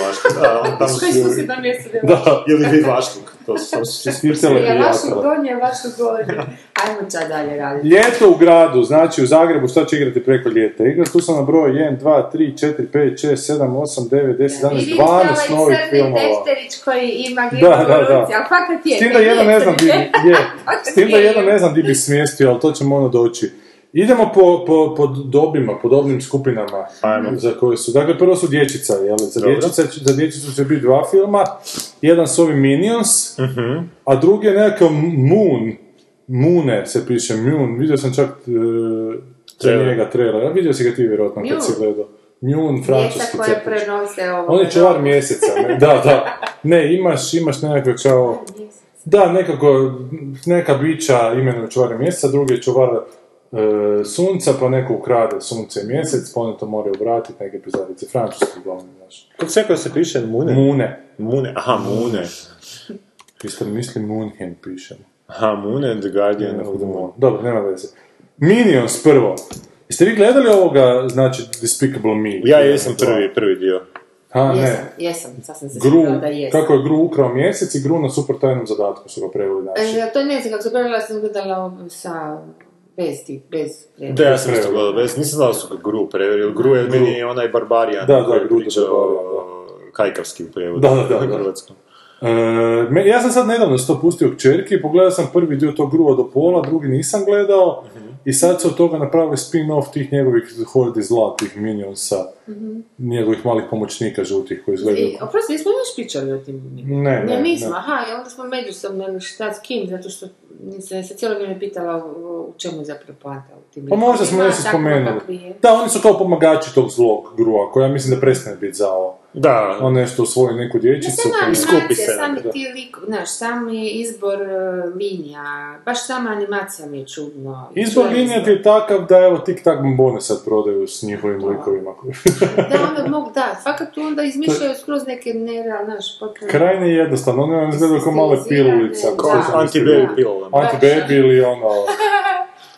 [SPEAKER 6] Javašluk, da, on tamo su
[SPEAKER 8] Koji su
[SPEAKER 6] ljudi.
[SPEAKER 8] si na mjestu
[SPEAKER 7] Da.
[SPEAKER 6] Ili Javašluk, to su tamo su svi
[SPEAKER 7] Ti
[SPEAKER 8] Ja vašu
[SPEAKER 7] teleprijatelj.
[SPEAKER 8] donje, vašu gornje.
[SPEAKER 7] Ja.
[SPEAKER 8] Ajmo ča dalje raditi.
[SPEAKER 7] Ljeto u gradu, znači u Zagrebu, šta će igrati preko ljeta? Igra tu sam na broj 1, 2, 3, 4, 5, 6, 7, 8, 9, 10, 11, 12 novih filmova.
[SPEAKER 8] Defterić koji ima
[SPEAKER 7] Da, da, da.
[SPEAKER 8] ali fakat je.
[SPEAKER 7] S tim da
[SPEAKER 8] kad
[SPEAKER 7] jedan ne
[SPEAKER 8] je
[SPEAKER 7] znam
[SPEAKER 8] crni
[SPEAKER 7] di bi,
[SPEAKER 8] defter.
[SPEAKER 7] je.
[SPEAKER 8] Fakat
[SPEAKER 7] S tim da
[SPEAKER 8] je.
[SPEAKER 7] jedan ne znam di bi smjestio, ali to ćemo ono doći. Idemo po, po, po dobima, po dobnim skupinama za koje su. Dakle, prvo su dječica, jel? Za,
[SPEAKER 6] Pa Dobro.
[SPEAKER 7] dječica, će- za dječicu će biti dva filma. Jedan su ovi Minions,
[SPEAKER 6] Mhm.
[SPEAKER 7] a drugi je nekakav Moon. Mune se piše, Moon. Vidio sam čak e, za
[SPEAKER 6] Trailer.
[SPEAKER 7] njega trailer. A vidio si ga ti vjerojatno
[SPEAKER 8] Mune.
[SPEAKER 7] kad si gledao. Mune, francuski
[SPEAKER 8] Djeca koje
[SPEAKER 7] crtač.
[SPEAKER 8] prenose ovo.
[SPEAKER 7] On je čuvar mjeseca, ne? da, da. Ne, imaš, imaš nekakve kao... Da, nekako, neka bića imenuju čuvare mjeseca, drugi je čuvar e, sunca, pa neko ukrade sunce i mjesec, pa oni to moraju vratiti, neke pizarice, francuski uglavnom, znaš.
[SPEAKER 6] Kako se rekao da se piše Mune?
[SPEAKER 7] Mune,
[SPEAKER 6] Mune, aha, Mune.
[SPEAKER 7] isto mislim Munchen pišemo.
[SPEAKER 6] Aha, Mune, The Guardian of the Moon.
[SPEAKER 7] Dobro, nema veze. Minions prvo. Jeste vi gledali ovoga, znači, Despicable Me?
[SPEAKER 6] Ja jesam prvi, prvi dio.
[SPEAKER 7] Ha, ne.
[SPEAKER 8] Jesam, jesam, sad sam se
[SPEAKER 7] Gru,
[SPEAKER 8] sjetila da jesam.
[SPEAKER 7] kako je Gru ukrao mjesec i Gru na super tajnom zadatku su ga preveli znači. naši.
[SPEAKER 8] E, to ne znam kako se pravila, sam gledala sa... Bez tih, bez...
[SPEAKER 6] Da, ja sam
[SPEAKER 7] Preveli.
[SPEAKER 6] isto gledao, bez, nisam znao da su ga Gru preveli, jer Gru je
[SPEAKER 7] Gru.
[SPEAKER 6] meni onaj barbarijan
[SPEAKER 7] Da, da,
[SPEAKER 6] koji
[SPEAKER 7] Gru the
[SPEAKER 6] priča o
[SPEAKER 7] Barbarian,
[SPEAKER 6] kajkavski u prevodu.
[SPEAKER 7] Da, da, da, da.
[SPEAKER 6] Hrvatskom.
[SPEAKER 7] E, me- ja sam sad nedavno to pustio kćerki, pogledao sam prvi dio tog gruva do pola, drugi nisam gledao
[SPEAKER 8] Mhm.
[SPEAKER 7] i sad su od toga napravili spin-off tih njegovih hordi zla, tih minionsa, njegovih malih pomoćnika žutih koji izgledaju.
[SPEAKER 8] Mhm. I, oprosti, jesmo još pričali o tim
[SPEAKER 7] Ne, ne,
[SPEAKER 8] Ne, nismo,
[SPEAKER 7] ne.
[SPEAKER 8] aha, i onda smo međusobno, ono, šta s kim, zato što nisam se cijelo vrijeme pitala u, u čemu je zapravo poanta u tim
[SPEAKER 7] Pa možda smo
[SPEAKER 8] likovima,
[SPEAKER 7] nešto
[SPEAKER 8] takvima
[SPEAKER 7] spomenuli.
[SPEAKER 8] kakvi je.
[SPEAKER 7] Da, oni su kao pomagači tog zlog grua, koja mislim da prestane biti zao.
[SPEAKER 6] Da,
[SPEAKER 7] On nešto usvoji neku
[SPEAKER 8] Ne,
[SPEAKER 7] dječicu.
[SPEAKER 8] sama
[SPEAKER 7] pa-
[SPEAKER 6] skupi
[SPEAKER 8] animacija,
[SPEAKER 6] se,
[SPEAKER 8] sami
[SPEAKER 7] da.
[SPEAKER 8] ti lik, znaš, sami izbor e, linija, baš sama animacija mi je čudno.
[SPEAKER 7] Izbor
[SPEAKER 8] Čudno
[SPEAKER 7] linija ti je takav da evo tik tak bombone sad prodaju s njihovim likovima.
[SPEAKER 8] Da, onda mogu, da, fakat tu onda izmišljaju skroz neke nereal, znaš, potpuno...
[SPEAKER 7] Krajnje jednostavno, oni vam izgledaju kao male pilulice. ako
[SPEAKER 8] Da.
[SPEAKER 7] sjećam se.
[SPEAKER 6] anti-baby pillow.
[SPEAKER 7] Anti-baby ili ono...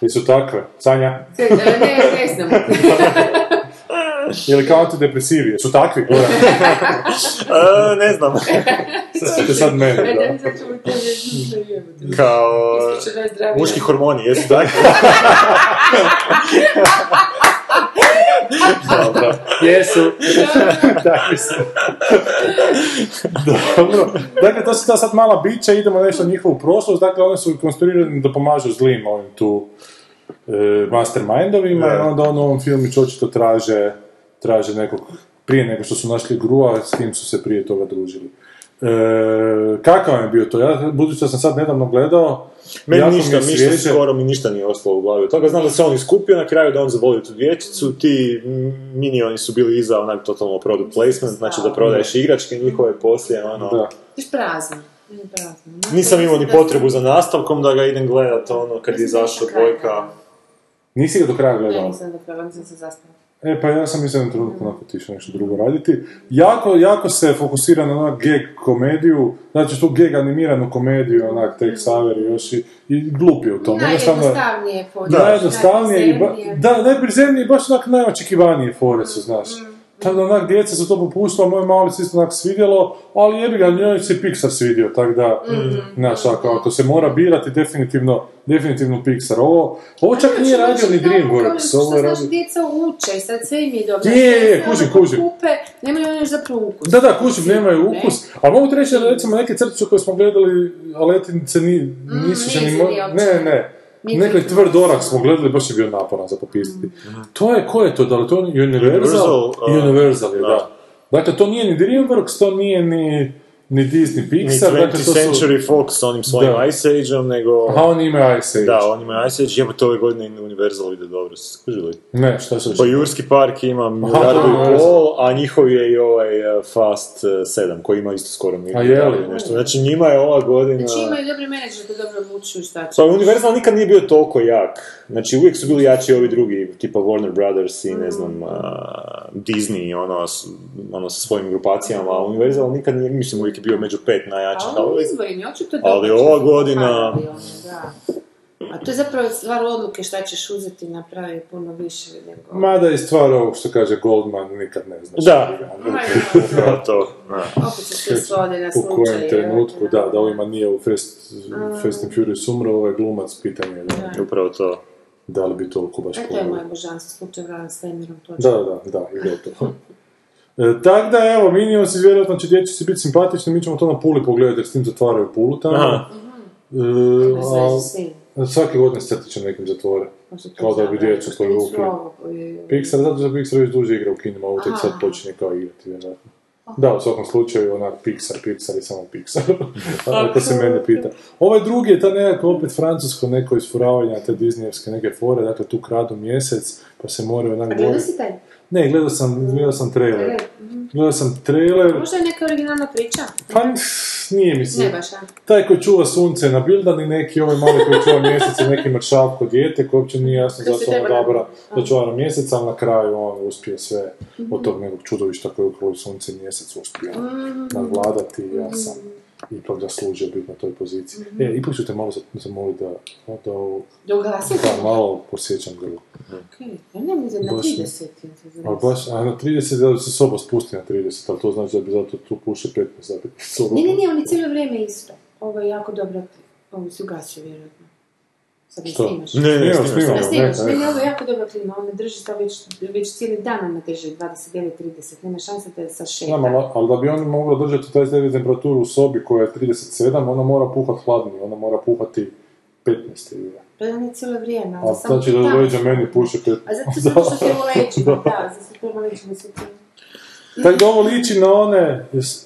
[SPEAKER 7] Ili su takve, Sanja?
[SPEAKER 8] E, Ne, ne znam.
[SPEAKER 7] Ili kao antidepresivi, jesu takvi, Goran?
[SPEAKER 6] E, ne znam.
[SPEAKER 7] Sjećate sad mene,
[SPEAKER 8] Ne,
[SPEAKER 7] da.
[SPEAKER 8] ne znam čemu te ne znam.
[SPEAKER 6] Kao...
[SPEAKER 8] Isključeno je zdravlje.
[SPEAKER 6] Muški hormoni, jesu tako?
[SPEAKER 7] Dobro. Jesu. takvi su. Dobro. Dakle, to su ta sad mala bića, idemo nešto u njihovu prošlost, dakle, one su konstruirane da pomažu zlim ovim tu e, mastermindovima,
[SPEAKER 6] Da.
[SPEAKER 7] i onda on u ovom filmiću očito traže, traže nekog, prije nego što su našli grua, s kim su se prije toga družili. E, kakav je bio to? Ja, budući da sam sad nedavno gledao,
[SPEAKER 6] Meni
[SPEAKER 7] jako mi
[SPEAKER 6] ništa,
[SPEAKER 7] je
[SPEAKER 6] ništa,
[SPEAKER 7] svježe.
[SPEAKER 6] skoro mi ništa nije ostalo u glavi. od Toga znam da se on iskupio na kraju, da on zavolio tu dječicu, ti mm, minioni su bili iza onak totalno product placement, znači da prodaješ igračke njihove poslije, ono...
[SPEAKER 7] Da.
[SPEAKER 8] Viš prazno. Mm, prazno. No,
[SPEAKER 6] Nisam imao ni
[SPEAKER 8] mislim da
[SPEAKER 6] potrebu za nastavkom da ga idem gledat, ono, kad je
[SPEAKER 8] Mislim da
[SPEAKER 6] izašla
[SPEAKER 8] nisam
[SPEAKER 6] dvojka.
[SPEAKER 8] gledala.
[SPEAKER 7] Nisi ga do kraja
[SPEAKER 8] sam- Ne,
[SPEAKER 7] gledao?
[SPEAKER 8] nisam zapravo, nisam se zastala.
[SPEAKER 7] E, pa ja sam mislim jednom trenutku onako otišao nešto drugo raditi. Jako, jako se fokusira na onak gag komediju, znači tu gag animiranu komediju, onak
[SPEAKER 8] Mhm.
[SPEAKER 7] Tex Saver još i, i glup je u tom. Jednostavno je
[SPEAKER 8] Najjednostavnije područje.
[SPEAKER 7] najjednostavnije i ba,
[SPEAKER 8] najprizemnije.
[SPEAKER 7] da, najprizemnije i baš onak najočekivanije fore su, znaš.
[SPEAKER 8] Mhm.
[SPEAKER 7] Tako da onak djeca su to popustila, moj mali se isto onak svidjelo, ali jebi ga, njoj se Pixar svidio, tako da,
[SPEAKER 8] Mhm.
[SPEAKER 7] znaš, ako, ako se mora birati, definitivno, definitivno Pixar. Ovo, ovo čak
[SPEAKER 8] Znači,
[SPEAKER 7] nije radio ni
[SPEAKER 8] znači, kao
[SPEAKER 7] Dreamworks,
[SPEAKER 8] što
[SPEAKER 7] ovo je
[SPEAKER 8] znaš,
[SPEAKER 7] radio...
[SPEAKER 8] djeca uče i sad sve im je dobro.
[SPEAKER 7] Je, je, je,
[SPEAKER 8] Sve
[SPEAKER 7] kužim,
[SPEAKER 8] ono
[SPEAKER 7] kužim.
[SPEAKER 8] Kupe, nemaju oni još zapravo ukus.
[SPEAKER 7] Da, da, kužim, nemaju ukus. Ali mogu ti reći da recimo neke crtiće koje smo gledali, aletinice ni, nisu se ni...
[SPEAKER 8] Mm, nisu
[SPEAKER 7] mo-
[SPEAKER 8] ni uopće.
[SPEAKER 7] ne, ne.
[SPEAKER 8] Niti-
[SPEAKER 7] Neki tvrd orak smo gledali, baš je bio naporan za popistiti. To je, ko je to, da li to je
[SPEAKER 6] Mhm,
[SPEAKER 7] Universal?
[SPEAKER 6] Universal, a,
[SPEAKER 7] Universal je, da.
[SPEAKER 6] da.
[SPEAKER 7] Dakle, to nije ni Dreamworks, to nije ni... ni Disney
[SPEAKER 6] Ni
[SPEAKER 7] Pixar,
[SPEAKER 6] 20th
[SPEAKER 7] dakle to su...
[SPEAKER 6] Century Fox s onim svojim
[SPEAKER 7] Da.
[SPEAKER 6] Ice Age-om, nego...
[SPEAKER 7] Aha, oni imaju Ice Age.
[SPEAKER 6] Da, on ima Ice Age, jebate ove godine Universal ide dobro, ste skužili?
[SPEAKER 7] Ne, šta su
[SPEAKER 6] Pa Jurski park ima milijardu
[SPEAKER 7] to je
[SPEAKER 6] i pol, a njihov je i ovaj uh, Fast uh, 7 koji ima isto skoro milijardu
[SPEAKER 7] je li?
[SPEAKER 6] i nešto. Znači njima je ova godina...
[SPEAKER 8] Znači imaju dobre menadžere koji dobro odlučuju šta će.
[SPEAKER 6] Pa Universal nikad nije bio toliko jak. Znači uvijek su bili jači ovi drugi, tipa Warner Brothers i ne znam, uh, Disney, ono, s- ono sa svojim grupacijama, a Universal nikad nije, mislim uvijek je bio među pet najjačih,
[SPEAKER 8] A
[SPEAKER 6] ali
[SPEAKER 8] ovo
[SPEAKER 6] uvijek-
[SPEAKER 8] izbori mi očito
[SPEAKER 6] Ali
[SPEAKER 8] dobro
[SPEAKER 6] ova
[SPEAKER 8] će se
[SPEAKER 6] godina-
[SPEAKER 8] pokazati, ono, da. A to je zapravo stvar odluke šta ćeš uzeti i napraviti puno više nego...
[SPEAKER 7] Mada i stvar ovog što kaže Goldman, nikad ne znaš.
[SPEAKER 6] Da.
[SPEAKER 8] Ma, da, da.
[SPEAKER 6] Upravo to, da.
[SPEAKER 8] Opet se sve svodi na
[SPEAKER 7] U
[SPEAKER 8] slučaj.
[SPEAKER 7] kojem trenutku, da,
[SPEAKER 8] ovima...
[SPEAKER 7] da ovima nije u Fast, Fast and Furious umro, ovaj glumac, pitanje je da,
[SPEAKER 6] Upravo to.
[SPEAKER 7] da li bi toliko baš
[SPEAKER 8] E, to je
[SPEAKER 7] pogledao.
[SPEAKER 8] moje božanstvo, slučaj Vradan s Lemirom,
[SPEAKER 7] Da,
[SPEAKER 8] točno.
[SPEAKER 7] da, da, da, i gotovo. E, tak da, evo, Minions vjerojatno će dječići biti simpatični, mi ćemo to na Puli pogledati jer s tim zatvaraju Pulu tamo.
[SPEAKER 6] Aha.
[SPEAKER 7] E,
[SPEAKER 8] Bez veze s tim.
[SPEAKER 7] a, svake godine statičan nekim zatvore.
[SPEAKER 8] Možda to
[SPEAKER 7] Kao da bi
[SPEAKER 8] zabrali,
[SPEAKER 7] djeca
[SPEAKER 8] što
[SPEAKER 7] koju
[SPEAKER 8] nisu
[SPEAKER 7] ukinu.
[SPEAKER 8] ovo, e,
[SPEAKER 7] Pixar, zato što Pixar već duže igra u kinima, ovo tek sad
[SPEAKER 8] Aha.
[SPEAKER 7] počinje kao igrati, vjerojatno. Da, u svakom slučaju, onak, Pixar, Pixar i samo Pixar, ako se mene pita. Ovaj drugi je ta nekako opet francusko neko isfuravanje te Disneyevske neke fore, dakle tu kradu mjesec, pa se moraju onak
[SPEAKER 8] A gledao
[SPEAKER 7] boriti.
[SPEAKER 8] si taj?
[SPEAKER 7] Ne, gledao sam, gledao sam trailer.
[SPEAKER 8] Trailer, mhm.
[SPEAKER 7] Gledao sam trailer,
[SPEAKER 8] Možda je neka originalna priča?
[SPEAKER 7] pa pff, nije mi
[SPEAKER 8] Ne
[SPEAKER 7] se.
[SPEAKER 8] baš, a?
[SPEAKER 7] Taj koji čuva sunce je nabildan i neki ovaj mali koji čuva mjesec je neki mršavko dijete koji uopće nije jasno
[SPEAKER 8] Koji se
[SPEAKER 7] zašto on
[SPEAKER 8] treba
[SPEAKER 7] odabra
[SPEAKER 8] nabildan.
[SPEAKER 7] da čuva na mjesec, ali na kraju on uspije sve od tog nekog čudovišta koji ukroji sunce i mjesec uspije nadvladati i ja sam ipak zaslužio biti na toj poziciji. E, ipak ću te malo za- zamoliti da, da, ovo-
[SPEAKER 8] Da ugasim?
[SPEAKER 7] da malo posjećam grlo.
[SPEAKER 8] Okej, ja ne mogu za na
[SPEAKER 7] Baš ne.
[SPEAKER 8] 30. ja se znam.
[SPEAKER 7] Ali baš, a na 30, da se soba spusti na 30, ali to znači da bi zato tu puše 15, da bi soba...
[SPEAKER 8] Ne, ne, ne, on je cijelo vrijeme isto. Ovo je jako dobro. Ovo se ugasio, vjerojatno. Sad ne
[SPEAKER 7] Što?
[SPEAKER 8] snimaš.
[SPEAKER 6] Ne, ne, snimam,
[SPEAKER 7] Snimam, snimam.
[SPEAKER 8] Ne
[SPEAKER 6] snimam.
[SPEAKER 8] snimaš,
[SPEAKER 7] ne,
[SPEAKER 8] ne,
[SPEAKER 7] ne.
[SPEAKER 8] ne, ovo je jako dobra klima. On me drži sad već, već cijeli dan on me drži 29-30. Nema šanse da je sa šeta.
[SPEAKER 7] Znam, ali, ali da bi oni mogli držati 29 temperaturu u sobi koja je 37, ona mora puhati hladnije, ona mora puhati 15 ili
[SPEAKER 8] Pa on je cijelo vrijeme.
[SPEAKER 7] A
[SPEAKER 8] ali samo
[SPEAKER 7] znači
[SPEAKER 8] ti
[SPEAKER 7] da
[SPEAKER 8] tamo.
[SPEAKER 7] leđa meni puše 15.
[SPEAKER 8] A zato zato što se u leđima, da, zato što treba leđima se ti...
[SPEAKER 7] Tako da ovo liči na one... jes-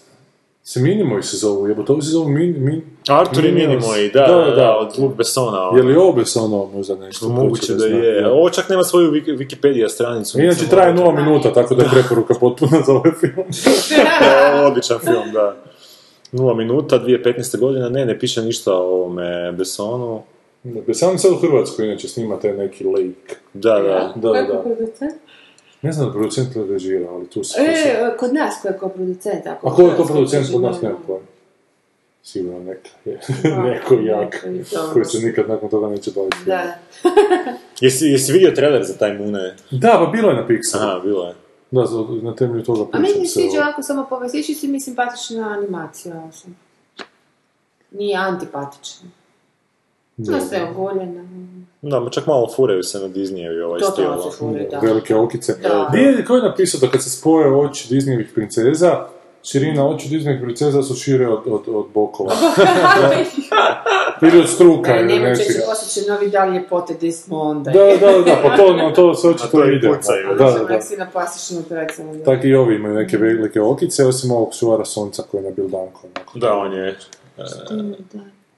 [SPEAKER 7] Se minimoji se zovu, jebote, ovo se zovu min... min
[SPEAKER 6] Artur i
[SPEAKER 7] Minions.
[SPEAKER 6] Minimoji, da, da, da, od Luke Bessona. ono.
[SPEAKER 7] Je li ovo se ono možda nešto?
[SPEAKER 6] Moguće da
[SPEAKER 7] hoće zna?
[SPEAKER 6] je. Ovo čak nema svoju Wiki- Wikipedia stranicu. ono,
[SPEAKER 7] Inače
[SPEAKER 6] nisam
[SPEAKER 7] traje
[SPEAKER 6] morao-
[SPEAKER 7] 0 minuta, tako da je preporuka potpuna za ovaj film.
[SPEAKER 6] Da, ovo je odličan film, da. 0 minuta, 2015. godina, ne, ne piše ništa o ovome Bessonu.
[SPEAKER 7] Da, Sam sad u Hrvatskoj inače snima taj neki lake.
[SPEAKER 6] Da, da.
[SPEAKER 7] Da, da, da.
[SPEAKER 8] Kako producent?
[SPEAKER 7] Ne znam da producent li režira, ali tu se... tu se-
[SPEAKER 8] E, kod nas ko je ko producent?
[SPEAKER 7] A ko je to producent kod
[SPEAKER 8] znači,
[SPEAKER 7] nas, nemam pojma. Sigurno neka, je. neko jak, koji se nikad nakon toga neće baviti.
[SPEAKER 8] no. Da,
[SPEAKER 6] Jesi, jesi vidio trailer za taj Mune?
[SPEAKER 7] Da, pa bilo je na Pixaru.
[SPEAKER 6] Aha, bilo je.
[SPEAKER 7] Da, za- na temelju toga
[SPEAKER 8] A meni
[SPEAKER 7] pričam
[SPEAKER 8] se
[SPEAKER 7] se
[SPEAKER 8] sviđa
[SPEAKER 7] ovo.
[SPEAKER 8] ovako samo povijest, sviđa si mi simpatična animacija osim. Nije antipatična.
[SPEAKER 7] Ne
[SPEAKER 8] Dosta
[SPEAKER 7] znam.
[SPEAKER 8] je ogoljena.
[SPEAKER 6] Da, ma čak malo furaju se na Disneyevi ovaj stil.
[SPEAKER 8] Totalno
[SPEAKER 6] ono.
[SPEAKER 8] se furi, da.
[SPEAKER 7] Velike okice.
[SPEAKER 8] Da.
[SPEAKER 7] Gdje je, ko je napisao da kad se spoje oči Disneyevih princeza, širina oči Disneyevih princeza su šire od, od, od bokova. Ili od struka
[SPEAKER 8] Ne,
[SPEAKER 7] ili
[SPEAKER 8] ne moće se
[SPEAKER 7] nečega.
[SPEAKER 8] postići novi dan ljepote gdje smo onda.
[SPEAKER 7] Da, da, da, pa to, na to se
[SPEAKER 6] A to
[SPEAKER 7] očito
[SPEAKER 6] i
[SPEAKER 7] ide.
[SPEAKER 6] pucaju.
[SPEAKER 7] Da, da, da.
[SPEAKER 8] Onak si na plastičnu operaciju. onda.
[SPEAKER 7] Tako i ovi imaju neke velike okice, osim ovog čuvara sunca koji je na bildanku. onako.
[SPEAKER 6] Da, on je.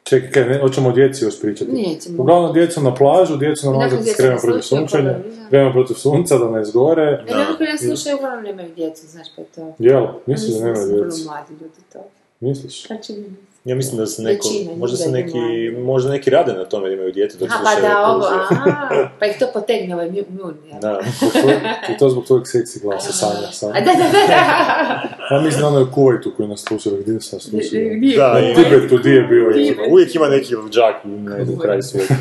[SPEAKER 7] Čekaj, kaj, ne, hoćemo o djeci još pričati.
[SPEAKER 8] Nećemo.
[SPEAKER 7] Uglavnom, djecu na plažu, djecu na
[SPEAKER 8] Nakon
[SPEAKER 7] mozak
[SPEAKER 8] djeca
[SPEAKER 7] skrema
[SPEAKER 8] na
[SPEAKER 7] protiv
[SPEAKER 8] slučaju,
[SPEAKER 7] sunčanja,
[SPEAKER 8] pa da, da.
[SPEAKER 7] krema protiv sunca, da ne izgore.
[SPEAKER 8] E, Ljudi koji nas slušaju uglavnom nemaju djecu, znaš pa je to.
[SPEAKER 7] Jel, misliš
[SPEAKER 8] Mislim da
[SPEAKER 7] da nema
[SPEAKER 8] su vrlo
[SPEAKER 7] djecu?
[SPEAKER 8] mladi ljudi to.
[SPEAKER 7] Misliš?
[SPEAKER 8] Kad će biti?
[SPEAKER 6] Ja mislim da se neko,
[SPEAKER 8] Većina
[SPEAKER 6] možda se
[SPEAKER 8] ljudi
[SPEAKER 6] neki,
[SPEAKER 8] ima.
[SPEAKER 6] možda neki rade na tome da imaju djete dok
[SPEAKER 8] A pa
[SPEAKER 6] slušaju
[SPEAKER 8] da, ovo,
[SPEAKER 6] Cruise.
[SPEAKER 8] a, pa ih to potegne ovaj mjun, jel?
[SPEAKER 6] Da.
[SPEAKER 7] Zbog tvoj- I to zbog tvojeg seksi glasa, Sanja,
[SPEAKER 8] A
[SPEAKER 7] Sanja.
[SPEAKER 8] da, da, da.
[SPEAKER 7] Ja mislim da ono je u Kuvajtu koji nas slušao, gdje nas nas slušao?
[SPEAKER 8] Nije
[SPEAKER 6] Da,
[SPEAKER 7] Na
[SPEAKER 6] ima.
[SPEAKER 7] Tibetu, gdje je bio? je.
[SPEAKER 6] Ima- Uvijek ima neki džak u nekom kraju svijeta.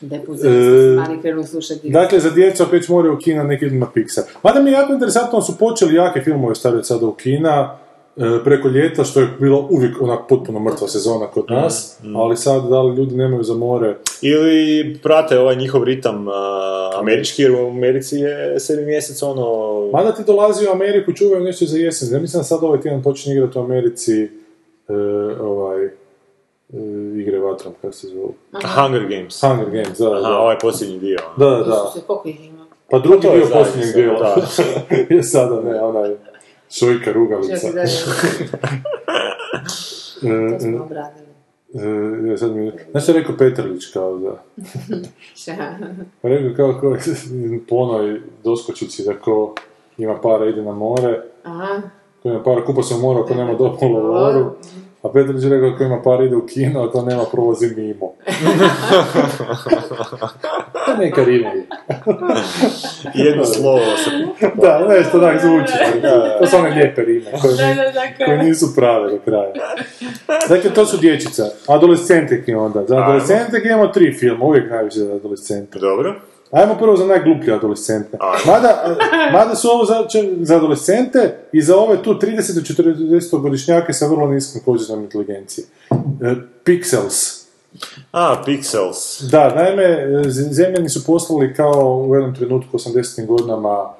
[SPEAKER 8] Da je puzeli se
[SPEAKER 7] E,
[SPEAKER 8] mali krenu slušati.
[SPEAKER 7] Dakle, za djecu opet moraju u kina, neki idu na Pixar. Mada mi je jako interesantno, su počeli jake filmove stavljati sada u kina, e, preko ljeta, što je bilo uvijek onak potpuno mrtva sezona kod
[SPEAKER 6] Mm,
[SPEAKER 7] nas, ali sad da li ljudi nemaju za more,
[SPEAKER 6] Ili prate ovaj njihov ritam a, američki, jer u Americi je sedmi mjesec ono...
[SPEAKER 7] Mada ti dolazi u Ameriku, čuvaju nešto za jesen. Ja mislim da sad ovaj tjedan počinje igrati u Americi e, ovaj, e, igre vatrom, kako se zove.
[SPEAKER 6] Hunger Games.
[SPEAKER 7] Hunger Games, da, da.
[SPEAKER 6] Aha, ovaj posljednji dio.
[SPEAKER 7] da, da, da.
[SPEAKER 8] Isuse, koliko ih ima?
[SPEAKER 7] Pa drugi
[SPEAKER 6] to je
[SPEAKER 7] dio
[SPEAKER 6] zajedno,
[SPEAKER 7] posljednjeg dijela.
[SPEAKER 6] da.
[SPEAKER 7] je sada, ne, onaj šojka
[SPEAKER 8] Čekaj,
[SPEAKER 7] rugalica.
[SPEAKER 8] da, da.
[SPEAKER 7] E,
[SPEAKER 8] To smo obradili.
[SPEAKER 7] e, ja sad mi... Znaš što je rekao Petrlić kao da...
[SPEAKER 8] Šta?
[SPEAKER 7] Pa Rekao kao kao po onoj doskočici da ko ima para ide na more,
[SPEAKER 8] Aha.
[SPEAKER 7] ko ima para kupa se u moru, ako nema dopolu u moru. A Petrović je rekao ko ima para ide u kino, a to nema prolazi mimo. to neka rima je.
[SPEAKER 6] Jedno slovo se...
[SPEAKER 7] Da, nešto tak zvuči. To su one lijepe rime koje,
[SPEAKER 8] Da, da,
[SPEAKER 7] ni-
[SPEAKER 8] da, kao-
[SPEAKER 7] koje nisu prave do kraja. Dakle, to su dječica. Adolescentek je onda. Za adolescentek imamo tri filma, uvijek najviše za adolescente.
[SPEAKER 6] Dobro.
[SPEAKER 7] Ajmo prvo za najgluplje adolescente.
[SPEAKER 6] Ajmo.
[SPEAKER 7] Mada, eh, mada su ovo za, će- za adolescente i za ove tu 30-40 godišnjake sa vrlo niskom kođenom inteligencije. E, Pixels.
[SPEAKER 6] A, Pixels.
[SPEAKER 7] Da, naime, e, z- zemljani su poslali kao u jednom trenutku 80-im godinama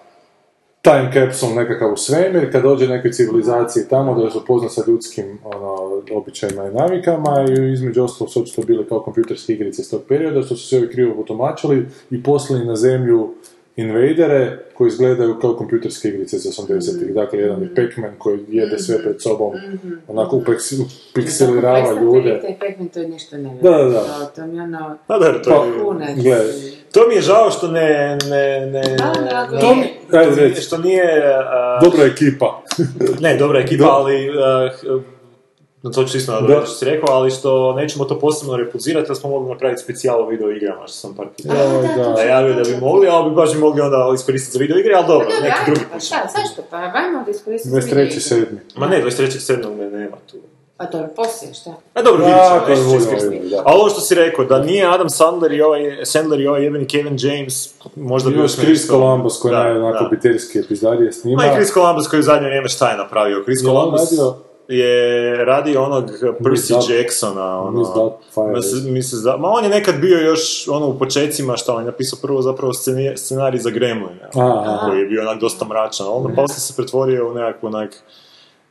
[SPEAKER 7] time capsule nekakav u svemir, kad dođe neke civilizacije tamo da se upozna sa ljudskim ono, običajima i navikama i između ostalog su očito bile kao kompjuterske igrice iz tog perioda, što su se ovi krivo potomačili i poslali na zemlju invadere koji izgledaju kao kompjuterske igrice iz 80-ih. Dakle, jedan je Pac-Man koji jede sve pred sobom, onako upeks- upikselirava ljude.
[SPEAKER 8] Taj pekmen, to je nešto
[SPEAKER 7] Da,
[SPEAKER 8] nevjerojatno.
[SPEAKER 7] da, da.
[SPEAKER 8] To- To mi je ono...
[SPEAKER 6] A da, to je...
[SPEAKER 7] Pa,
[SPEAKER 8] Punac.
[SPEAKER 7] Gle,
[SPEAKER 6] To mi je žao što ne... ne, ne
[SPEAKER 8] Da, da, da.
[SPEAKER 7] to mi, ajde,
[SPEAKER 6] što nije-
[SPEAKER 7] reci.
[SPEAKER 6] što nije... a,
[SPEAKER 7] Dobra ekipa.
[SPEAKER 6] Ne, dobra ekipa,
[SPEAKER 7] Do-
[SPEAKER 6] ali... a, h- na to ću isto
[SPEAKER 7] Da.
[SPEAKER 6] nadodati što si rekao, ali što nećemo to posebno repuzirati, da smo mogli napraviti specijal o video igrama, što sam par puta
[SPEAKER 7] Joj,
[SPEAKER 8] da,
[SPEAKER 7] da.
[SPEAKER 8] to-
[SPEAKER 6] najavio da bi mogli, ali bi baš bi mogli onda iskoristiti za video igre, ali dobro,
[SPEAKER 8] Dobro,
[SPEAKER 6] neki
[SPEAKER 8] ajde,
[SPEAKER 6] drugi
[SPEAKER 8] pa
[SPEAKER 6] put.
[SPEAKER 8] šta, zašto? Pa ajmo da iskoristimo...
[SPEAKER 7] 23. sedmi.
[SPEAKER 6] Ma ne, 23.7. ne, nema tu.
[SPEAKER 8] Pa to je poslije, šta?
[SPEAKER 6] E dobro, vidit ćemo,
[SPEAKER 7] Tako je,
[SPEAKER 6] nešto će
[SPEAKER 7] volio
[SPEAKER 6] iskoristiti.
[SPEAKER 7] bi, da.
[SPEAKER 6] Ali ovo što si rekao, da nije Adam Sandler i ovaj, Sandler i ovaj jebeni Kevin James, možda bi
[SPEAKER 7] Još
[SPEAKER 6] uspjeli
[SPEAKER 7] Chris
[SPEAKER 6] to.
[SPEAKER 7] Columbus koji
[SPEAKER 6] Da,
[SPEAKER 7] je onako
[SPEAKER 6] da.
[SPEAKER 7] obiteljski epizdarije snima.
[SPEAKER 6] Ma i Chris Columbus koji u zadnje vrijeme šta je napravio? Chris
[SPEAKER 7] Je on
[SPEAKER 6] Columbus
[SPEAKER 7] radio-
[SPEAKER 6] je radio onog Percy
[SPEAKER 7] Dub-
[SPEAKER 6] Jacksona. Ono,
[SPEAKER 7] Miss Doubtfire.
[SPEAKER 6] Mas- Mrs. Dub- ma on je nekad bio još ono u počecima što on je napisao prvo zapravo sceni- scenarij za Gremlin.
[SPEAKER 7] Aha.
[SPEAKER 6] Koji je bio onak dosta mračan. a Onda poslije se pretvorio u nekakvu onak...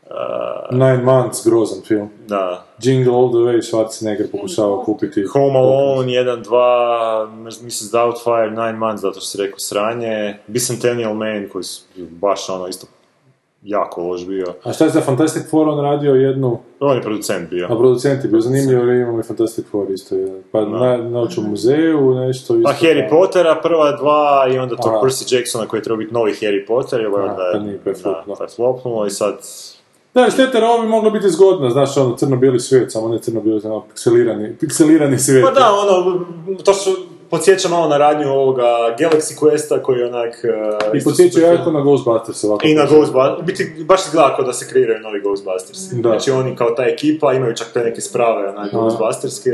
[SPEAKER 6] a,
[SPEAKER 7] Nine Months, grozan film.
[SPEAKER 6] da,
[SPEAKER 7] Jingle All the Way, Schwarzenegger pokušava kupiti.
[SPEAKER 6] Home Alone, 1, 2, Mrs. Doubtfire, Nine Months, zato što si rekao sranje, Bicentennial Man, koji su baš ono isto jako loš bio.
[SPEAKER 7] A šta je za Fantastic Four on radio jednu,
[SPEAKER 6] On je producent bio.
[SPEAKER 7] a producent je bio zanimljiv, jer imamo i Fantastic Four isto jedan. Pa na, noć u muzeju, nešto isto.
[SPEAKER 6] Pa Harry
[SPEAKER 7] kao-
[SPEAKER 6] Pottera, prva dva, i onda to
[SPEAKER 7] Aha.
[SPEAKER 6] Percy Jacksona koji je trebao biti novi Harry Potter, i ovaj
[SPEAKER 7] Aha,
[SPEAKER 6] onda
[SPEAKER 7] pa nije, pa je flopnulo.
[SPEAKER 6] da, pa je flopnulo i sad...
[SPEAKER 7] Da, šteta jer ovo bi moglo biti zgodno, znaš, ono crno-bijeli svijet, samo ne crno-bijeli, samo pikselirani, pikselirani svijet.
[SPEAKER 6] Pa da, ono, to su podsjeća malo na radnju ovoga Galaxy Questa koji je onak... eh,
[SPEAKER 7] I
[SPEAKER 6] isto
[SPEAKER 7] podsjeća
[SPEAKER 6] super film.
[SPEAKER 7] jako na Ghostbusters ovako.
[SPEAKER 6] I na Ghostbusters, u biti baš izgleda kao da se kreiraju novi Ghostbusters.
[SPEAKER 7] Da.
[SPEAKER 6] Znači oni kao ta ekipa imaju čak te neke sprave na Ghostbusterske.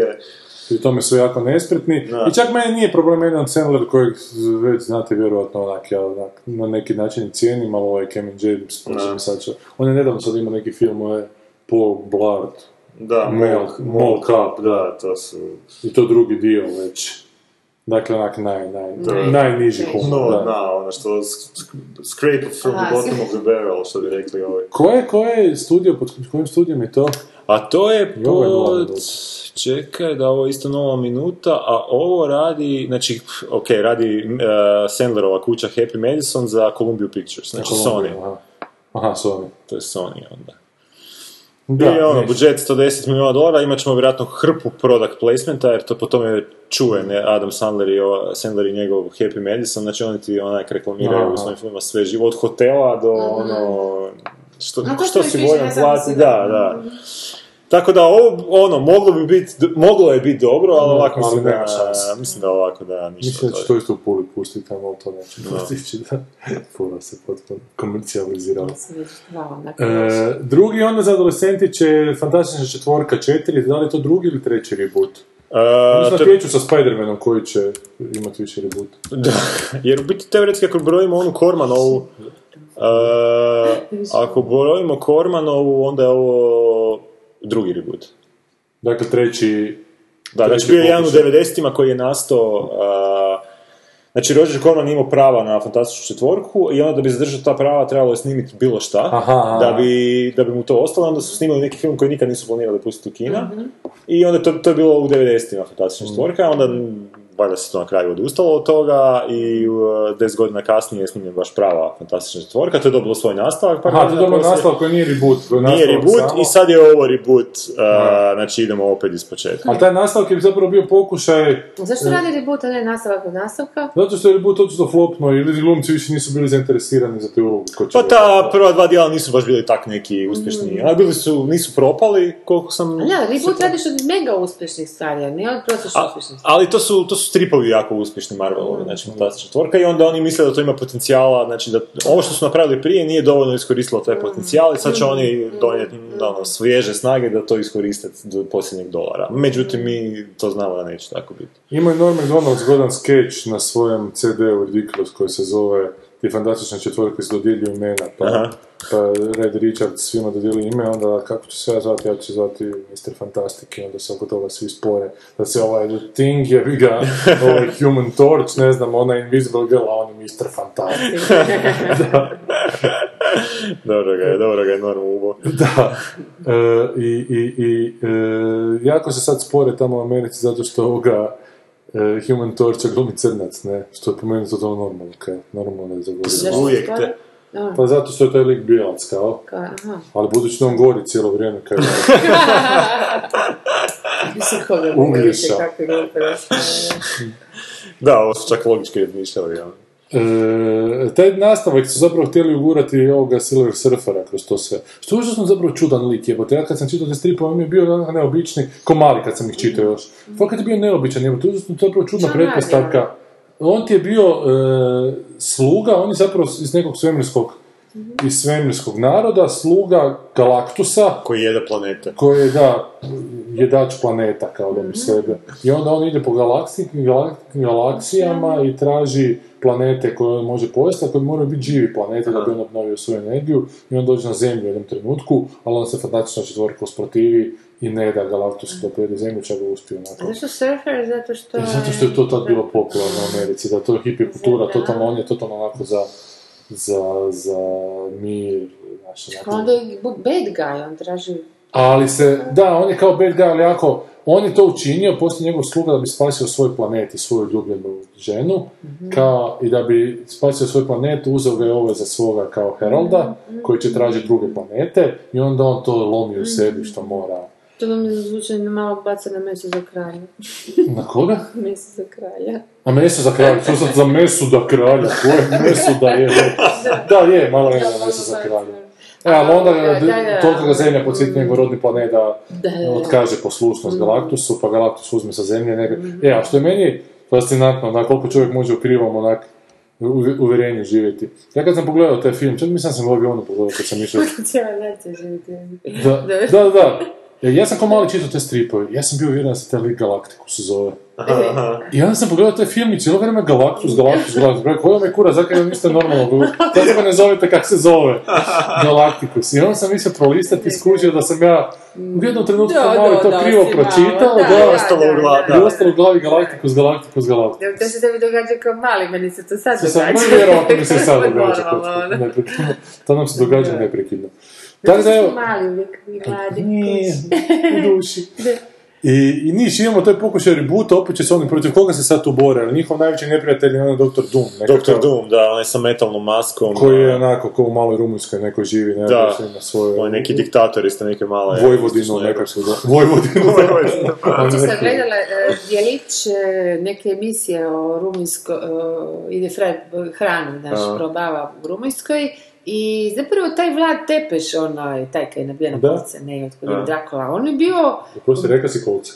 [SPEAKER 7] i u tome su jako nespretni.
[SPEAKER 6] Da.
[SPEAKER 7] I čak meni nije problem jedan Sandler kojeg već znate vjerojatno onak, ja onak, na neki način i cijenim, ali ovaj Kevin James,
[SPEAKER 6] Da.
[SPEAKER 7] posebno sad će. On je nedavno sad imao neki film, ovaj Paul Blart,
[SPEAKER 6] Da,
[SPEAKER 7] Mall, Mall Cop, da.
[SPEAKER 6] Da, to su...
[SPEAKER 7] I to drugi dio već. Dakle, onak naj, naj, najniži humor,
[SPEAKER 6] No,
[SPEAKER 7] da.
[SPEAKER 6] na, ono što... sk- sk- Scrape from the
[SPEAKER 8] Aha,
[SPEAKER 6] bottom of the barrel, što bi rekli ovi.
[SPEAKER 7] Ko je, ko je studio, pod kojim studijom je to?
[SPEAKER 6] A to je
[SPEAKER 7] I ovo je nova
[SPEAKER 6] pod...
[SPEAKER 7] minuta.
[SPEAKER 6] Čekaj, da ovo je isto nova minuta, a ovo radi, znači, ok, radi uh, Sandlerova kuća Happy Madison za Columbia Pictures, znači Sony,
[SPEAKER 7] Aha, Aha Sony.
[SPEAKER 6] to je Sony onda.
[SPEAKER 7] Da,
[SPEAKER 6] I ono,
[SPEAKER 7] ne.
[SPEAKER 6] budžet 110 milijuna dolara, imat ćemo vjerojatno hrpu product placementa, jer to po tome je čuven je Adam Sandler i, ova- Sandler i njegov Happy Madison, znači oni ti onak reklamiraju
[SPEAKER 7] Aha.
[SPEAKER 6] u svojim filmima sve živo, od hotela do ono, što,
[SPEAKER 8] A to
[SPEAKER 6] što
[SPEAKER 8] što
[SPEAKER 6] si
[SPEAKER 8] više
[SPEAKER 6] voljan
[SPEAKER 8] ne znam
[SPEAKER 6] platiti,
[SPEAKER 8] si-
[SPEAKER 6] da, da. Tako da ovo, ono, moglo bi biti, moglo je biti dobro, ali
[SPEAKER 7] No,
[SPEAKER 6] ovako
[SPEAKER 7] Ono, ali
[SPEAKER 6] mislim
[SPEAKER 7] nema
[SPEAKER 6] da,
[SPEAKER 7] šanse.
[SPEAKER 6] mislim da ovako da ništa
[SPEAKER 7] Mislim da
[SPEAKER 6] od
[SPEAKER 7] će
[SPEAKER 6] toga.
[SPEAKER 7] to isto u Puli pustiti, tamo, ali to neće postići, da. Pula se potpuno komercijalizirala.
[SPEAKER 8] Sam već znala, onako.
[SPEAKER 7] E, drugi onda za adolescenti će Fantastična četvorka 4, da li je to drugi ili treći reboot?
[SPEAKER 6] E,
[SPEAKER 7] Mislim
[SPEAKER 6] to
[SPEAKER 7] na
[SPEAKER 6] je-
[SPEAKER 7] pjeću sa Spider-Manom koji će imati više reboot.
[SPEAKER 6] Da, jer u biti teoretski ako brojimo onu Kormanovu, e, ako brojimo Kormanovu, onda je ovo drugi reboot.
[SPEAKER 7] Dakle, treći...
[SPEAKER 6] Da,
[SPEAKER 7] Treći
[SPEAKER 6] znači bio je jedan u
[SPEAKER 7] pokušaj.
[SPEAKER 6] 90-ima koji je nastao, e, znači Roger Corman imao prava na fantastičnu četvorku i onda da bi zadržao ta prava trebalo je snimiti bilo šta,
[SPEAKER 7] Aha.
[SPEAKER 6] da, bi, da bi mu to ostalo, onda su snimali neki film koji
[SPEAKER 7] Mhm.
[SPEAKER 6] nikad nisu planirali pustiti u kina i onda to, to je bilo u 90-ima fantastična četvorka, onda valjda se to na kraju odustalo od toga i uh, 10 godina kasnije je snimljen baš prava fantastična četvorka, to je dobilo svoj nastavak. pa par
[SPEAKER 7] Aha, to je
[SPEAKER 6] godina
[SPEAKER 7] dobar
[SPEAKER 6] poslije.
[SPEAKER 7] nastavak koji nije reboot. koji je
[SPEAKER 6] Nije
[SPEAKER 7] nastavak
[SPEAKER 6] reboot
[SPEAKER 7] samo-
[SPEAKER 6] i sad je ovo reboot, uh, znači idemo opet ispočetka.
[SPEAKER 7] A taj nastavak je zapravo bio pokušaj,
[SPEAKER 8] Zašto radi reboot, a ne nastavak od nastavka?
[SPEAKER 7] zato što je reboot očito flopno ili glumci više nisu bili zainteresirani za tu ulogu. ko će
[SPEAKER 6] Pa ta
[SPEAKER 7] ovo-
[SPEAKER 6] prva dva dijela nisu baš bili tak neki uspješni, ali bili su, nisu propali koliko sam...
[SPEAKER 8] Ne, reboot
[SPEAKER 6] se-
[SPEAKER 8] radiš od mega uspješnih stvari, a ne od prosječno
[SPEAKER 6] A-
[SPEAKER 8] uspješnih stvari.
[SPEAKER 6] ali to su, to su stripovi jako uspješni Marvelovi, znači fantastična četvorka i onda oni misle da to ima potencijala, znači da ovo što su napravili prije nije dovoljno iskoristilo taj potencijal i sad će oni donijeti ono, svježe snage da to iskoriste do posljednjeg dolara. Međutim, mi to znamo da neće tako biti.
[SPEAKER 7] Ima i Norm MacDonald zgodan skeč na svojem CD-u Ridiculous koji se zove ti fantastične četvorke se dodjeljuju imena, pa,
[SPEAKER 6] Aha.
[SPEAKER 7] pa Red Richard svima dodijeli ime, onda kako ću se ja zvati, ja ću se zvati Mr. Fantastic i onda se oko toga svi spore. Da se ovaj The Thing je ga, ovaj Human Torch, ne znam, ona Invisible Girl, a on je Mr. Fantastic.
[SPEAKER 6] Dobro ga je, dobro ga je normalno ubo.
[SPEAKER 7] da. E, I i, i e, jako se sad spore tamo u Americi zato što ovoga e, Human Torch glumi crnac, ne? Što je po meni to normalno, kaj, normalno je za
[SPEAKER 8] Zašto
[SPEAKER 7] godinu.
[SPEAKER 8] se
[SPEAKER 6] Uvijek
[SPEAKER 8] spore?
[SPEAKER 6] te-
[SPEAKER 8] A,
[SPEAKER 7] Pa zato što je taj lik bijelac, kao.
[SPEAKER 8] kao, aha.
[SPEAKER 7] Ali budući da on gori cijelo vrijeme, kaj,
[SPEAKER 8] Mislim, koga
[SPEAKER 7] Uglješa.
[SPEAKER 8] vidite, kakve glupe rasprave.
[SPEAKER 6] Da, ovo su čak logički razmišljali, ja.
[SPEAKER 7] E, taj nastavak su zapravo htjeli ugurati ovoga Silver Surfera kroz to sve. Što je užasno zapravo čudan lik jebote. Ja kad sam čitao te stripove, on mi je bio onako neobični, ko mali kad sam ih čitao još. Fakat je bio neobičan jebote, užasno zapravo čudna
[SPEAKER 8] Šta
[SPEAKER 7] pretpostavka. On ti je bio e, sluga, on je zapravo iz nekog svemirskog, iz svemirskog naroda, sluga Galaktusa,
[SPEAKER 6] Koji jede planete.
[SPEAKER 7] koji je, da, jedač planeta, kao da bi sebe. I onda on ide po galaksi, galak- galaksijama i traži planete koje on može pojesti, a koji moraju biti živi planete da bi on obnovio svoju energiju. I on dođe na Zemlju u jednom trenutku, ali on se fantastično četvorka usprotivi i ne da Galaktus da pojede Zemlju, čak ga uspiju na to.
[SPEAKER 8] Zašto surfer? е- Zato što...
[SPEAKER 7] Zato što je to tad bilo popularno u Americi, da to je hippie kultura, totalno, on je totalno onako za, za, za mir, znaš,
[SPEAKER 8] Pa
[SPEAKER 7] onako-
[SPEAKER 8] Onda je bu- е- bad guy, on traži...
[SPEAKER 7] ali se, da, on je kao bad guy, ali jako, on je to učinio poslije njegov sluga da bi spasio svoj planet i svoju ljubljenu ženu,
[SPEAKER 8] Mhm.
[SPEAKER 7] kao i da bi spasio svoj planet, uzeo ga je ovo za svoga kao Herolda,
[SPEAKER 8] Mhm.
[SPEAKER 7] koji će tražiti druge planete, i onda on to lomi u sebi
[SPEAKER 8] Mhm.
[SPEAKER 7] što mora.
[SPEAKER 8] To vam je zvuče malo baca na meso za kralja.
[SPEAKER 7] Na koga?
[SPEAKER 8] Meso za kralja.
[SPEAKER 7] A meso za kralja, to sad za meso da kralja, koje meso da je, da je, malo je za meso za kralja. E, ali onda ga-
[SPEAKER 8] Da, da.
[SPEAKER 7] toliko ga zemlja podsjeti njegov rodni planet da
[SPEAKER 8] Da, da, Mm. da.
[SPEAKER 7] otkaže Ono, poslušnost Galaktusu, pa Galaktus uzme sa zemlje neke.
[SPEAKER 8] Mm.
[SPEAKER 7] E, a što je meni fascinantno, na koliko čovjek može u krivom onak uve- uvjerenju živjeti. Ja kad sam pogledao taj film, čak nisam sam ovdje ono pogledao kad sam išao.
[SPEAKER 8] Cijela nacija živi tim.
[SPEAKER 7] Da, da, da. da. E, Ja sam kao mali čitao te stripove, ja sam bio uvjeren da se taj lik Galaktikus zove. I onda sam pogledao taj film i cijelo vrijeme Galaktus, Galaktus, Galaktus. Broj, koja me kura, zakaj vam niste normalno govorili? Zato ga ne zovete kak se zove. Galaktikus. I onda sam mislio prolistati i skužio da sam ja u jednom trenutku
[SPEAKER 8] Da,
[SPEAKER 7] kao mali
[SPEAKER 8] da,
[SPEAKER 7] to
[SPEAKER 8] da,
[SPEAKER 7] krivo
[SPEAKER 8] si malo.
[SPEAKER 7] pročitao.
[SPEAKER 8] Da,
[SPEAKER 7] Da,
[SPEAKER 8] da,
[SPEAKER 7] ostalo
[SPEAKER 8] da,
[SPEAKER 7] u glavi.
[SPEAKER 8] da, da.
[SPEAKER 7] I ostalo u glavi Galaktikus, Galaktikus, Galaktikus.
[SPEAKER 8] Da, to se tebi događa kao mali, meni se to sad
[SPEAKER 7] To sam
[SPEAKER 8] događa.
[SPEAKER 7] najvjerojatno mi se sad
[SPEAKER 8] To je
[SPEAKER 7] događa.
[SPEAKER 8] normalno, da.
[SPEAKER 7] neprekidno. To nam se događa neprekidno.
[SPEAKER 8] Zato
[SPEAKER 7] Tako da
[SPEAKER 8] što
[SPEAKER 7] evo,
[SPEAKER 8] smo mali uvijek, mi
[SPEAKER 7] Е,
[SPEAKER 8] mladi.
[SPEAKER 7] nije,
[SPEAKER 8] kući.
[SPEAKER 7] u duši. I, I niš, imamo taj pokušaj rebuta, opet će se oni, protiv koga se sad tu bore, ali njihov najveći neprijatelj je onaj Dr. Doom. nekakav-
[SPEAKER 6] Dr. Doom, da, onaj sa metalnom maskom.
[SPEAKER 7] Koji je onako ko u maloj Rumunjskoj neko živi, ne
[SPEAKER 6] Da.
[SPEAKER 7] da. na svoje...
[SPEAKER 6] On je neki diktator isto neke male...
[SPEAKER 7] Vojvodinu nekako. da. Vojvodinu.
[SPEAKER 8] Ja sam
[SPEAKER 7] Neki-
[SPEAKER 8] gledala e, djelić e, neke emisije o rumunjsko, e, ide frajer e, hranu, znaš,
[SPEAKER 6] A.
[SPEAKER 8] probava u Rumunjskoj i zapravo taj Vlad Tepeš, onaj, taj kaj je nabijao
[SPEAKER 7] Da.
[SPEAKER 8] na kolce, ne, otkud je
[SPEAKER 6] A.
[SPEAKER 8] Drakula, on je bio
[SPEAKER 7] Prosti, reka si kolce.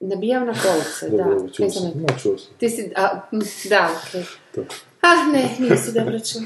[SPEAKER 8] nabijao na kolce, da.
[SPEAKER 7] Dobro,
[SPEAKER 8] Kaj
[SPEAKER 7] čuo
[SPEAKER 8] sam
[SPEAKER 7] sam.
[SPEAKER 8] rekla?
[SPEAKER 7] No, čuo sam.
[SPEAKER 8] Ti si, a, mm, da, okej.
[SPEAKER 7] To.
[SPEAKER 8] Ah, ne, nisi dobro čuo.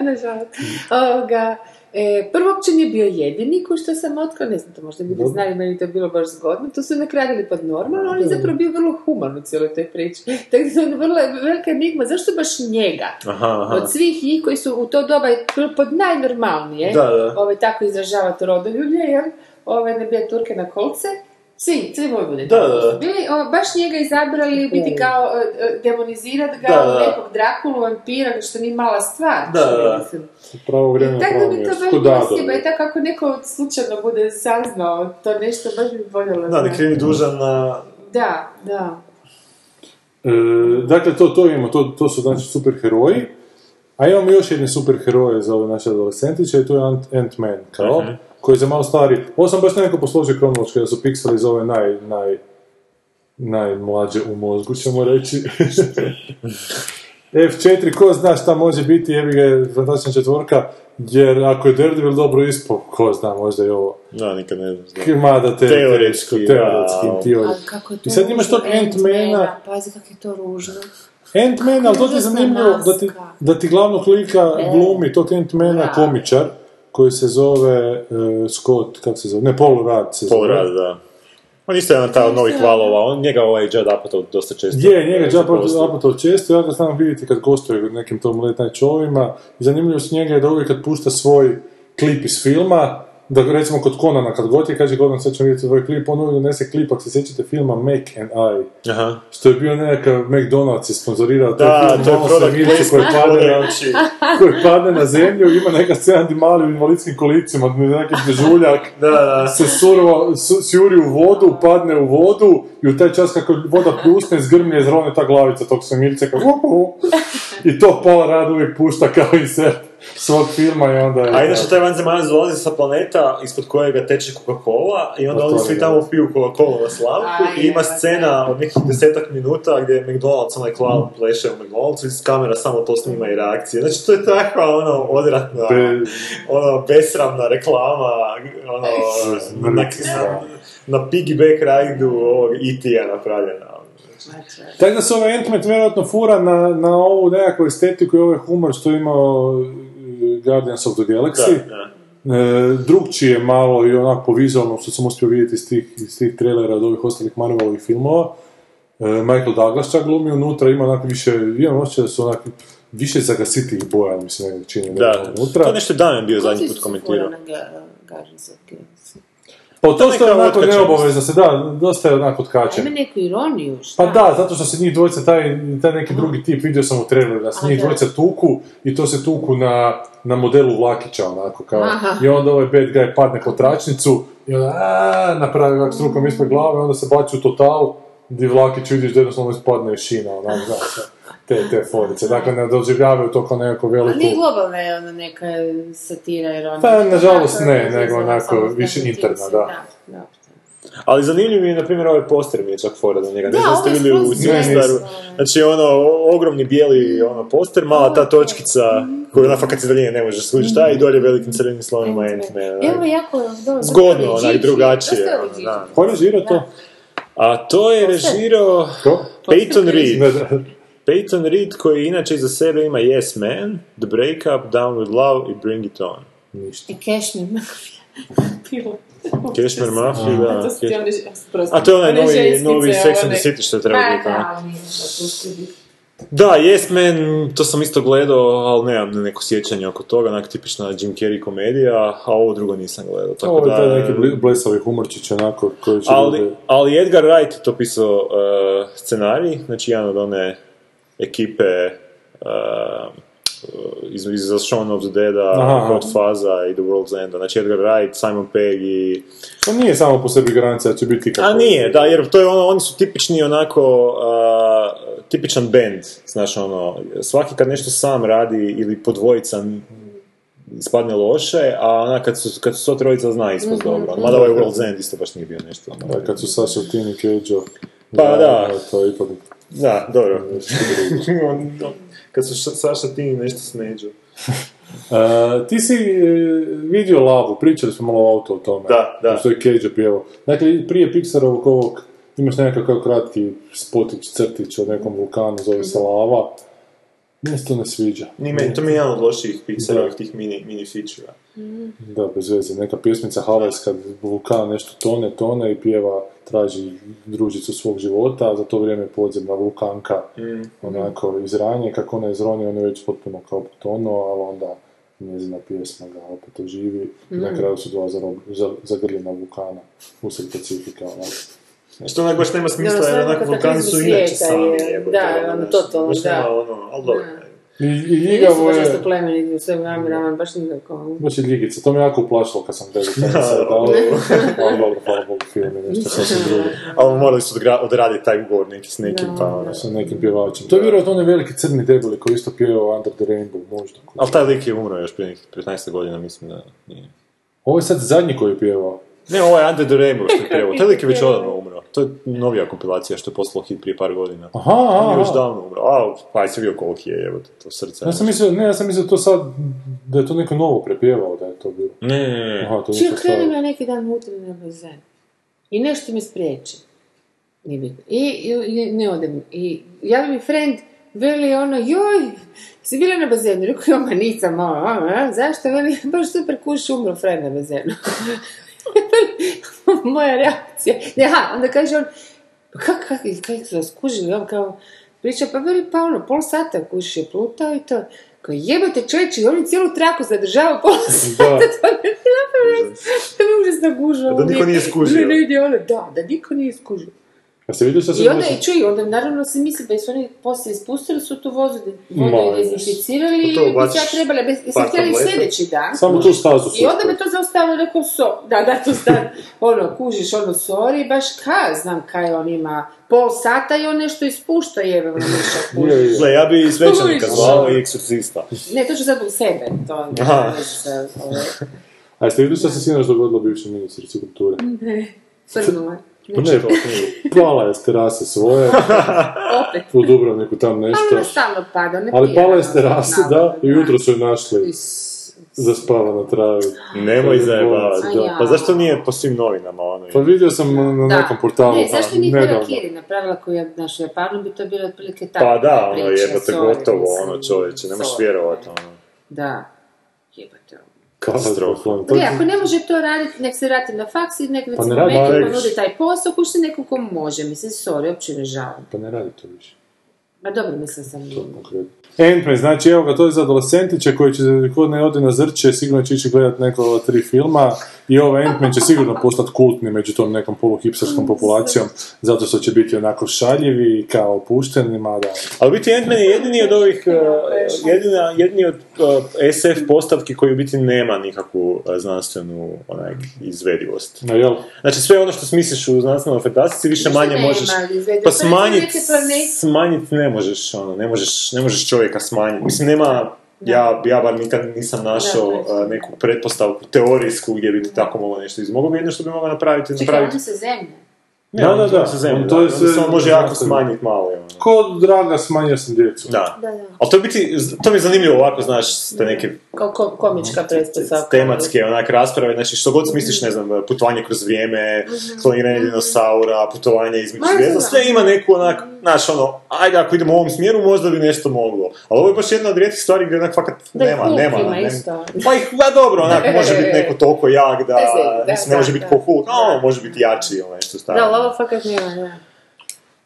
[SPEAKER 8] Nažalost. Ovoga, e, prvo uopće nije bio jedini ko što sam otkrila, ne znam, to možda ljudi
[SPEAKER 7] Dobro.
[SPEAKER 8] znali, meni to je bilo baš zgodno. Tu su nakradili pod normalno, ali on je zapravo bio vrlo human u cijeloj toj priči. Tako da sam vrlo velika enigma, zašto baš njega?
[SPEAKER 6] Aha, aha.
[SPEAKER 8] Od svih njih koji su u to doba bili pod najnormalnije,
[SPEAKER 6] Da, da.
[SPEAKER 8] ovaj, tako izražavati rodoljublje, jel? Ove ne bije Turke na kolce. Svi, svi vojvode.
[SPEAKER 6] Da, da, da.
[SPEAKER 8] Bili, o, baš njega izabrali biti
[SPEAKER 7] Mm.
[SPEAKER 8] kao, e, e, demonizirati ga,
[SPEAKER 6] Da,
[SPEAKER 8] ono,
[SPEAKER 6] da, da.
[SPEAKER 8] nekog Drakulu, vampira, što nije mala stvar.
[SPEAKER 6] Da, da, da.
[SPEAKER 8] Mislim.
[SPEAKER 7] Pravo vrijeme,
[SPEAKER 8] Tako da
[SPEAKER 7] pravo
[SPEAKER 8] bi to
[SPEAKER 7] mjesto.
[SPEAKER 8] baš
[SPEAKER 7] Ko
[SPEAKER 8] bilo
[SPEAKER 7] Dadov.
[SPEAKER 8] sjeba i tako ako neko slučajno bude saznao to nešto, baš bi voljela
[SPEAKER 6] Da, ne
[SPEAKER 8] znati.
[SPEAKER 6] krivi dužan na...
[SPEAKER 8] Da, da.
[SPEAKER 7] E, dakle, to, to imamo, to, to su znači superheroji. A imamo još jedne superheroje za ove naše adolescentiće i to je Ant- Ant-Man, kao,
[SPEAKER 6] Mhm.
[SPEAKER 7] koji je za malo stari. Ovo sam baš nekako posložio kronološki, da su pikseli za ove naj, naj, najmlađe u mozgu, ćemo reći. F4, ko zna šta može biti, jebi ga je fantastična četvorka, jer ako je Daredevil dobro ispao, ko zna, možda i ovo.
[SPEAKER 6] Da, nikad ne znam.
[SPEAKER 7] K- Mada te,
[SPEAKER 6] Teoretski, da.
[SPEAKER 7] teoretski, teori.
[SPEAKER 8] Ali kako je to
[SPEAKER 7] I sad imaš
[SPEAKER 8] ružno,
[SPEAKER 7] tog Ant-Mana,
[SPEAKER 8] Pazi kako je to ružno.
[SPEAKER 7] Ant-Man, ali to ti je zanimljivo da ti, da ti glavnog lika glumi tog Ant-Mana komičar koji se zove eh, Scott, kako se zove, ne, Paul Rudd se zove.
[SPEAKER 6] Pol rad, da. On isto je jedan taj od novih valova, on njega ovaj Judd Apatow dosta često...
[SPEAKER 7] Je, njega Judd
[SPEAKER 6] zaposlio.
[SPEAKER 7] Apatow Apatow često, ja ga znam vidjeti kad gostuje u nekim tom Late Night showima. I zanimljivo s njega je da uvijek kad pušta svoj klip iz filma, da ga, recimo kod Konana kad god je, kaže Conan sad ćemo vidjeti tvoj klip, on uvijek donese klip, ako se sjećate filma Make and I,
[SPEAKER 6] Aha.
[SPEAKER 7] što je bio nekakav McDonald's je sponzorirao taj
[SPEAKER 6] Da,
[SPEAKER 7] film,
[SPEAKER 6] to je
[SPEAKER 7] malo
[SPEAKER 6] product
[SPEAKER 7] slamirice koje
[SPEAKER 6] placement,
[SPEAKER 7] pade na-
[SPEAKER 6] znači,
[SPEAKER 7] koji padne na zemlju, ima neka scena di mali u invalidskim kolicima, neki dežuljak
[SPEAKER 6] Da, da.
[SPEAKER 7] se surva, su- sjuri u vodu, padne u vodu i u taj čas kako voda pljusne, zgrmlje i zrone ta glavica tog samirca kao uh, uh. i to pola rad uvijek pušta kao i se svog filma i onda je...
[SPEAKER 6] A inače taj vanzemaljac dolazi sa planeta ispod kojega teče Coca-Cola i onda
[SPEAKER 7] Pa to
[SPEAKER 6] oni
[SPEAKER 7] je,
[SPEAKER 6] svi
[SPEAKER 7] da.
[SPEAKER 6] tamo piju Coca-Cola na slavku
[SPEAKER 8] Aj,
[SPEAKER 6] i ima
[SPEAKER 8] evo,
[SPEAKER 6] scena od nekih desetak minuta gdje je McDonald's onaj clown pleše u McDonald'su i kamera samo to snima i reakcije. Znači to je takva ono odratna,
[SPEAKER 7] Be-
[SPEAKER 6] ono besramna reklama, ono na, na, na piggyback rajdu ovog E.T.-a napravljena.
[SPEAKER 7] Tako da se ovaj Ant-Man vjerojatno fura na, na ovu nekakvu estetiku i ovaj humor što je imao e, Guardians of the
[SPEAKER 6] Da,
[SPEAKER 7] Galaxy.
[SPEAKER 6] da.
[SPEAKER 7] E, drugčije malo i onako vizualno što sam uspio vidjeti iz tih, iz tih trailera od ovih ostalih Marvelovih filmova. E, Michael Douglas čak glumi unutra, ima onako više, imam osjećaj da su onako više zagasitih boja, mi se ne čini da,
[SPEAKER 6] Da,
[SPEAKER 7] je
[SPEAKER 6] to je
[SPEAKER 7] unutra.
[SPEAKER 6] nešto Damjan bio zadnji put komentirao.
[SPEAKER 7] Pa to
[SPEAKER 6] neka
[SPEAKER 7] što je onako
[SPEAKER 6] otkačenost.
[SPEAKER 7] neobavezno se, da, dosta je onako
[SPEAKER 8] Ima
[SPEAKER 7] otkačen.
[SPEAKER 8] neku ironiju, šta?
[SPEAKER 7] Pa da, zato što se njih dvojica, taj, taj neki drugi tip, vidio sam u traileru, da se
[SPEAKER 8] A,
[SPEAKER 7] njih
[SPEAKER 8] da.
[SPEAKER 7] dvojica tuku i to se tuku na, na modelu vlakića, onako, kao.
[SPEAKER 8] Aha.
[SPEAKER 7] I onda ovaj bad guy padne pod tračnicu i onda "Aaaa", napravi ovak s rukom ispred glave, onda se baci u total, gdi vlakić vidiš da jednostavno ispadne iz šina, onak, znaš, te, te forice. Dakle, ne doživljavaju to kao nekako
[SPEAKER 8] Ali
[SPEAKER 7] veliku...
[SPEAKER 8] nije globalna je ona neka satira ironija.
[SPEAKER 7] Pa, nažalost, ne,
[SPEAKER 8] Tako je,
[SPEAKER 7] nego
[SPEAKER 8] samo
[SPEAKER 7] onako
[SPEAKER 8] samo
[SPEAKER 7] više
[SPEAKER 8] znači,
[SPEAKER 7] interna,
[SPEAKER 8] ti si,
[SPEAKER 7] da.
[SPEAKER 8] da.
[SPEAKER 6] Ali zanimljiv mi je, na primjer, ovaj poster mi je čak fora za njega. Ne
[SPEAKER 8] Da,
[SPEAKER 6] znam, ste
[SPEAKER 8] ovo je
[SPEAKER 6] bili u
[SPEAKER 8] skroz
[SPEAKER 6] Sinistaru.
[SPEAKER 8] nice.
[SPEAKER 6] Znači, ono, o- ogromni bijeli ono, poster, mala ta točkica koju onako kad se daljine ne možeš skužiti šta je, i dolje velikim crvenim slovima Ant-Man. onak.
[SPEAKER 8] Evo, jako je dobro.
[SPEAKER 6] Zgodno, onaj, drugačije.
[SPEAKER 8] Dosta je
[SPEAKER 6] ono, da.
[SPEAKER 7] Ko je režirao to?
[SPEAKER 6] A to je režirao
[SPEAKER 7] Ko?
[SPEAKER 6] Peyton
[SPEAKER 7] Ne,
[SPEAKER 6] Reed.
[SPEAKER 7] da.
[SPEAKER 6] Peyton Reed koji inače iza sebe ima Yes Man, The Breakup, Down With Love i Bring It On.
[SPEAKER 8] I Cashmere Mafia. Bilo.
[SPEAKER 6] Cashmere Mafia, da.
[SPEAKER 8] To su ti one ž- oprosti,
[SPEAKER 6] A to je onaj
[SPEAKER 8] one
[SPEAKER 6] novi,
[SPEAKER 8] ženskice,
[SPEAKER 6] novi Sex and
[SPEAKER 8] one-
[SPEAKER 6] the City što je
[SPEAKER 8] Pa
[SPEAKER 6] trebao biti. ono.
[SPEAKER 8] da, ali nisam to uspjeli.
[SPEAKER 6] Da, Yes Man, to sam isto gledao, ali nemam neko sjećanje oko toga, onak tipična Jim Carrey komedija, a ovo drugo nisam gledao, tako
[SPEAKER 7] Ovo je
[SPEAKER 6] da...
[SPEAKER 7] taj neki bli- blesavi humorčić, onako, koji će...
[SPEAKER 6] ali,
[SPEAKER 7] ljudi-
[SPEAKER 6] ali Edgar Wright je to pisao uh, scenarij, znači jedan od one ekipe uh, iz, iz za Shaun of the Dead-a,
[SPEAKER 7] Aha.
[SPEAKER 6] Hot Faza i The World's Enda, znači Edgar Wright, Simon Pegg i...
[SPEAKER 7] To Pa nije samo po sebi garancija da će biti kako...
[SPEAKER 6] A nije, da, jer to je ono, oni su tipični onako, uh, tipičan band, znaš ono, svaki kad nešto sam radi ili po dvojica ispadne loše, a ona kad su, kad su sva trojica zna ispod
[SPEAKER 8] Mhm,
[SPEAKER 6] dobro, mada ovaj World's End isto baš nije bio nešto. ono.
[SPEAKER 7] Da, kad su Sasha Tin i Cage-o...
[SPEAKER 6] Pa da.
[SPEAKER 7] To je ipak...
[SPEAKER 6] Da, dobro. On- on- kad su Ša- Saša ti nešto smeđu.
[SPEAKER 7] E, ti si e, vidio Lavu, pričali smo malo auto o tome.
[SPEAKER 6] Da, da.
[SPEAKER 7] Što je Cage pjevao. Dakle, prije Pixarovog ovog, imaš nekakav kao kratki spotić, crtić o nekom vulkanu, zove se Lava. Meni se to ne sviđa.
[SPEAKER 6] Ni meni, to mi je jedan od lošijih Pixarovih
[SPEAKER 7] Da.
[SPEAKER 6] tih mini, mini feature
[SPEAKER 7] Da, bez veze. Neka pjesmica havajska, vulkan nešto tone, tone i pjeva, traži družicu svog života, a za to vrijeme podzemna vulkanka Mm. onako izranje, kako ona izroni, on je već potpuno kao potonuo, ali onda njezina pjesma ga opet oživi i na kraju su dva zarob, za, zagrljena vulkana usred Pacifika, ono. onako.
[SPEAKER 6] Što onak baš nema smisla,
[SPEAKER 8] Da,
[SPEAKER 6] jer
[SPEAKER 8] stvarno
[SPEAKER 6] onak
[SPEAKER 8] kad
[SPEAKER 6] vulkani
[SPEAKER 8] tako
[SPEAKER 6] su
[SPEAKER 8] izgleda
[SPEAKER 6] inače
[SPEAKER 8] svijeta
[SPEAKER 6] sami
[SPEAKER 8] je,
[SPEAKER 6] jebote,
[SPEAKER 8] da,
[SPEAKER 6] ono,
[SPEAKER 8] ono,
[SPEAKER 6] znaš,
[SPEAKER 8] totalno,
[SPEAKER 6] baš nema
[SPEAKER 8] da.
[SPEAKER 6] ono, ali dobro.
[SPEAKER 8] Da.
[SPEAKER 7] I, i
[SPEAKER 8] Nisu
[SPEAKER 7] ljigavo
[SPEAKER 8] baš
[SPEAKER 7] je...
[SPEAKER 8] isto plemeni u svojim namjerama, baš nikako. ono.
[SPEAKER 7] Znači ljigica, to me jako uplašilo kad sam gledao taj sad, ali, ali dobro, hvala Bogu, film je nešto sasvim drugo.
[SPEAKER 6] Mhm. Ali morali su odgra- odraditi taj ugovor neki s nekim, pa ono.
[SPEAKER 7] Sa nekim pjevačem. To je vjerojatno onaj veliki crni debeli koji isto pjevao Under the Rainbow, možda.
[SPEAKER 6] Ali taj lik je umro još prije nekih 15 godina, mislim da nije.
[SPEAKER 7] Ovo je sad zadnji koji je pjevao.
[SPEAKER 6] Ne, ovo je Under the Rainbow što je pjevao. Taj lik je već odavno umro. To je novija kompilacija što je poslao hit prije par godina.
[SPEAKER 7] Aha, aha,
[SPEAKER 6] On je već
[SPEAKER 7] aha.
[SPEAKER 6] davno umro. A, pa se vidio koliki je, evo, to srce.
[SPEAKER 7] Ja sam mislio, ne, ja sam mislio to sad, da je to neko novo prepjevao, da je to bilo.
[SPEAKER 6] Ne, ne, ne, ne.
[SPEAKER 7] Aha,
[SPEAKER 8] Čio
[SPEAKER 7] to nisam
[SPEAKER 8] krenem
[SPEAKER 7] stavio.
[SPEAKER 8] ja neki dan utrinu na bazen. I nešto me spriječi. Nije bitno. I, i- i ne odem. I javi mi friend, veli ono, joj, si bila na bazenu. Rekao, joj, ma nisam, ono, ono, ono, zašto? Veli, baš super kuš umro friend na bazenu. Moja reakcija. Ne, ha, onda kaže on, "Pa kak, kak, kak su vas kužili, on kao, priča, pa veli, pa ono, pol sata kuš je plutao i to, kao jebate čovječe, i on je cijelu traku zadržava pola sata,
[SPEAKER 7] Da.
[SPEAKER 8] to ne napravim, to mi je užasno gužva.
[SPEAKER 6] Da niko nije skužio.
[SPEAKER 8] Ne, ne, ne, ono, da, da niko nije skužio.
[SPEAKER 7] Ja ste vidjeli što se
[SPEAKER 8] I onda, i čuj, onda naravno se misli da su oni poslije ispustili su tu vozu, vodu
[SPEAKER 7] Ma,
[SPEAKER 8] i dezinficirali i
[SPEAKER 7] Pa
[SPEAKER 6] To
[SPEAKER 8] bi
[SPEAKER 6] ubaciš
[SPEAKER 8] sad trebali, bi
[SPEAKER 6] par
[SPEAKER 8] sam htjeli i
[SPEAKER 6] tableta.
[SPEAKER 8] sljedeći dan.
[SPEAKER 7] Samo tu stazu
[SPEAKER 8] I onda
[SPEAKER 7] sutra.
[SPEAKER 8] me to zaustavilo, rekao so, da, da, to stan, ono, kužiš, ono, sorry, baš ka, znam kaj on ima, pol sata i on nešto ispušta, jebe, ono, ništa, kužiš.
[SPEAKER 7] Je, je.
[SPEAKER 6] Gle, ja bi svećanika
[SPEAKER 8] Uviš.
[SPEAKER 6] zvao i eksorcista.
[SPEAKER 8] Ne, to ću sad u sebe, to ne,
[SPEAKER 6] Aha.
[SPEAKER 8] ne, sa- ovo,
[SPEAKER 7] A jeste vidjeli što se sinoć dogodilo bivšoj ministrici kulture?
[SPEAKER 8] srnula.
[SPEAKER 7] Pa ne, pala je s terase svoje,
[SPEAKER 8] Opet.
[SPEAKER 7] u Dubrovniku tam
[SPEAKER 8] Ali ona
[SPEAKER 7] nešto.
[SPEAKER 8] stalno pada, ne
[SPEAKER 7] Ali
[SPEAKER 8] pije,
[SPEAKER 7] pala je
[SPEAKER 8] ono,
[SPEAKER 7] s terase, da,
[SPEAKER 8] navodno,
[SPEAKER 7] i jutro su je našli
[SPEAKER 8] Is-
[SPEAKER 7] zaspava na travi.
[SPEAKER 6] Nemoj zajebavati.
[SPEAKER 8] A ja.
[SPEAKER 6] Pa zašto nije po svim novinama, ono?
[SPEAKER 7] Pa vidio sam na na
[SPEAKER 8] Da.
[SPEAKER 7] nekom portalu pa
[SPEAKER 6] pa
[SPEAKER 8] Ne, zašto nije
[SPEAKER 7] nedavno.
[SPEAKER 8] Kiri napravila koju je naš u Japanu, bi to bilo otprilike tako.
[SPEAKER 6] Pa da, ono, jebate, gotovo, ono, čovječe, ne možeš vjerovati, ono.
[SPEAKER 8] Da, jebate ono.
[SPEAKER 6] Katastrofa.
[SPEAKER 7] Katastrofa.
[SPEAKER 8] Ne, ako ne može to raditi, nek se vrati na faks i nek
[SPEAKER 7] Pa
[SPEAKER 8] recimo
[SPEAKER 7] ne
[SPEAKER 8] pa
[SPEAKER 7] radi,
[SPEAKER 8] nekom
[SPEAKER 7] pa-
[SPEAKER 8] ponudi taj posao, kušte nekom ko može. Mislim, sorry, uopće ne žalim.
[SPEAKER 7] Pa ne radi to više.
[SPEAKER 8] Ma dobro, mislim sam...
[SPEAKER 7] Ant-Man, znači evo ga, to je za adolescentiće koji će, ko ne ode na zrče, sigurno će ići gledat neko ova tri filma i ovaj Ant-Man će sigurno postati kultni među tom nekom poluhipsterskom populacijom, zato što će biti onako šaljivi i kao opušteni, mada...
[SPEAKER 6] Ali u biti Ant-Man je jedini od ovih, eh, jedina, jedini od eh, SF postavki koji u biti nema nikakvu eh, znanstvenu onaj, izvedivost.
[SPEAKER 7] No jel?
[SPEAKER 6] Znači sve ono što smisliš u znanstvenoj fantastici više manje
[SPEAKER 8] nema
[SPEAKER 6] možeš
[SPEAKER 8] izvedivosti.
[SPEAKER 6] pa
[SPEAKER 8] Pa recimo
[SPEAKER 6] smanjiti
[SPEAKER 8] neke planete-
[SPEAKER 6] smanjit ne možeš, ono, ne možeš, ne možeš čovjeka smanjiti. Mislim, nema, ja, ja bar nikad nisam našao
[SPEAKER 8] Da, to je
[SPEAKER 6] eh, neku pretpostavku teorijsku gdje bi ti tako moglo nešto izmoglo bi jedno što bi mogao napraviti,
[SPEAKER 8] Čekaj,
[SPEAKER 6] napraviti.
[SPEAKER 8] oni se zemlje.
[SPEAKER 6] Ne,
[SPEAKER 7] Da, da, da.
[SPEAKER 6] se zemlja,
[SPEAKER 7] On to je
[SPEAKER 6] da, onda se
[SPEAKER 7] sve
[SPEAKER 6] on može jako
[SPEAKER 7] znanstveno.
[SPEAKER 6] smanjiti malo. Ono.
[SPEAKER 7] Ko draga, smanjio sam djecu.
[SPEAKER 6] Da.
[SPEAKER 8] Da, da.
[SPEAKER 6] Ali to je biti, to mi je zanimljivo ovako, znaš, te neke
[SPEAKER 8] Kao ko- komička predstavka.
[SPEAKER 6] tematske onak rasprave, znači što god smisliš, ne znam, putovanje kroz vrijeme, kloniranje dinosaura, putovanje između
[SPEAKER 8] Ma,
[SPEAKER 6] zvijezda,
[SPEAKER 8] da.
[SPEAKER 6] sve ima neku onak, znaš, ono, ajde ako idemo u ovom smjeru, možda bi nešto moglo. Ali ovo je baš jedna od rijetkih stvari gdje onak fakat
[SPEAKER 8] Da, i
[SPEAKER 6] nema,
[SPEAKER 8] Hulk
[SPEAKER 6] nema.
[SPEAKER 8] ima
[SPEAKER 6] nema.
[SPEAKER 8] isto. E,
[SPEAKER 6] Pa ih, da dobro, onak, može biti neko toliko jak da,
[SPEAKER 8] Bez veze,
[SPEAKER 6] mislim, ne
[SPEAKER 8] E, da,
[SPEAKER 6] može
[SPEAKER 8] da,
[SPEAKER 6] biti ko Hulk,
[SPEAKER 8] da.
[SPEAKER 6] a ono može biti jači ili nešto
[SPEAKER 8] Da, ali
[SPEAKER 6] stavljeno.
[SPEAKER 8] ovo fakat ono, nema, da.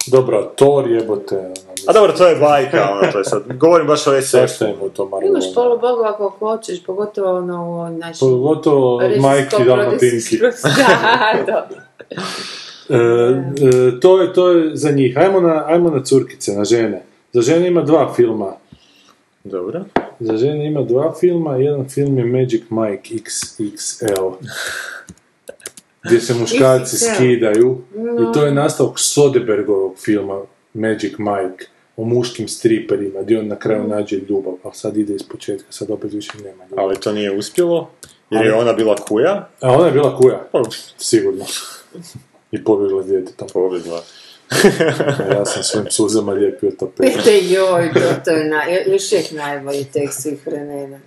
[SPEAKER 7] Dobro, Thor jebote, ono,
[SPEAKER 6] A dobro, to je bajka, ono, to je sad, govorim baš o SF.
[SPEAKER 7] zašto im u to Marvel?
[SPEAKER 8] Imaš polu bogova koliko hoćeš, pogotovo ono u ovom našem...
[SPEAKER 7] Pogotovo majki Dalmatinki.
[SPEAKER 8] Da, dobro.
[SPEAKER 7] E, e, to, je, to je za njih. Ajmo na, ajmo na curkice, na žene. Za žene ima dva filma.
[SPEAKER 6] Dobro.
[SPEAKER 7] Za žene ima dva filma, jedan film je Magic Mike XXL. Gdje se muškarci
[SPEAKER 8] XXL.
[SPEAKER 7] skidaju i to je nastavak Soderbergovog filma Magic Mike o muškim striperima, gdje on na kraju nađe ljubav, ali sad ide iz početka, sad opet više nema ljubav.
[SPEAKER 6] Ali to nije uspjelo, jer je ona bila kuja,
[SPEAKER 7] A ona je bila kuja,
[SPEAKER 6] pa
[SPEAKER 7] sigurno. I pobjegla s djetetom.
[SPEAKER 6] pobjegla.
[SPEAKER 7] A ja sam svojim suzama lijepio tapet.
[SPEAKER 8] Pite joj, to, to je na, još uvijek najbolji tekst svih vremena.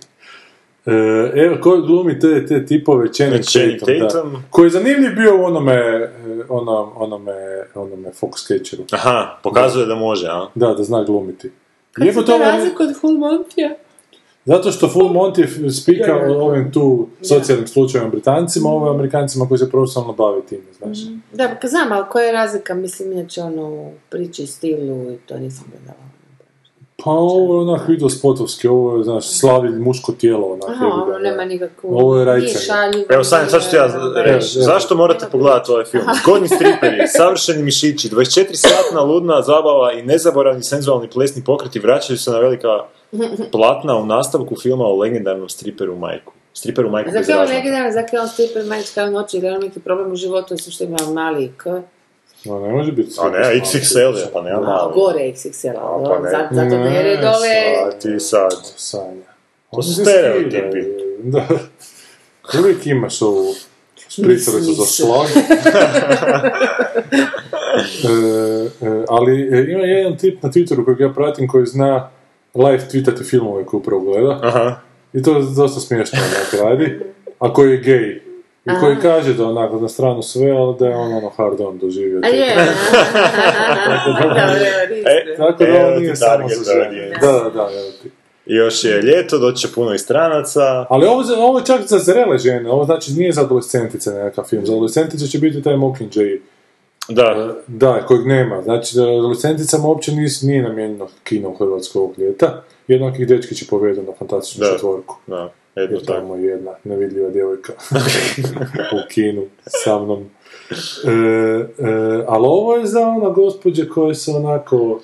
[SPEAKER 7] E, evo, ko glumi te, te tipove Channing
[SPEAKER 6] Channing
[SPEAKER 7] Tatum, da.
[SPEAKER 6] Tatum.
[SPEAKER 7] Koji je zanimljiv bio u onome, e, onom, onome, onome Fox Catcheru.
[SPEAKER 6] Aha, pokazuje da može, a?
[SPEAKER 7] Da, da zna glumiti.
[SPEAKER 8] Kako
[SPEAKER 7] Lijepo
[SPEAKER 8] Pa to
[SPEAKER 7] to
[SPEAKER 8] razliku od Full Montija?
[SPEAKER 7] zato što Full Monty f- spika
[SPEAKER 8] Da, da, da.
[SPEAKER 7] o ovim tu socijalnim slučajevima Britancima, ovo
[SPEAKER 8] Mhm.
[SPEAKER 7] je Amerikancima koji se profesionalno bave time, znaš.
[SPEAKER 8] Da, pa znam, ali koja je razlika, mislim, inače ono, u priči, stilu i to nisam gledala.
[SPEAKER 7] Pa ovo je onak video spotovski, ovo je, znaš, slavi muško tijelo onak.
[SPEAKER 8] Aha,
[SPEAKER 7] jebi ga,
[SPEAKER 8] ono
[SPEAKER 7] ne.
[SPEAKER 8] nema nikakvu...
[SPEAKER 7] Ovo je rajcanje.
[SPEAKER 8] Nije šaljivo,
[SPEAKER 6] Evo Sanja, sad ću ti ja
[SPEAKER 8] nije-
[SPEAKER 6] reći,
[SPEAKER 7] evo.
[SPEAKER 6] zašto morate pogledati ovaj film? Zgodni striperi, savršeni mišići, 24 satna ludna zabava i nezaboravni senzualni plesni pokreti vraćaju se na velika platna u nastavku filma o legendarnom striperu Majku. Striperu Majku bez
[SPEAKER 8] Zato je on neki
[SPEAKER 6] razlaka.
[SPEAKER 8] dan, zato je on striper Majić kao noći, jer je on neki problem u životu, osim što ima mali k,
[SPEAKER 7] Ma Ono ne može biti.
[SPEAKER 6] A ne, XXL je, pa nema
[SPEAKER 8] a
[SPEAKER 6] mali.
[SPEAKER 8] gore XXL, ono,
[SPEAKER 6] A, pa ne.
[SPEAKER 8] zato, zato da je red ove...
[SPEAKER 6] A ti sad.
[SPEAKER 7] Sanja.
[SPEAKER 6] To su
[SPEAKER 7] Oni se
[SPEAKER 6] stereotipi.
[SPEAKER 7] skidaju, Da. Uvijek imaš ovu spricalicu za
[SPEAKER 8] Nisam.
[SPEAKER 7] šlag. E, e, ali e, ima jedan tip na Twitteru kojeg ja pratim koji zna live tweetati filmove koje upravo gleda.
[SPEAKER 6] Aha.
[SPEAKER 7] I to je dosta smiješno onak radi. A koji je gej. I koji kaže da onako na stranu sve, ali da je on ono hard on doživio.
[SPEAKER 8] A
[SPEAKER 7] to.
[SPEAKER 8] je, dobro,
[SPEAKER 6] E,
[SPEAKER 8] nisam.
[SPEAKER 7] Tako da
[SPEAKER 6] Evo
[SPEAKER 7] on
[SPEAKER 6] ti
[SPEAKER 7] nije samo
[SPEAKER 6] target,
[SPEAKER 7] za žene.
[SPEAKER 6] evo ti.
[SPEAKER 7] Da, da, da, evo ti.
[SPEAKER 6] Još je ljeto, doće puno i stranaca.
[SPEAKER 7] Ali ovo, za- ovo je čak za zrele žene, ovo znači nije za adolescentice nekakav film. Za adolescentice će biti taj Mockingjay, e,
[SPEAKER 6] Da.
[SPEAKER 7] da, kojeg nema. Znači, za adolescenticama uopće nis, nije namijenjeno kino u Hrvatskoj ovog ljeta. Jednakih dečki će povedu na fantastičnu
[SPEAKER 6] Da.
[SPEAKER 7] četvorku.
[SPEAKER 6] Da,
[SPEAKER 7] Jer
[SPEAKER 6] jedno tako.
[SPEAKER 7] tamo je jedna nevidljiva djevojka u kinu sa mnom. E, e, ali ovo je za ona gospođe koje se onako...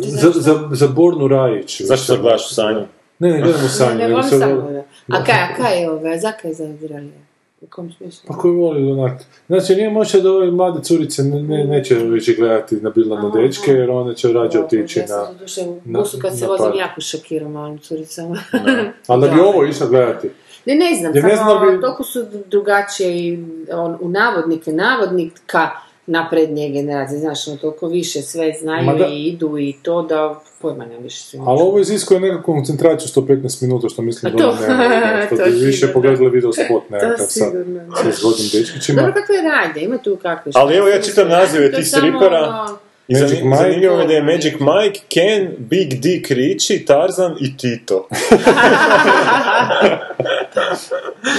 [SPEAKER 7] Za, za, za Bornu Rajić.
[SPEAKER 6] Zašto sad gledaš u sanju?
[SPEAKER 7] Ne, ne, gledam u sanju.
[SPEAKER 8] Ne
[SPEAKER 7] nego
[SPEAKER 8] volim
[SPEAKER 7] se-
[SPEAKER 8] samo da. A kaj, a kaj je ove, zakaj je zadirali? U kom smislu?
[SPEAKER 7] Pa koji voli onak. Znači, nije moće da ove mlade curice ne, ne- neće više gledati na bilane
[SPEAKER 8] Aha,
[SPEAKER 7] dečke, jer one će rađe
[SPEAKER 8] Ja,
[SPEAKER 7] otići
[SPEAKER 8] ja
[SPEAKER 7] na...
[SPEAKER 8] sam doduše u
[SPEAKER 7] na-
[SPEAKER 8] busu kad se
[SPEAKER 7] na
[SPEAKER 8] vozim
[SPEAKER 7] park.
[SPEAKER 8] jako šokiram malim curicama.
[SPEAKER 7] Ali da bi
[SPEAKER 8] Da.
[SPEAKER 7] ovo išla gledati.
[SPEAKER 8] Ne, ne znam,
[SPEAKER 7] Jer ne
[SPEAKER 8] samo
[SPEAKER 7] znam da bi-
[SPEAKER 8] toliko su drugačije i on, u navodnike, navodnika naprednije generacije, znaš, ono, toliko više sve
[SPEAKER 7] Ma
[SPEAKER 8] znaju
[SPEAKER 7] da.
[SPEAKER 8] i idu i to da pojma ne više sve.
[SPEAKER 7] Ali ovo iziskuje nekakvu koncentraciju 115 minuta, što mislim
[SPEAKER 8] A
[SPEAKER 7] da
[SPEAKER 8] to-
[SPEAKER 7] ono nema. da, Što
[SPEAKER 8] to
[SPEAKER 7] bi
[SPEAKER 8] sigurno.
[SPEAKER 7] više pogledali video spot
[SPEAKER 8] To
[SPEAKER 7] nekakav sa,
[SPEAKER 8] sigurno. da.
[SPEAKER 7] sa zgodnim dečkićima.
[SPEAKER 8] Dobro, kakve radnje, ima tu kakve
[SPEAKER 6] Ali evo, ja čitam nazive
[SPEAKER 8] To je
[SPEAKER 6] tih
[SPEAKER 8] samo
[SPEAKER 6] stripera.
[SPEAKER 8] ono-
[SPEAKER 6] I zani-
[SPEAKER 7] Magic Mike.
[SPEAKER 6] zanimljivo je da je Magic Mike, Ken, Big Dick Richie, Tarzan i Tito.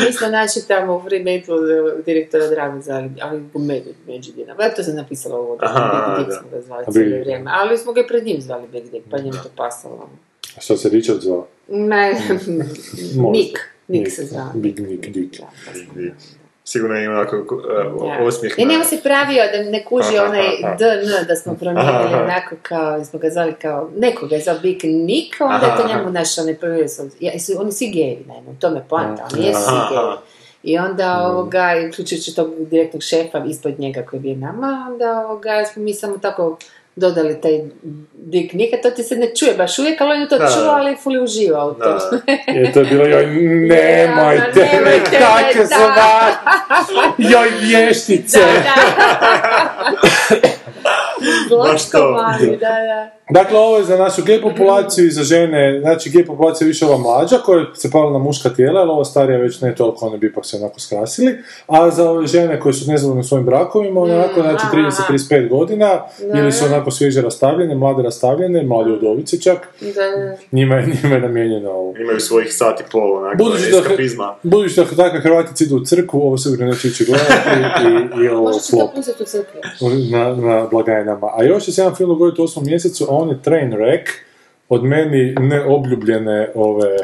[SPEAKER 8] Mi smo naši tamo u Free Maple direktora Dragan Zalib, ali u Među, Međudina. Ba, to sam napisala ovo, da
[SPEAKER 6] Aha,
[SPEAKER 8] Big Dick
[SPEAKER 6] da.
[SPEAKER 8] smo ga zvali
[SPEAKER 7] A Big
[SPEAKER 8] cijelo
[SPEAKER 7] Dick.
[SPEAKER 8] vrijeme. Ali smo ga i pred njim zvali Big Dick, pa njemu to pasalo.
[SPEAKER 7] A što se Richard zvao?
[SPEAKER 8] Ne,
[SPEAKER 7] Možda.
[SPEAKER 8] Nik. Nik se zvao.
[SPEAKER 7] Big Nick Dick.
[SPEAKER 8] Da, da.
[SPEAKER 6] Sigurno ima onako e,
[SPEAKER 8] Da. I nema se pravio da ne kuži
[SPEAKER 6] Aha,
[SPEAKER 8] onaj
[SPEAKER 6] aha.
[SPEAKER 8] DN da smo promijenili
[SPEAKER 6] Aha.
[SPEAKER 8] onako kao, smo ga zvali kao, nekoga je zvao Big Nick, a onda je to
[SPEAKER 6] Aha.
[SPEAKER 8] njemu naš onaj prvi resurs. Ja, su, oni svi gejevi, naime, u tome je
[SPEAKER 6] Mm.
[SPEAKER 8] poanta, oni jesu svi gejevi. I onda, ovoga, i uključujući tog direktnog šefa ispod njega koji je bio nama, onda ovoga, smo mi samo tako dodali taj Dick Nick, a to ti se ne čuje baš uvijek, ali on je to
[SPEAKER 6] Da.
[SPEAKER 8] čuo, ali je fuli uživao u tom.
[SPEAKER 6] Da.
[SPEAKER 7] Je E, to je bilo, joj, nemojte
[SPEAKER 8] Ja,
[SPEAKER 7] me
[SPEAKER 8] nemojte me,
[SPEAKER 7] tako
[SPEAKER 8] da.
[SPEAKER 7] zvati! Joj, vještice!
[SPEAKER 6] Baš to.
[SPEAKER 8] Zlatko mali, da, da.
[SPEAKER 7] Dakle, ovo je za našu gej populaciju i za žene, znači gej populacija je više ova mlađa koja se pala na muška tijela, ali ova starija već ne toliko, one bi ipak se onako skrasili, a za ove žene koje su nezadovoljne svojim brakovima, onako,
[SPEAKER 8] Mm,
[SPEAKER 7] znači
[SPEAKER 8] aha,
[SPEAKER 7] 30-35 godina,
[SPEAKER 8] Da.
[SPEAKER 7] ili su onako svježe rastavljene, mlade rastavljene, mlade udovice čak,
[SPEAKER 8] da.
[SPEAKER 7] njima je, njima je namijenjeno ovo.
[SPEAKER 6] Imaju svojih sati pol, onako,
[SPEAKER 7] Budući da,
[SPEAKER 6] eskapizma.
[SPEAKER 7] budući da takve Hrvatice idu u crkvu, ovo sigurno neće ići gledati i, i, i ovo
[SPEAKER 8] Možda ću to
[SPEAKER 7] flop
[SPEAKER 8] pustiti u crkvi.
[SPEAKER 7] na, na blagajnama. A još će se jedan film dogoditi u osmom mjesecu, a on je Trainwreck, od meni neobljubljene ove...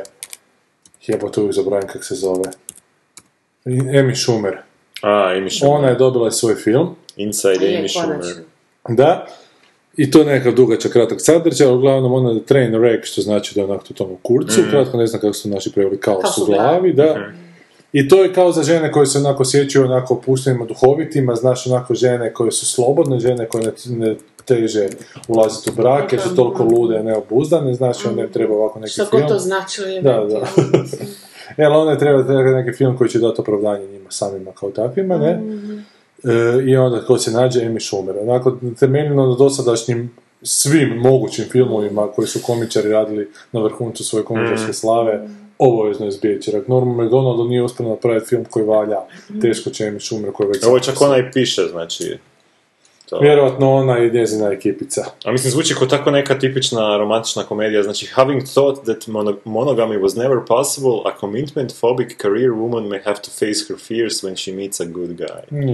[SPEAKER 7] Jebote, uvijek zaboravim kak se zove. Emi Schumer.
[SPEAKER 6] A, Amy Schumer.
[SPEAKER 7] Ona je dobila i svoj film,
[SPEAKER 6] Inside
[SPEAKER 8] Je,
[SPEAKER 6] Amy Schumer.
[SPEAKER 8] konačno.
[SPEAKER 7] da. I to je nekakav dugačak, kratak sadržaj, ali uglavnom ona je train wreck, što znači da je onak to tamo u kurcu, kratko ne znam kako su naši preveli, kaos
[SPEAKER 8] Kaos
[SPEAKER 7] u
[SPEAKER 8] u
[SPEAKER 7] glavi, da. I to je kao za žene koje se onako osjećaju onako opuštenima, duhovitima, znaš onako žene koje su slobodne, žene koje ne, ne teže ulaziti u brak, jer su toliko lude, neobuzdane, znači onda im treba ovako neki
[SPEAKER 8] Što god
[SPEAKER 7] film.
[SPEAKER 8] to značilo ono. je.
[SPEAKER 7] Da, da. E, ali onda je treba treba neki film koji će dati opravdanje njima samima kao takvima, ne? E, I onda ko se nađe, Amy Schumer. Onako, temeljno na dosadašnjim svim mogućim filmovima koji su komičari radili na vrhuncu svoje komičarske slave, obavezno je zbijeći. Rak Norman McDonaldu nije uspio napraviti film koji valja, teško će Amy Schumer koji je već...
[SPEAKER 6] Ovo čak ona i piše, znači. To.
[SPEAKER 7] Vjerojatno ona i njezina ekipica.
[SPEAKER 6] A mislim, zvuči kao tako neka tipična romantična komedija, znači having thought that mono- monogamy was never possible, a commitment phobic career woman may have to face her fears when she meets a good guy.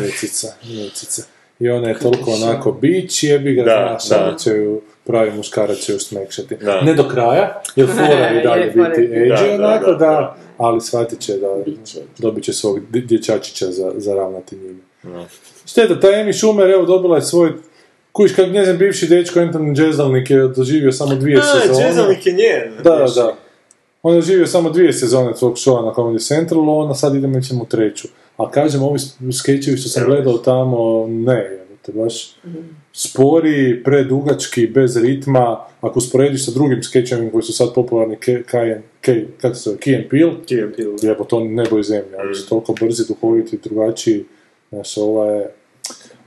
[SPEAKER 7] Njecica, njecica. I ona je toliko onako bić, jebi ga,
[SPEAKER 6] Da,
[SPEAKER 7] znaš,
[SPEAKER 6] da.
[SPEAKER 7] ali će ju pravi muškarac još smekšati.
[SPEAKER 6] Da.
[SPEAKER 7] Ne do kraja, jer fora je i dalje
[SPEAKER 8] Jer fora je-
[SPEAKER 7] biti
[SPEAKER 6] Da,
[SPEAKER 7] age,
[SPEAKER 6] da,
[SPEAKER 7] onako
[SPEAKER 6] da, da.
[SPEAKER 7] da, ali shvatit će da
[SPEAKER 8] će.
[SPEAKER 7] dobit će svog dje- dječačića za, za ravnati njime. Šteta, taj Amy Schumer, evo, dobila je svoj Kuš, kad njezin bivši dečko Anthony Jezelnik je doživio samo dvije sezone.
[SPEAKER 6] Jezelnik je njen.
[SPEAKER 7] Da, da, da. On je živio samo dvije sezone svog showa na Comedy Centralu, ona sad ide mećem u treću. A kažem, ovi skečevi što sam gledao tamo, ne, jebote, baš
[SPEAKER 6] Mhm.
[SPEAKER 7] spori, predugački, bez ritma. Ako usporediš sa drugim skečevima koji su sad popularni, Ke- Kajen, Ke- kako se zove, Key and Peele,
[SPEAKER 6] Key and Peele. Mhm.
[SPEAKER 7] jebo, to nebo i zemlja, ali su toliko brzi, duhoviti, drugačiji, znaš, ova je...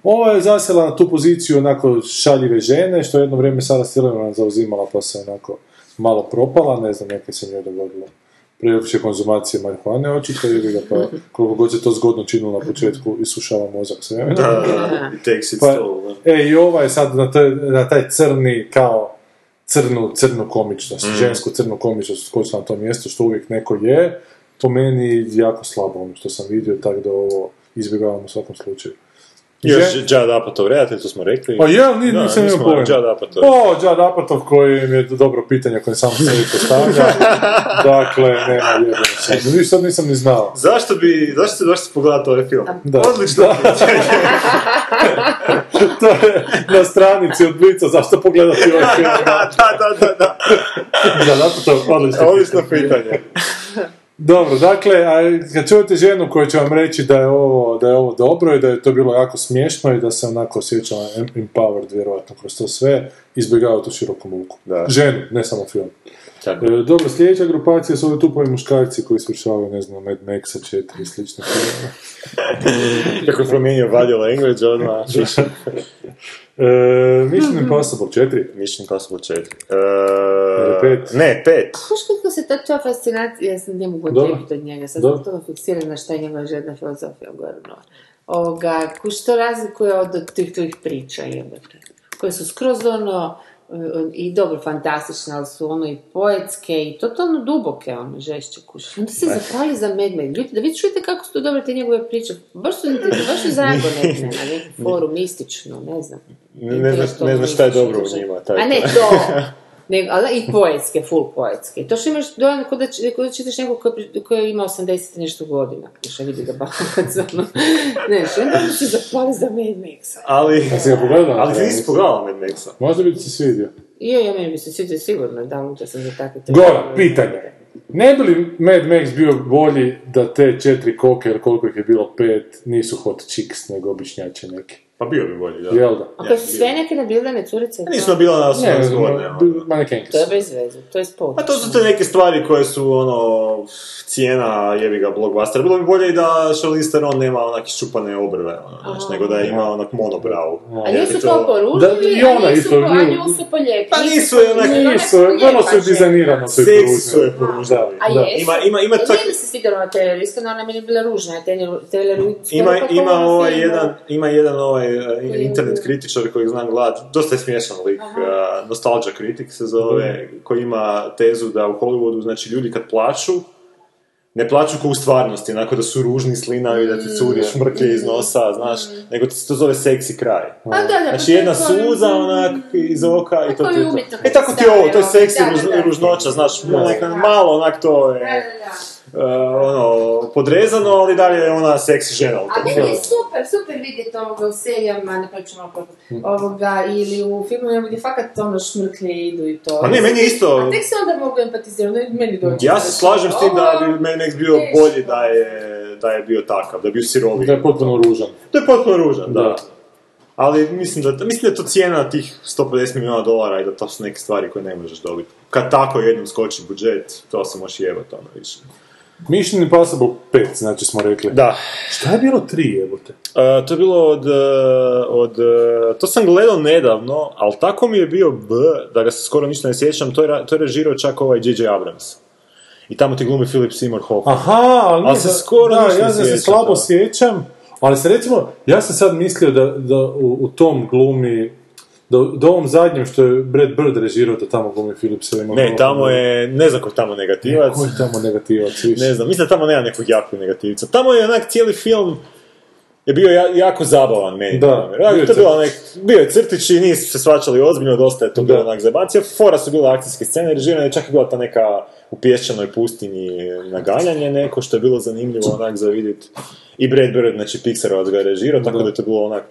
[SPEAKER 7] Ova je zasjela na tu poziciju onako šaljive žene, što je jedno vrijeme Sara Silverman zauzimala, pa se onako malo propala, ne znam, nekaj se njoj dogodilo. Preopće konzumacije marihuane, očito, ili ga pa koliko god se to zgodno činilo na početku, isušava mozak sve.
[SPEAKER 6] Da, da, It takes its
[SPEAKER 7] Pa-
[SPEAKER 6] toll. da.
[SPEAKER 7] E, i ova je sad na, taj- na taj crni, kao crnu, crnu komičnost,
[SPEAKER 6] Mhm.
[SPEAKER 7] žensku crnu komičnost skočila na to mjesto, što uvijek neko je, po meni jako slabo ono što sam vidio, tako da ovo izbjegavam u svakom slučaju.
[SPEAKER 6] Još
[SPEAKER 7] Žen-
[SPEAKER 6] Judd Apatow, redatelj, to smo rekli.
[SPEAKER 7] Pa je, ni,
[SPEAKER 6] Da,
[SPEAKER 7] nisam imao
[SPEAKER 6] nismo ono
[SPEAKER 7] pojma.
[SPEAKER 6] Judd Apatow.
[SPEAKER 7] O, Judd Apatow koji mi je dobro pitanje koje sam sebi postavlja. dakle, nema jebeno sad. Ni- Sad nisam ni znao.
[SPEAKER 6] Zašto bi, zašto ste došli pogledati ovaj film?
[SPEAKER 7] Da.
[SPEAKER 6] Odlično.
[SPEAKER 7] to je na stranici od Blica, zašto pogledati ovaj film?
[SPEAKER 6] da, da, da, da.
[SPEAKER 7] Judd Apatow, odlično
[SPEAKER 6] Odlično pitanje.
[SPEAKER 7] Dobro, dakle, a kad čujete ženu koja će vam reći da je ovo, da je ovo dobro i da je to bilo jako smiješno i da se onako osjećala em- empowered vjerojatno kroz to sve, izbjegava tu široku muku.
[SPEAKER 6] Da.
[SPEAKER 7] Ženu, ne samo film.
[SPEAKER 6] Tako.
[SPEAKER 7] E, dobro, sljedeća grupacija su ovi tupovi muškarci koji svršavaju, ne znam, Mad Maxa 4 i slične filmove.
[SPEAKER 6] Kako je promijenio body language, odmah.
[SPEAKER 7] E, Mission Impossible 4.
[SPEAKER 6] Mission Impossible 4. Uh,
[SPEAKER 7] Ili pet.
[SPEAKER 6] Ne, pet.
[SPEAKER 8] Kuš kako se ta čova fascinacija, ja sam ne mogu
[SPEAKER 7] Dobro.
[SPEAKER 8] odjebiti od njega, sad sam
[SPEAKER 7] Dobro.
[SPEAKER 8] toga fiksirana šta je njegova žena filozofija uglavnom. Ovoga, kuš to razlikuje od, od tih tvojih priča jebate, koje su skroz ono, e, i dobro fantastične, ali su ono i poetske i totalno duboke ono žešće kuš. Onda se zapali za medme. Ljudi, da vi čujete kako su to dobre te njegove priče. Baš su, baš su zagonetne na neku foru mističnu, ne znam.
[SPEAKER 6] Ne, znaš, ne znaš šta je dobro u njima. Taj
[SPEAKER 8] A ne to, nego, ali i poetske, full poetske. I To što imaš dojam kod da, či- ko da čitaš nekog koji, pri- koji ima 80 i nešto godina. Više vidi ga bakovac, ono. Znaš, i onda mi se zapali za Mad Maxa.
[SPEAKER 6] Ali,
[SPEAKER 7] Ja sam Pa ga pogledao na
[SPEAKER 6] ali ti
[SPEAKER 7] kraju.
[SPEAKER 6] nisi pogledao Mad Maxa.
[SPEAKER 7] Možda bi ti se svidio.
[SPEAKER 8] I ja, ja meni bi se sviđa sigurno da luta sam za takve te...
[SPEAKER 7] Goran, pitanje. Ne bi li Mad Max bio bolji da te četiri koke, jer koliko ih je bilo pet, nisu hot chicks, nego običnjače neki?
[SPEAKER 6] Pa bio bi bolji, da.
[SPEAKER 7] Jel da?
[SPEAKER 8] A to su sve neke nabildane curice.
[SPEAKER 6] Nismo bila na osnovne
[SPEAKER 7] Ne,
[SPEAKER 6] zgodne. ono.
[SPEAKER 7] ma- manekenke
[SPEAKER 8] To
[SPEAKER 7] su.
[SPEAKER 8] je bez veze, to je sport.
[SPEAKER 6] Pa to su te neke stvari koje su, ono, cijena jebi ga blockbuster. Bilo bi bolje i da Charlize Theron nema onak iščupane obrve, ono, znaš, nego da ima onak monobravu.
[SPEAKER 8] A
[SPEAKER 6] Jer
[SPEAKER 8] nisu
[SPEAKER 6] bi
[SPEAKER 8] to
[SPEAKER 7] Da,
[SPEAKER 8] poručili,
[SPEAKER 7] i
[SPEAKER 8] a
[SPEAKER 7] ona
[SPEAKER 8] nisu,
[SPEAKER 7] isto,
[SPEAKER 8] po, a
[SPEAKER 7] nju-
[SPEAKER 8] nju su poljekli.
[SPEAKER 6] Pa nisu je onak-
[SPEAKER 8] one
[SPEAKER 7] Nisu, vrlo su
[SPEAKER 8] lijepaše.
[SPEAKER 7] dizajnirano su i
[SPEAKER 6] Seksi su je
[SPEAKER 7] pružne.
[SPEAKER 6] pružali.
[SPEAKER 8] A
[SPEAKER 7] Da.
[SPEAKER 8] jesu?
[SPEAKER 6] Ima, ima, ima tak...
[SPEAKER 8] Nije mi se svidjela na Taylor, iskreno ona meni je bila ružna, a Taylor, Taylor
[SPEAKER 6] Ima,
[SPEAKER 8] skoro pa
[SPEAKER 6] ima,
[SPEAKER 8] pola
[SPEAKER 6] ovaj
[SPEAKER 8] filma.
[SPEAKER 6] jedan, ima jedan ovaj eh, internet kritičar kojeg znam gledat, dosta je smiješan lik, eh, nostalgia kritik se zove, koji ima tezu da u Hollywoodu, znači ljudi kad plaću, ne plaću kao u stvarnosti, onako da su ružni slinavi, da
[SPEAKER 8] Mm.
[SPEAKER 6] ti curi šmrklje iz nosa, znaš, nego ti se to zove seksi kraj.
[SPEAKER 8] A da, da, Mm. pa to
[SPEAKER 6] Znači
[SPEAKER 8] je
[SPEAKER 6] jedna
[SPEAKER 8] kao-
[SPEAKER 6] suza onak iz oka i to
[SPEAKER 8] Tako
[SPEAKER 6] ti
[SPEAKER 8] je
[SPEAKER 6] je to.
[SPEAKER 8] umjetno
[SPEAKER 6] E tako ti je ovo, to je seksi
[SPEAKER 8] Da, da,
[SPEAKER 6] ruž-
[SPEAKER 8] da.
[SPEAKER 6] ružnoća, znaš,
[SPEAKER 8] Da,
[SPEAKER 6] onak-
[SPEAKER 8] da.
[SPEAKER 6] malo onak to je.
[SPEAKER 8] Da, da, da.
[SPEAKER 6] E, ono, podrezano, ali dalje je ona seksi žena. ono. u
[SPEAKER 8] A
[SPEAKER 6] tom
[SPEAKER 8] meni
[SPEAKER 6] filmu.
[SPEAKER 8] je super, super vidjeti ovoga u serijama, ne pričamo oko ovoga, ili u filmovima gdje fakat ono šmrklje idu i to.
[SPEAKER 6] A Pa ne, meni je
[SPEAKER 8] A
[SPEAKER 6] isto...
[SPEAKER 8] tek se onda mogu empatizirati, onda i meni dođe.
[SPEAKER 6] Ja se slažem s tim da bi Mad Max bio
[SPEAKER 8] teško.
[SPEAKER 6] bolji da je, da je bio takav, da je bio
[SPEAKER 7] Da
[SPEAKER 6] siroviji.
[SPEAKER 7] je potpuno ružan.
[SPEAKER 6] To je potpuno ružan, da.
[SPEAKER 7] Da.
[SPEAKER 6] Ali mislim da, mislim da je to cijena tih 150 milijuna dolara i da to su neke stvari koje ne možeš dobiti. Kad tako jednom skoči budžet, to se može jebati ono više.
[SPEAKER 7] Mission Impossible 5, znači smo rekli.
[SPEAKER 6] Da,
[SPEAKER 7] Šta je bilo tri jebote?
[SPEAKER 6] E, to je bilo od, e, od, e, to sam gledao nedavno, ali tako mi je bio B, da ga se skoro ništa ne sjećam, to je, ra- to je režirao čak ovaj J.J. Abrams. I tamo ti glumi Philip Seymour Hoffman.
[SPEAKER 7] Aha, ali
[SPEAKER 6] Ali
[SPEAKER 7] nije
[SPEAKER 6] se
[SPEAKER 7] da-
[SPEAKER 6] skoro
[SPEAKER 7] da,
[SPEAKER 6] ništa
[SPEAKER 7] ja
[SPEAKER 6] ne
[SPEAKER 7] se
[SPEAKER 6] sjećam,
[SPEAKER 7] slabo
[SPEAKER 6] da.
[SPEAKER 7] sjećam, ali se recimo, ja sam sad mislio da, da u, u tom glumi, da, da ovom zadnjem što je Brad Bird režirao, da tamo glumi Philip Seymour.
[SPEAKER 6] Ne, tamo je, ne znam ko je tamo negativac,
[SPEAKER 7] Koji je E, tamo negativac više?
[SPEAKER 6] ne znam, mislim da tamo nema nekog jakog negativca. Tamo je onak cijeli film je bio ja- jako zabavan meni.
[SPEAKER 7] Da,
[SPEAKER 6] na primjer. Ja,
[SPEAKER 7] bio je
[SPEAKER 6] to je bilo nek, bio je crtić i nisu se svačali ozbiljno, dosta je to bilo onak zabancija. Fora su bile akcijske scene režirane, čak je bila ta neka u pješčanoj pustinji naganjanje neko što je bilo zanimljivo onak za vidjeti. I Brad Bird, znači Pixarovac ga je režirao, tako da, je to bilo onak,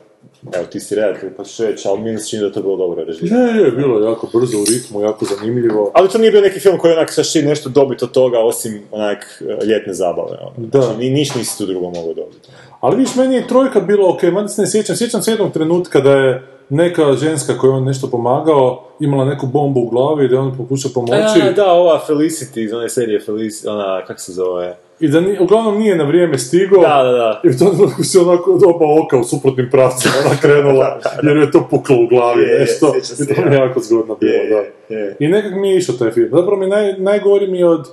[SPEAKER 6] evo ti si redatelj, pa ću reći, ali mi se čini da je to bilo dobro režirano.
[SPEAKER 7] Ne, je, bilo je jako brzo u ritmu, jako zanimljivo.
[SPEAKER 6] Ali to nije bio neki film koji onak sa šti nešto dobiti od toga osim onak e, ljetne zabave. Ono.
[SPEAKER 7] Da.
[SPEAKER 6] Znači, ni, niš nisi tu drugo mogao dobiti.
[SPEAKER 7] Ali vidiš, meni je trojka bila ok, mada se ne sjećam. Sjećam se jednog trenutka da je neka ženska kojoj je on nešto pomagao imala neku bombu u glavi i da je on pokušao pomoći.
[SPEAKER 6] A, da, ova Felicity iz one serije Felicity, ona, kak se zove?
[SPEAKER 7] I da ni, uglavnom nije na vrijeme stigao.
[SPEAKER 6] Da, da, da.
[SPEAKER 7] I u tom trenutku se onako od oba oka u suprotnim pravcima ona krenula, jer joj je to puklo u glavi
[SPEAKER 6] Je, je,
[SPEAKER 7] nešto.
[SPEAKER 6] sjećam
[SPEAKER 7] I
[SPEAKER 6] se,
[SPEAKER 7] to mi je
[SPEAKER 6] ja.
[SPEAKER 7] jako zgodno bilo,
[SPEAKER 6] Je, je,
[SPEAKER 7] da.
[SPEAKER 6] je.
[SPEAKER 7] I nekak mi je išao taj film. Zapravo mi naj, najgori mi je od...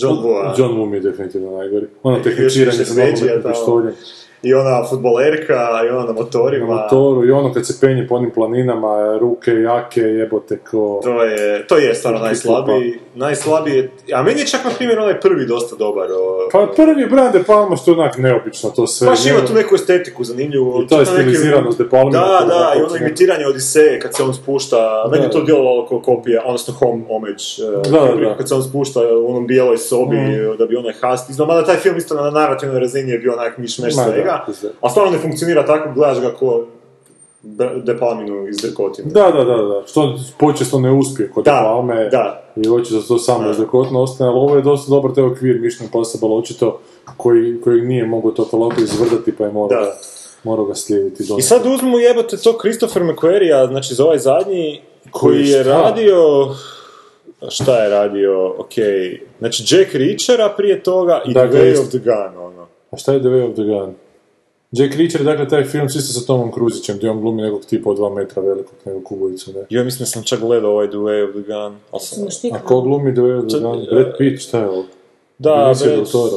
[SPEAKER 6] John Woo.
[SPEAKER 7] John Woo mi je definitivno najgori. Ono
[SPEAKER 6] Još više
[SPEAKER 7] tehničiranje sa
[SPEAKER 6] smeđija
[SPEAKER 7] nogometnim
[SPEAKER 6] tamo.
[SPEAKER 7] pištoljem.
[SPEAKER 6] I ona futbolerka, i ona na motorima.
[SPEAKER 7] na motoru i ono kad se penje po onim planinama, ruke jake, jebote ko...
[SPEAKER 6] To je, to je stvarno
[SPEAKER 7] Kupa.
[SPEAKER 6] najslabiji. Najslabiji je, a meni je čak na primjer onaj prvi dosta dobar. o-
[SPEAKER 7] Pa prvi je Brian De Palma što je onak neobično to sve.
[SPEAKER 6] Baš ima
[SPEAKER 7] Njegov-
[SPEAKER 6] tu neku estetiku zanimljivu. ono,
[SPEAKER 7] I to je
[SPEAKER 6] čak na nekim-
[SPEAKER 7] stilizirano s De Palmom.
[SPEAKER 6] Da,
[SPEAKER 7] To
[SPEAKER 6] da,
[SPEAKER 7] je
[SPEAKER 6] i
[SPEAKER 7] tako
[SPEAKER 6] ono
[SPEAKER 7] cijeno.
[SPEAKER 6] imitiranje Odiseje kad se on spušta, meni je to
[SPEAKER 7] da.
[SPEAKER 6] djelovalo kao kopija, odnosno home homage, eh,
[SPEAKER 7] Da, da,
[SPEAKER 6] film
[SPEAKER 7] da. Mhm.
[SPEAKER 6] kad se on spušta u onom bijeloj sobi, eh, da bi onaj hast, iznao, mada taj film isto na narativnoj razini je bio onak miš meš
[SPEAKER 7] Ma da,
[SPEAKER 6] svega,
[SPEAKER 7] to se-
[SPEAKER 6] a stvarno ne funkcionira tako, gledaš ga ko De- De Palminu iz Drkotine.
[SPEAKER 7] Da, da, da, da. Što počesto ne uspije kod
[SPEAKER 6] Da,
[SPEAKER 7] De Palme.
[SPEAKER 6] da.
[SPEAKER 7] I hoće da to samo zdekotno ostane, ali ovo je dosta dobar taj okvir Mission Impossible, očito, koji, koji nije mogao tako lako izvrdati, pa je morao,
[SPEAKER 6] Da.
[SPEAKER 7] ga, morao ga slijediti.
[SPEAKER 6] I
[SPEAKER 7] donekle.
[SPEAKER 6] sad uzmu jebote to Christopher McQuarrie, znači za ovaj zadnji, koji
[SPEAKER 7] Koji
[SPEAKER 6] je
[SPEAKER 7] šta?
[SPEAKER 6] radio... Šta je radio, okej... Znači Jack Reachera prije toga i
[SPEAKER 7] Da,
[SPEAKER 6] The
[SPEAKER 7] ga
[SPEAKER 6] Way
[SPEAKER 7] isto.
[SPEAKER 6] of the Gun, ono.
[SPEAKER 7] A šta je The Way of the Gun? Jack Reacher, dakle, taj film isto sa Tomom Cruzićem, gdje on glumi nekog tipa od dva metra velikog, nekog kubovicu, ne?
[SPEAKER 6] Jo, mislim da sam čak gledao ovaj The Way of the Gun. Al sam,
[SPEAKER 7] A ko glumi The Way of the Gun?
[SPEAKER 6] Čak-
[SPEAKER 7] Brad Pitt, šta je ovo?
[SPEAKER 6] da,
[SPEAKER 7] Benicio
[SPEAKER 6] Brad,
[SPEAKER 7] del Toro.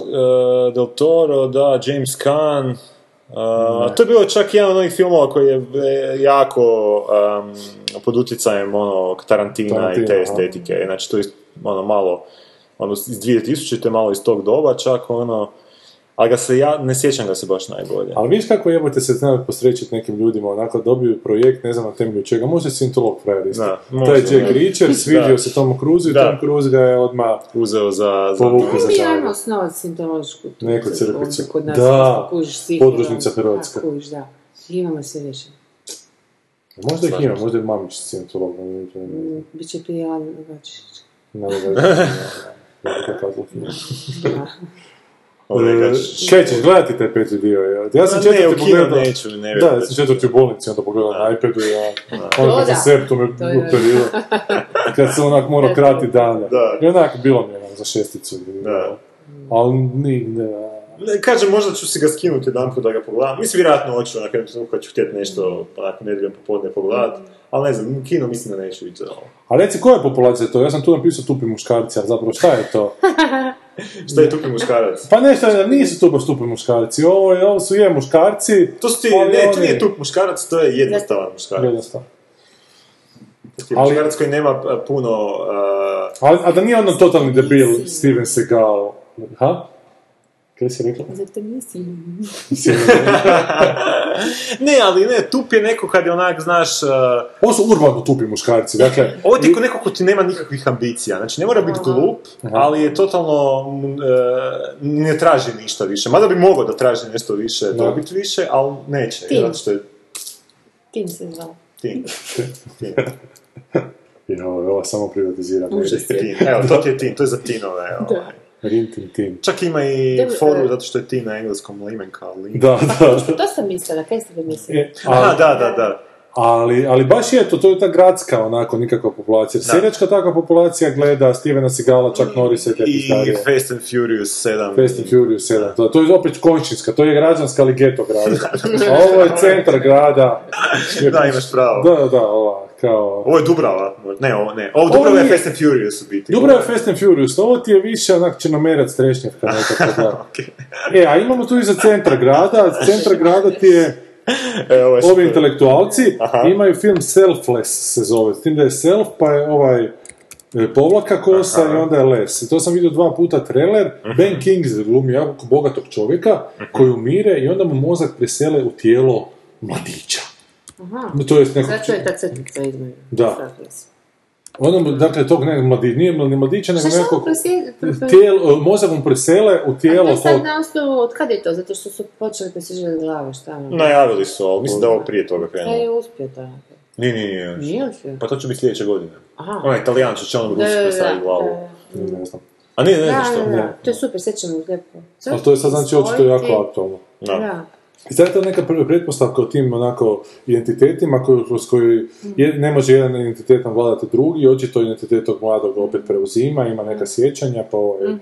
[SPEAKER 6] e, Del Toro, da, James Caan. e, to je bilo čak jedan od onih filmova koji je e, jako em, pod utjecajem ono, Tarantina, i te
[SPEAKER 7] Tarantina, aha.
[SPEAKER 6] estetike. Znači, to je ono, malo ono, iz 2000-te, malo iz tog doba čak, ono, ali ga se, ja ne sjećam ga se baš najbolje.
[SPEAKER 7] Ali vidiš kako jebote se znaju posrećiti nekim ljudima, onako dobiju projekt, ne znam na temelju čega, može Sintolog frajer isto.
[SPEAKER 6] Da,
[SPEAKER 7] Taj
[SPEAKER 6] može,
[SPEAKER 7] Jack
[SPEAKER 6] da.
[SPEAKER 7] Reacher svidio
[SPEAKER 6] Da.
[SPEAKER 7] se Tomu Cruzu i
[SPEAKER 6] Da.
[SPEAKER 7] Tom Cruise ga je odmah
[SPEAKER 6] Uzeo za... za
[SPEAKER 7] povukao za
[SPEAKER 8] Mi je ono
[SPEAKER 7] žaru.
[SPEAKER 8] osnovac sintološku. tu
[SPEAKER 7] Neku
[SPEAKER 8] crkvu,
[SPEAKER 7] crkvicu.
[SPEAKER 8] onda Kod nas
[SPEAKER 7] Da,
[SPEAKER 8] kužiš sigurno.
[SPEAKER 7] podružnica Hrvatska.
[SPEAKER 8] A, Kužiš, da. Imamo sve rješeno.
[SPEAKER 7] E, Možda ih ima, možda je Mamić Sintolog. ne znam, ne znam.
[SPEAKER 8] Biće prije Alana Novačića.
[SPEAKER 7] Ne znam, ne znam, ne znam.
[SPEAKER 6] ono, neka-
[SPEAKER 7] E, Kaj ćeš gledati taj peti dio? ja? Ja sam
[SPEAKER 6] Ma ne,
[SPEAKER 7] četvrti
[SPEAKER 6] u kino
[SPEAKER 7] pogledao.
[SPEAKER 6] neću, ne vjerujem
[SPEAKER 7] Da,
[SPEAKER 6] da
[SPEAKER 7] ja
[SPEAKER 6] ću
[SPEAKER 7] sam četvrti u bolnici, onda pogledao na iPadu i ja... Ono
[SPEAKER 8] To
[SPEAKER 7] kad sam
[SPEAKER 8] da.
[SPEAKER 7] septom je
[SPEAKER 8] To je da.
[SPEAKER 7] operirao. Kad sam onak morao krati dana.
[SPEAKER 6] Da.
[SPEAKER 7] I onako bilo mi je onak za šesticu.
[SPEAKER 6] Da.
[SPEAKER 7] Ali ni, ne,
[SPEAKER 6] Ne, Kažem, možda ću si ga skinuti jedan da ga pogledam. Mislim, vjerojatno hoću na kraju trenutku kad ću htjeti nešto onako nedjeljom popodne pogledat. Ali ne znam, kino mislim da neću ono, ići za ovo.
[SPEAKER 7] A reci, koja je populacija to? Ja sam tu napisao tupi muškarci, a zapravo šta je to?
[SPEAKER 6] Šta je tupi muškarac?
[SPEAKER 7] Pa nešto, je, nisu tu baš tupi muškarci, ovo, je, ovo su je muškarci.
[SPEAKER 6] To su ti,
[SPEAKER 7] pa, ali
[SPEAKER 6] ne, to
[SPEAKER 7] oni-
[SPEAKER 6] nije tup muškarac, to je jednostavan muškarac.
[SPEAKER 7] Jednostavno.
[SPEAKER 6] Tup
[SPEAKER 7] ali-
[SPEAKER 6] Muškarac koji nema a, puno... a,
[SPEAKER 7] A, a da nije ono totalni debil Steven Seagal. Ha? Kaj si rekla?
[SPEAKER 8] Zar to nije sin?
[SPEAKER 6] Ne, ali ne, tup je neko kad je onak, znaš... a,
[SPEAKER 7] Ovo su urbano tupi muškarci, dakle...
[SPEAKER 6] Ovo ti je ko neko ko ti nema nikakvih ambicija, znači ne mora biti glup, ali je totalno, m, e, ne traži ništa više. Mada bi mogao da traži nešto više, dobiti više, ali neće,
[SPEAKER 8] Tim.
[SPEAKER 6] zato što je
[SPEAKER 8] Tim se zvao.
[SPEAKER 6] tim. tim.
[SPEAKER 7] Jo, ovo samo privatizira.
[SPEAKER 8] Užas.
[SPEAKER 6] Tin. Evo, to ti je tin, to je za tinove. Ovaj.
[SPEAKER 7] Rin tin tin.
[SPEAKER 6] Čak ima i
[SPEAKER 8] Dobro,
[SPEAKER 6] foru,
[SPEAKER 8] e.
[SPEAKER 6] zato što je tin na engleskom limenka, lin.
[SPEAKER 7] Da, da.
[SPEAKER 8] To sam mislila, kaj ste vi mislili?
[SPEAKER 7] E,
[SPEAKER 6] Aha,
[SPEAKER 7] ali,
[SPEAKER 6] da, da, da.
[SPEAKER 7] ali, ali baš je to, to je ta gradska onako nikakva populacija. Seljačka takva populacija gleda Stevena Seagala, Chuck Norrisa i
[SPEAKER 6] I
[SPEAKER 7] tepi starije.
[SPEAKER 6] Fast and Furious 7.
[SPEAKER 7] Fast and Furious 7, to, to je opet končinska, to je građanska ali geto grada. A ovo je centar grada.
[SPEAKER 6] Da, imaš pravo.
[SPEAKER 7] Da, da, da, ova, kao...
[SPEAKER 6] Ovo je Dubrava, ne, ovo ne. Ovo Dubrava je
[SPEAKER 7] nije.
[SPEAKER 6] Fast and Furious u biti.
[SPEAKER 7] Dobro je Fast and Furious, ovo ti je više onak činomerac trešnjevka nekako, da. E, a imamo tu iza centra grada, centra grada ti je
[SPEAKER 6] E, ovo je
[SPEAKER 7] ovi
[SPEAKER 6] super.
[SPEAKER 7] intelektualci
[SPEAKER 6] Aha.
[SPEAKER 7] imaju film Selfless se zove, s tim da je Self, pa je ovaj e, povlaka kosa i onda je les. I to sam vidio dva puta trailer. Ben Kingsley glumi jako bogatog čovjeka koji umire i onda mu mozak presele u tijelo mladića.
[SPEAKER 8] Aha.
[SPEAKER 7] No, To jest nekog...
[SPEAKER 8] Zato je ta crtica između.
[SPEAKER 7] Da. Onda mu, dakle, tog ne, mladi, nije mladi, mladića, nego
[SPEAKER 8] Šta što
[SPEAKER 7] nekog...
[SPEAKER 8] ovo prosjedi?
[SPEAKER 7] Tijelo, mozak mu presele u
[SPEAKER 8] A to
[SPEAKER 7] tijelo
[SPEAKER 8] je
[SPEAKER 7] tog...
[SPEAKER 8] sad No tak na osnovu, od kada je to? Zato što su počeli presižati glave, šta ono?
[SPEAKER 6] Najavili su, ali mislim da je ovo prije toga
[SPEAKER 8] Šta je tak.
[SPEAKER 6] krenulo.
[SPEAKER 8] uspio to? napraviti?
[SPEAKER 6] Nije, nije, nije.
[SPEAKER 8] Nije uspio?
[SPEAKER 6] Pa to će biti sljedeće godine.
[SPEAKER 8] Aha.
[SPEAKER 6] Onaj italijan što će on
[SPEAKER 8] Da,
[SPEAKER 6] Rusu
[SPEAKER 8] da,
[SPEAKER 6] predstaviti
[SPEAKER 8] da,
[SPEAKER 6] glavu.
[SPEAKER 7] Ne znam.
[SPEAKER 6] A nije, ne
[SPEAKER 8] Da,
[SPEAKER 6] znam
[SPEAKER 8] da,
[SPEAKER 6] što.
[SPEAKER 8] da, da. tak. To je super, sjećamo ih lijepo.
[SPEAKER 7] Ali No, to je sad znači očito jako aktualno.
[SPEAKER 6] Da.
[SPEAKER 8] Da.
[SPEAKER 7] I sad je to neka pr- pretpostavka o tim onako identitetima koju, kroz koju je- ne može jedan identitet nadvladati drugi, očito identitet tog mladog opet preuzima, ima neka sjećanja, pa ovaj, e,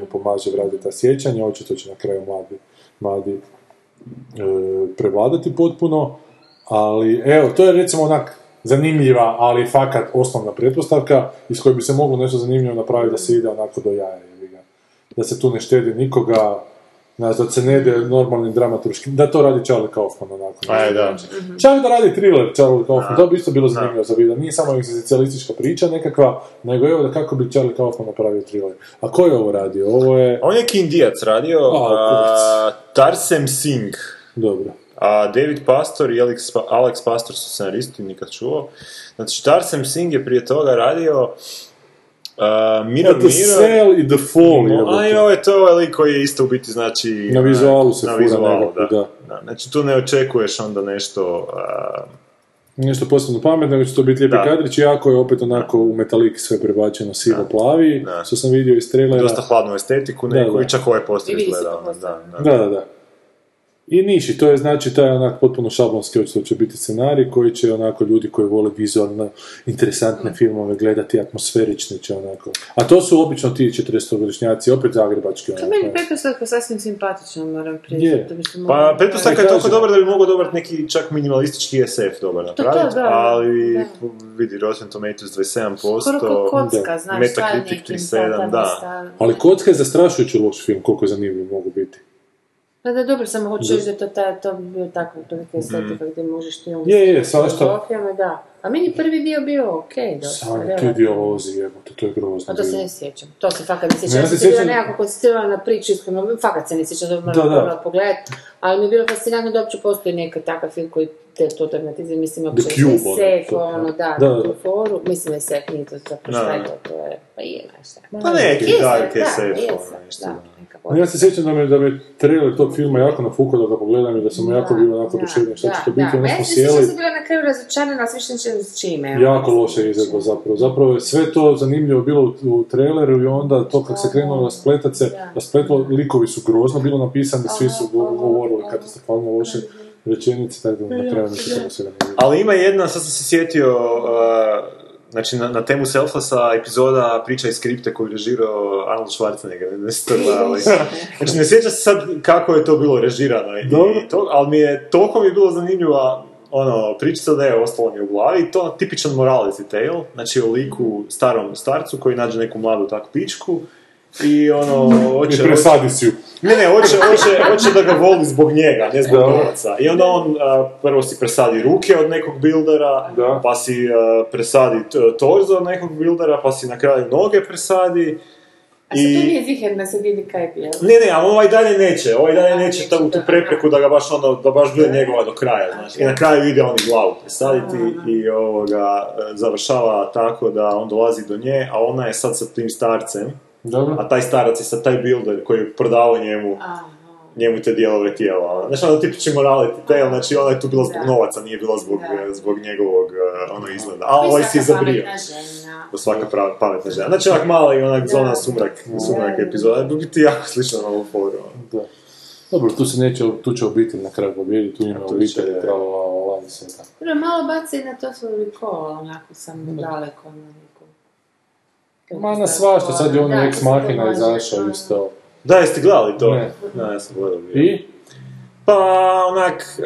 [SPEAKER 7] mu pomaže vratiti ta sjećanja, očito će na kraju mladi, mladi e, prevladati potpuno, ali evo, to je recimo onak zanimljiva, ali fakat osnovna pretpostavka iz koje bi se moglo nešto zanimljivo napraviti da se ide onako do jaja. jebi ga. Da se tu ne štedi nikoga, znaš, da se ne ide normalnim dramaturškim, da to radi Charlie Kaufman onako.
[SPEAKER 6] Aj, Pa da.
[SPEAKER 7] Čak da radi thriller Charlie Kaufman, to bi isto bilo zanimljivo za vidio. Nije samo egzistencijalistička priča nekakva, nego evo da kako bi Charlie Kaufman napravio thriller. A ko je ovo radio? Ovo je...
[SPEAKER 6] On je neki indijac radio,
[SPEAKER 7] A,
[SPEAKER 6] a, Tarsem Singh,
[SPEAKER 7] Dobro.
[SPEAKER 6] a David Pastor i Alex, Pa- Alex Pastor su scenaristi, nikad čuo. Znači, Tarsem Singh je prije toga radio a, Mira
[SPEAKER 7] The
[SPEAKER 6] Mira.
[SPEAKER 7] Cell i The Fall.
[SPEAKER 6] A
[SPEAKER 7] jebote.
[SPEAKER 6] joj, to je ovaj lik koji je isto u biti, znači...
[SPEAKER 7] Na
[SPEAKER 6] a,
[SPEAKER 7] vizualu se
[SPEAKER 6] na
[SPEAKER 7] fura
[SPEAKER 6] vizualu,
[SPEAKER 7] nekako,
[SPEAKER 6] da.
[SPEAKER 7] da.
[SPEAKER 6] Da, Znači, tu ne očekuješ onda nešto... a,
[SPEAKER 7] nešto posebno pametno, nego će to biti lijepi
[SPEAKER 6] Da.
[SPEAKER 7] kadrić, jako je opet onako u metalik sve prebačeno sivo-plavi,
[SPEAKER 6] Da.
[SPEAKER 7] što sam vidio iz trailera.
[SPEAKER 6] dosta hladnu estetiku neku
[SPEAKER 7] da.
[SPEAKER 6] i čak ovaj postav
[SPEAKER 8] I vidi se
[SPEAKER 6] izgleda.
[SPEAKER 8] kako
[SPEAKER 6] ono, Da, da.
[SPEAKER 7] Da, da, da. I niši, to je znači taj onak potpuno šablonski očito će biti scenarij koji će onako ljudi koji vole vizualno interesantne filmove gledati, atmosferični će onako. A to su obično ti 40-godišnjaci, opet zagrebački
[SPEAKER 8] To
[SPEAKER 7] onako.
[SPEAKER 8] je meni pretpostavka sasvim simpatična, moram
[SPEAKER 7] Je.
[SPEAKER 8] priznati. To Tak. bi se moglo-
[SPEAKER 6] Pa pretpostavka je toliko
[SPEAKER 7] Kažem.
[SPEAKER 6] dobra da bi mogao dobar neki čak minimalistički SF dobar
[SPEAKER 8] to,
[SPEAKER 6] napraviti,
[SPEAKER 8] da,
[SPEAKER 6] ali
[SPEAKER 8] da.
[SPEAKER 6] vidi Rotten Tomatoes 27%,
[SPEAKER 8] Skoro tak, ko kocka,
[SPEAKER 7] da.
[SPEAKER 8] znaš, šta je
[SPEAKER 6] Metacritic
[SPEAKER 8] nekim
[SPEAKER 6] 37, da.
[SPEAKER 8] da.
[SPEAKER 7] Ali kocka je zastrašujući loš film, koliko zanimljiv mogu biti.
[SPEAKER 8] Pa Da, da, dobro, samo hoću reći da to, taj, to bi bio takav prilike estetika gdje možeš ti umjeti.
[SPEAKER 7] Mhm. Je, je, svašta.
[SPEAKER 8] Filozofijama, da. A meni je prvi dio bio okej, okay, dosta.
[SPEAKER 7] Sanja, ti
[SPEAKER 8] relativno.
[SPEAKER 7] dijalozi, jebote, to je grozno.
[SPEAKER 8] A to se
[SPEAKER 7] bilo.
[SPEAKER 8] ne sjećam. To se fakat ne sjećam.
[SPEAKER 7] Ne,
[SPEAKER 8] Ja
[SPEAKER 7] ja se
[SPEAKER 8] sam se bila
[SPEAKER 7] sjećam-
[SPEAKER 8] nekako koncentrirana na priču, iskreno, fakat se ne sjećam, da bi
[SPEAKER 7] Da, da.
[SPEAKER 8] morala pogledati. Ali mi je bilo fascinantno da uopće postoji neka takav film koji te to tematizam, mislim, ako
[SPEAKER 7] The Cube, ono,
[SPEAKER 8] SF,
[SPEAKER 7] to, da.
[SPEAKER 8] ono, da,
[SPEAKER 7] Da,
[SPEAKER 8] da,
[SPEAKER 7] da.
[SPEAKER 8] tu foru, mislim, SF nije to
[SPEAKER 6] Da,
[SPEAKER 8] zapravo šta je
[SPEAKER 6] da.
[SPEAKER 8] to, to je, pa je, znaš šta.
[SPEAKER 6] Pa neki
[SPEAKER 8] Jesam,
[SPEAKER 6] dark
[SPEAKER 8] da,
[SPEAKER 6] SF,
[SPEAKER 8] jesam,
[SPEAKER 6] ono nešto.
[SPEAKER 8] da,
[SPEAKER 6] da.
[SPEAKER 8] neka
[SPEAKER 7] Ali Ja se sjećam da me, da me trailer tog filma jako nafukao da ga pogledam i da sam jako bio onako oduševljen šta će to biti, onda
[SPEAKER 8] Ja
[SPEAKER 7] smo
[SPEAKER 8] se sjećam da
[SPEAKER 7] sjeli,
[SPEAKER 8] sam bila na kraju razočarana, ali više neće s čime. ono.
[SPEAKER 7] jako loše izvedba zapravo. Zapravo je sve to zanimljivo bilo u, u traileru i onda to kad se krenulo raspletat se,
[SPEAKER 8] Da.
[SPEAKER 7] raspletlo, likovi su grozno bilo napisani, svi su go- govorili katastrofalno loše rečenice, tako da na kraju nisam toga svega ne vidio.
[SPEAKER 6] Ali ima jedna, sad sam se sjetio, uh, znači na, na temu Selflessa epizoda priča iz skripte koju je režirao Arnold Schwarzenegger, ne znam jeste to gledali. Znači ne sjećam se sad kako je to bilo režirano i,
[SPEAKER 7] Dobro.
[SPEAKER 6] i to, ali mi je, toliko mi je bilo zanimljiva ono, pričica da je ostalo mi je u glavi, to je tipičan morality tale, znači o liku starom starcu koji nađe neku mladu takvu pičku i ono,
[SPEAKER 7] I
[SPEAKER 6] hoće,
[SPEAKER 7] presadi si ju.
[SPEAKER 6] ne, ne, hoće, hoće, hoće da ga voli zbog njega, ne zbog
[SPEAKER 7] Da.
[SPEAKER 6] novaca. I onda on a, prvo si presadi ruke od nekog bildera,
[SPEAKER 7] Da.
[SPEAKER 6] pa si a, presadi t- torzo od nekog bildera, pa si na kraju noge presadi.
[SPEAKER 8] A sad to nije ziherna, sad vidi kaj je bilo.
[SPEAKER 6] Ne, ne, a ovaj dalje neće, ovaj dalje neće
[SPEAKER 8] neće,
[SPEAKER 6] tu, tu
[SPEAKER 8] da,
[SPEAKER 6] prepreku da ga baš ono, da baš bude njegova do kraja, znači. I na kraju ide on i glavu presaditi i ovoga, e, završava tako da on dolazi do nje, a ona je sad sa tim starcem,
[SPEAKER 7] Dobro.
[SPEAKER 6] a taj starac je sad taj builder koji je prodao njemu njemu te dijelove tijela. ono. Znači, ono tipični morality tale, znači ona je tu bila zbog
[SPEAKER 8] Da.
[SPEAKER 6] novaca, nije bila zbog,
[SPEAKER 8] Da.
[SPEAKER 6] zbog njegovog uh, ono izgleda. A ovaj si je zabrio. Do svaka prava, pametna žena. Znači, onak mala i onak zona sumrak, sumrak epizoda, bi biti jako slično na ovu foru. ono.
[SPEAKER 7] Da. Dobro, tu se neće, tu će obitelj na kraju pobjediti, tu ima
[SPEAKER 6] tu će-
[SPEAKER 7] obitelj, tra la la la, mislim, tako.
[SPEAKER 8] Prvo malo baci na to svoju kola, onako sam daleko na neku.
[SPEAKER 7] Ma na svašta, sad je onaj ex machina izašao isto.
[SPEAKER 6] Da, jeste gledali to?
[SPEAKER 7] Ne.
[SPEAKER 6] Da, ja sam gledao. bio.
[SPEAKER 7] I?
[SPEAKER 6] Pa, onak, e,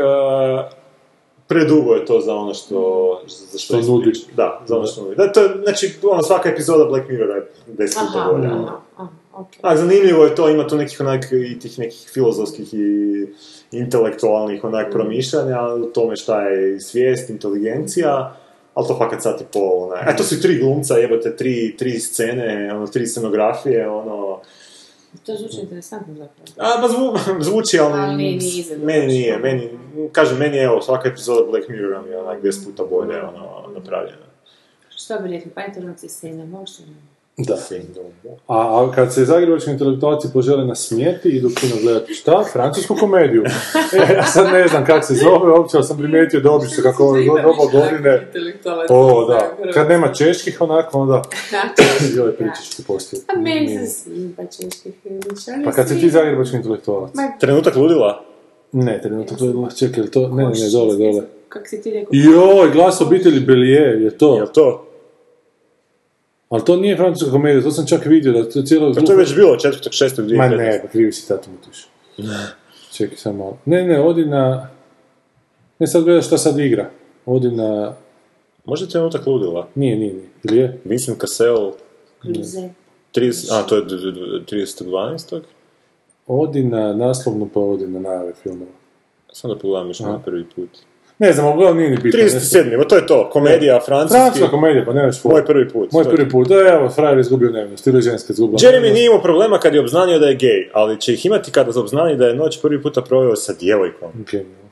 [SPEAKER 6] predugo je to za ono što... Za što
[SPEAKER 7] Što nudi.
[SPEAKER 6] ispriča. Da, za ono što nudi. Da, to je, znači, ono, svaka epizoda Black Mirrora je deset puta
[SPEAKER 8] Aha,
[SPEAKER 6] bolja.
[SPEAKER 7] Mm.
[SPEAKER 6] ono.
[SPEAKER 8] aha, aha, ok.
[SPEAKER 6] A, zanimljivo je to, ima tu nekih onak i tih nekih filozofskih i
[SPEAKER 8] Mm.
[SPEAKER 6] intelektualnih onak promišljanja o tome šta je svijest, inteligencija, ali to fakat sat i pol, onaj. A to su i tri glumca, jebote, tri, tri scene, ono, tri scenografije, ono...
[SPEAKER 8] To zvuči interesantno zapravo.
[SPEAKER 6] A, ma zvu- zvuči, ali...
[SPEAKER 8] Ali nije izvedeno.
[SPEAKER 6] meni nije, meni... Kažem, meni je, evo, svaka epizoda Black Mirrora mi je onak 10 puta bolje,
[SPEAKER 8] Mm.
[SPEAKER 6] ono, napravljena.
[SPEAKER 8] Što bi rekli, pa internaci scena, možda ne.
[SPEAKER 7] Da.
[SPEAKER 6] Kingdom.
[SPEAKER 7] A, a kad se zagrebački intelektualci požele nasmijeti, idu kino gledati šta? Francusku komediju. E, ja sad ne znam kako se zove, uopće ali sam primijetio da obično kako ove go- doba godine... O, da. Kad nema čeških onako, onda... I ove pričičke postoje.
[SPEAKER 8] A Pa meni se sviđa pa češki filmić, ali
[SPEAKER 7] Mm. Pa kad si
[SPEAKER 8] svi-
[SPEAKER 7] ti zagrebački intelektualac?
[SPEAKER 8] Ma,
[SPEAKER 6] Trenutak ludila?
[SPEAKER 7] Ne, trenutak to je... Čekaj, je li to... Ne, ne, ne, dole, dole.
[SPEAKER 8] Kak si ti rekao?
[SPEAKER 7] Joj, glas obitelji Belije, je to.
[SPEAKER 6] Jel to?
[SPEAKER 7] Ali to nije francuska komedija, to sam čak vidio da to cijelo...
[SPEAKER 6] Pa to je već bilo, četvrtog, šestog, dvije
[SPEAKER 7] Ma ne, pa krivi si tato mutiš. Čekaj samo malo. Ne, ne, odi na... Ne, sad gledaš šta sad igra. Odi na...
[SPEAKER 6] Možda je trenutak ludila?
[SPEAKER 7] Nije, nije, nije. Ili je?
[SPEAKER 6] Vincent Cassel,
[SPEAKER 8] Kluze.
[SPEAKER 6] 30, a to je d- d- d- 30.12.
[SPEAKER 7] Odi na naslovnu pa odi na najave filmova.
[SPEAKER 6] Samo da pogledam još na prvi put.
[SPEAKER 7] Ne znam, uglavnom nije ni bitno. ne znam.
[SPEAKER 6] 37. Ma to je to, komedija, francuski.
[SPEAKER 7] E, Francuska komedija, pa nemaš fora.
[SPEAKER 6] Moj prvi put.
[SPEAKER 7] Moj
[SPEAKER 6] to je
[SPEAKER 7] prvi put, ono, da evo, frajer izgubio nevinost, ili ženska izgubila
[SPEAKER 6] Jeremy nije imao problema kad je obznanio da je gej, ali će ih imati kada obznani da je noć prvi puta proveo sa djevojkom.
[SPEAKER 7] Genijalno.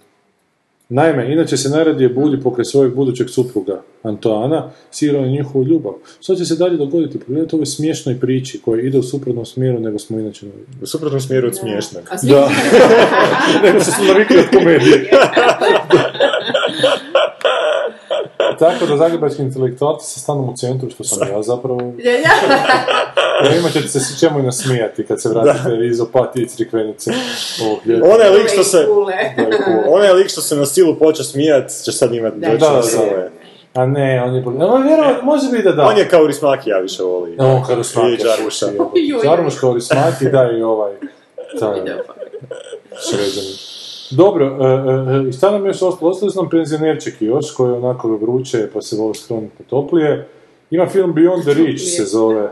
[SPEAKER 7] Naime, inače se najradije budi pokraj svojeg budućeg supruga, Antoana, sirao je njihovu ljubav. Što će se dalje dogoditi? Pogledajte ovoj smiješnoj priči koja ide u suprotnom smjeru nego smo inače navikli.
[SPEAKER 6] U suprotnom smjeru od smiješnog.
[SPEAKER 8] A svi
[SPEAKER 7] Da. nego što smo navikli od komedije. Tako da zagrebački intelektualci sa stanom u centru, što sam ja zapravo,
[SPEAKER 8] Ja, ja.
[SPEAKER 7] jer imat ćete se s čemu i nasmijati kad se vratite iz opatije i crikvenice ovog ljeta.
[SPEAKER 6] Onaj lik što se...
[SPEAKER 8] Kule.
[SPEAKER 6] Onaj lik što se na silu počeo smijat, će sad imati
[SPEAKER 8] Da,
[SPEAKER 6] doći
[SPEAKER 7] da,
[SPEAKER 6] na
[SPEAKER 7] da.
[SPEAKER 6] svoje.
[SPEAKER 7] A ne, on je... On vjerovatno, može biti da da.
[SPEAKER 6] On je kao Rismaki, ja više voli.
[SPEAKER 7] On Karusmaki.
[SPEAKER 6] I Džaruša.
[SPEAKER 8] Joj. pa.
[SPEAKER 7] Žarmuš Karusmaki, da i ovaj. Taj, Šređani. Dobro, e, e, e, i šta nam još ostalo? Ostali su nam penzionerček još, koji je onako vruće, pa se voli skroniti toplije. Ima film Beyond the Reach se zove. E,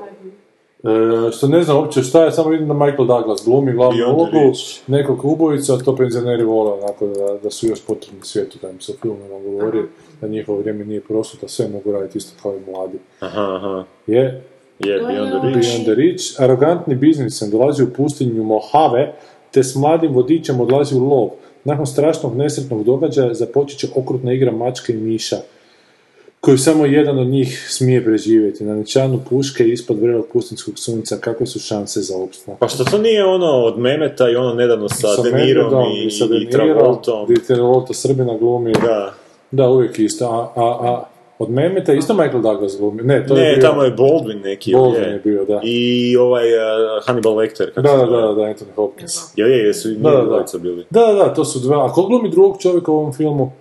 [SPEAKER 7] što ne znam uopće šta je, samo vidim da Michael Douglas glumi glavnu
[SPEAKER 6] Beyond the
[SPEAKER 7] ulogu
[SPEAKER 6] Reach.
[SPEAKER 7] nekog ubojica, to penzioneri vole onako da, da su još potrebni svijetu, da im se u filmima govori, da njihovo vrijeme nije prosto, da sve mogu raditi isto kao i mladi.
[SPEAKER 6] Aha, aha.
[SPEAKER 7] Je,
[SPEAKER 6] Je, Beyond
[SPEAKER 8] ono-
[SPEAKER 6] the Reach.
[SPEAKER 7] Beyond the Reach, arogantni biznismen dolazi u pustinju Mojave, te s mladim vodičem odlazi u lov. Nakon strašnog nesretnog događaja započet će okrutna igra mačke i miša, koju samo jedan od njih smije preživjeti. Na nećanu puške ispod vrelog pustinskog sunca, kakve su šanse za opstanak?
[SPEAKER 6] Pa što to nije ono od Memeta i ono nedavno sa,
[SPEAKER 7] Sa
[SPEAKER 6] De Nirom
[SPEAKER 7] Mendelom
[SPEAKER 6] i,
[SPEAKER 7] sa
[SPEAKER 6] i
[SPEAKER 7] De Nirom,
[SPEAKER 6] Travoltom?
[SPEAKER 7] gdje Travolta Srbina glumi. Da.
[SPEAKER 6] Da.
[SPEAKER 7] uvijek isto. A, a, a od Memeta isto Michael Douglas glumi. Ne, to je
[SPEAKER 6] Ne,
[SPEAKER 7] bio-
[SPEAKER 6] tamo je Baldwin neki.
[SPEAKER 7] Baldwin
[SPEAKER 6] je.
[SPEAKER 7] je bio, da.
[SPEAKER 6] I ovaj uh, Hannibal Lecter. kako
[SPEAKER 7] Da,
[SPEAKER 6] se
[SPEAKER 7] da,
[SPEAKER 6] zove.
[SPEAKER 7] da, da, Anthony Hopkins.
[SPEAKER 6] Je, je, jesu i
[SPEAKER 7] Da, da,
[SPEAKER 6] njih
[SPEAKER 7] da.
[SPEAKER 6] dvojica bili.
[SPEAKER 7] Da, da, da, to su dva. A ko glumi drugog čovjeka u ovom filmu?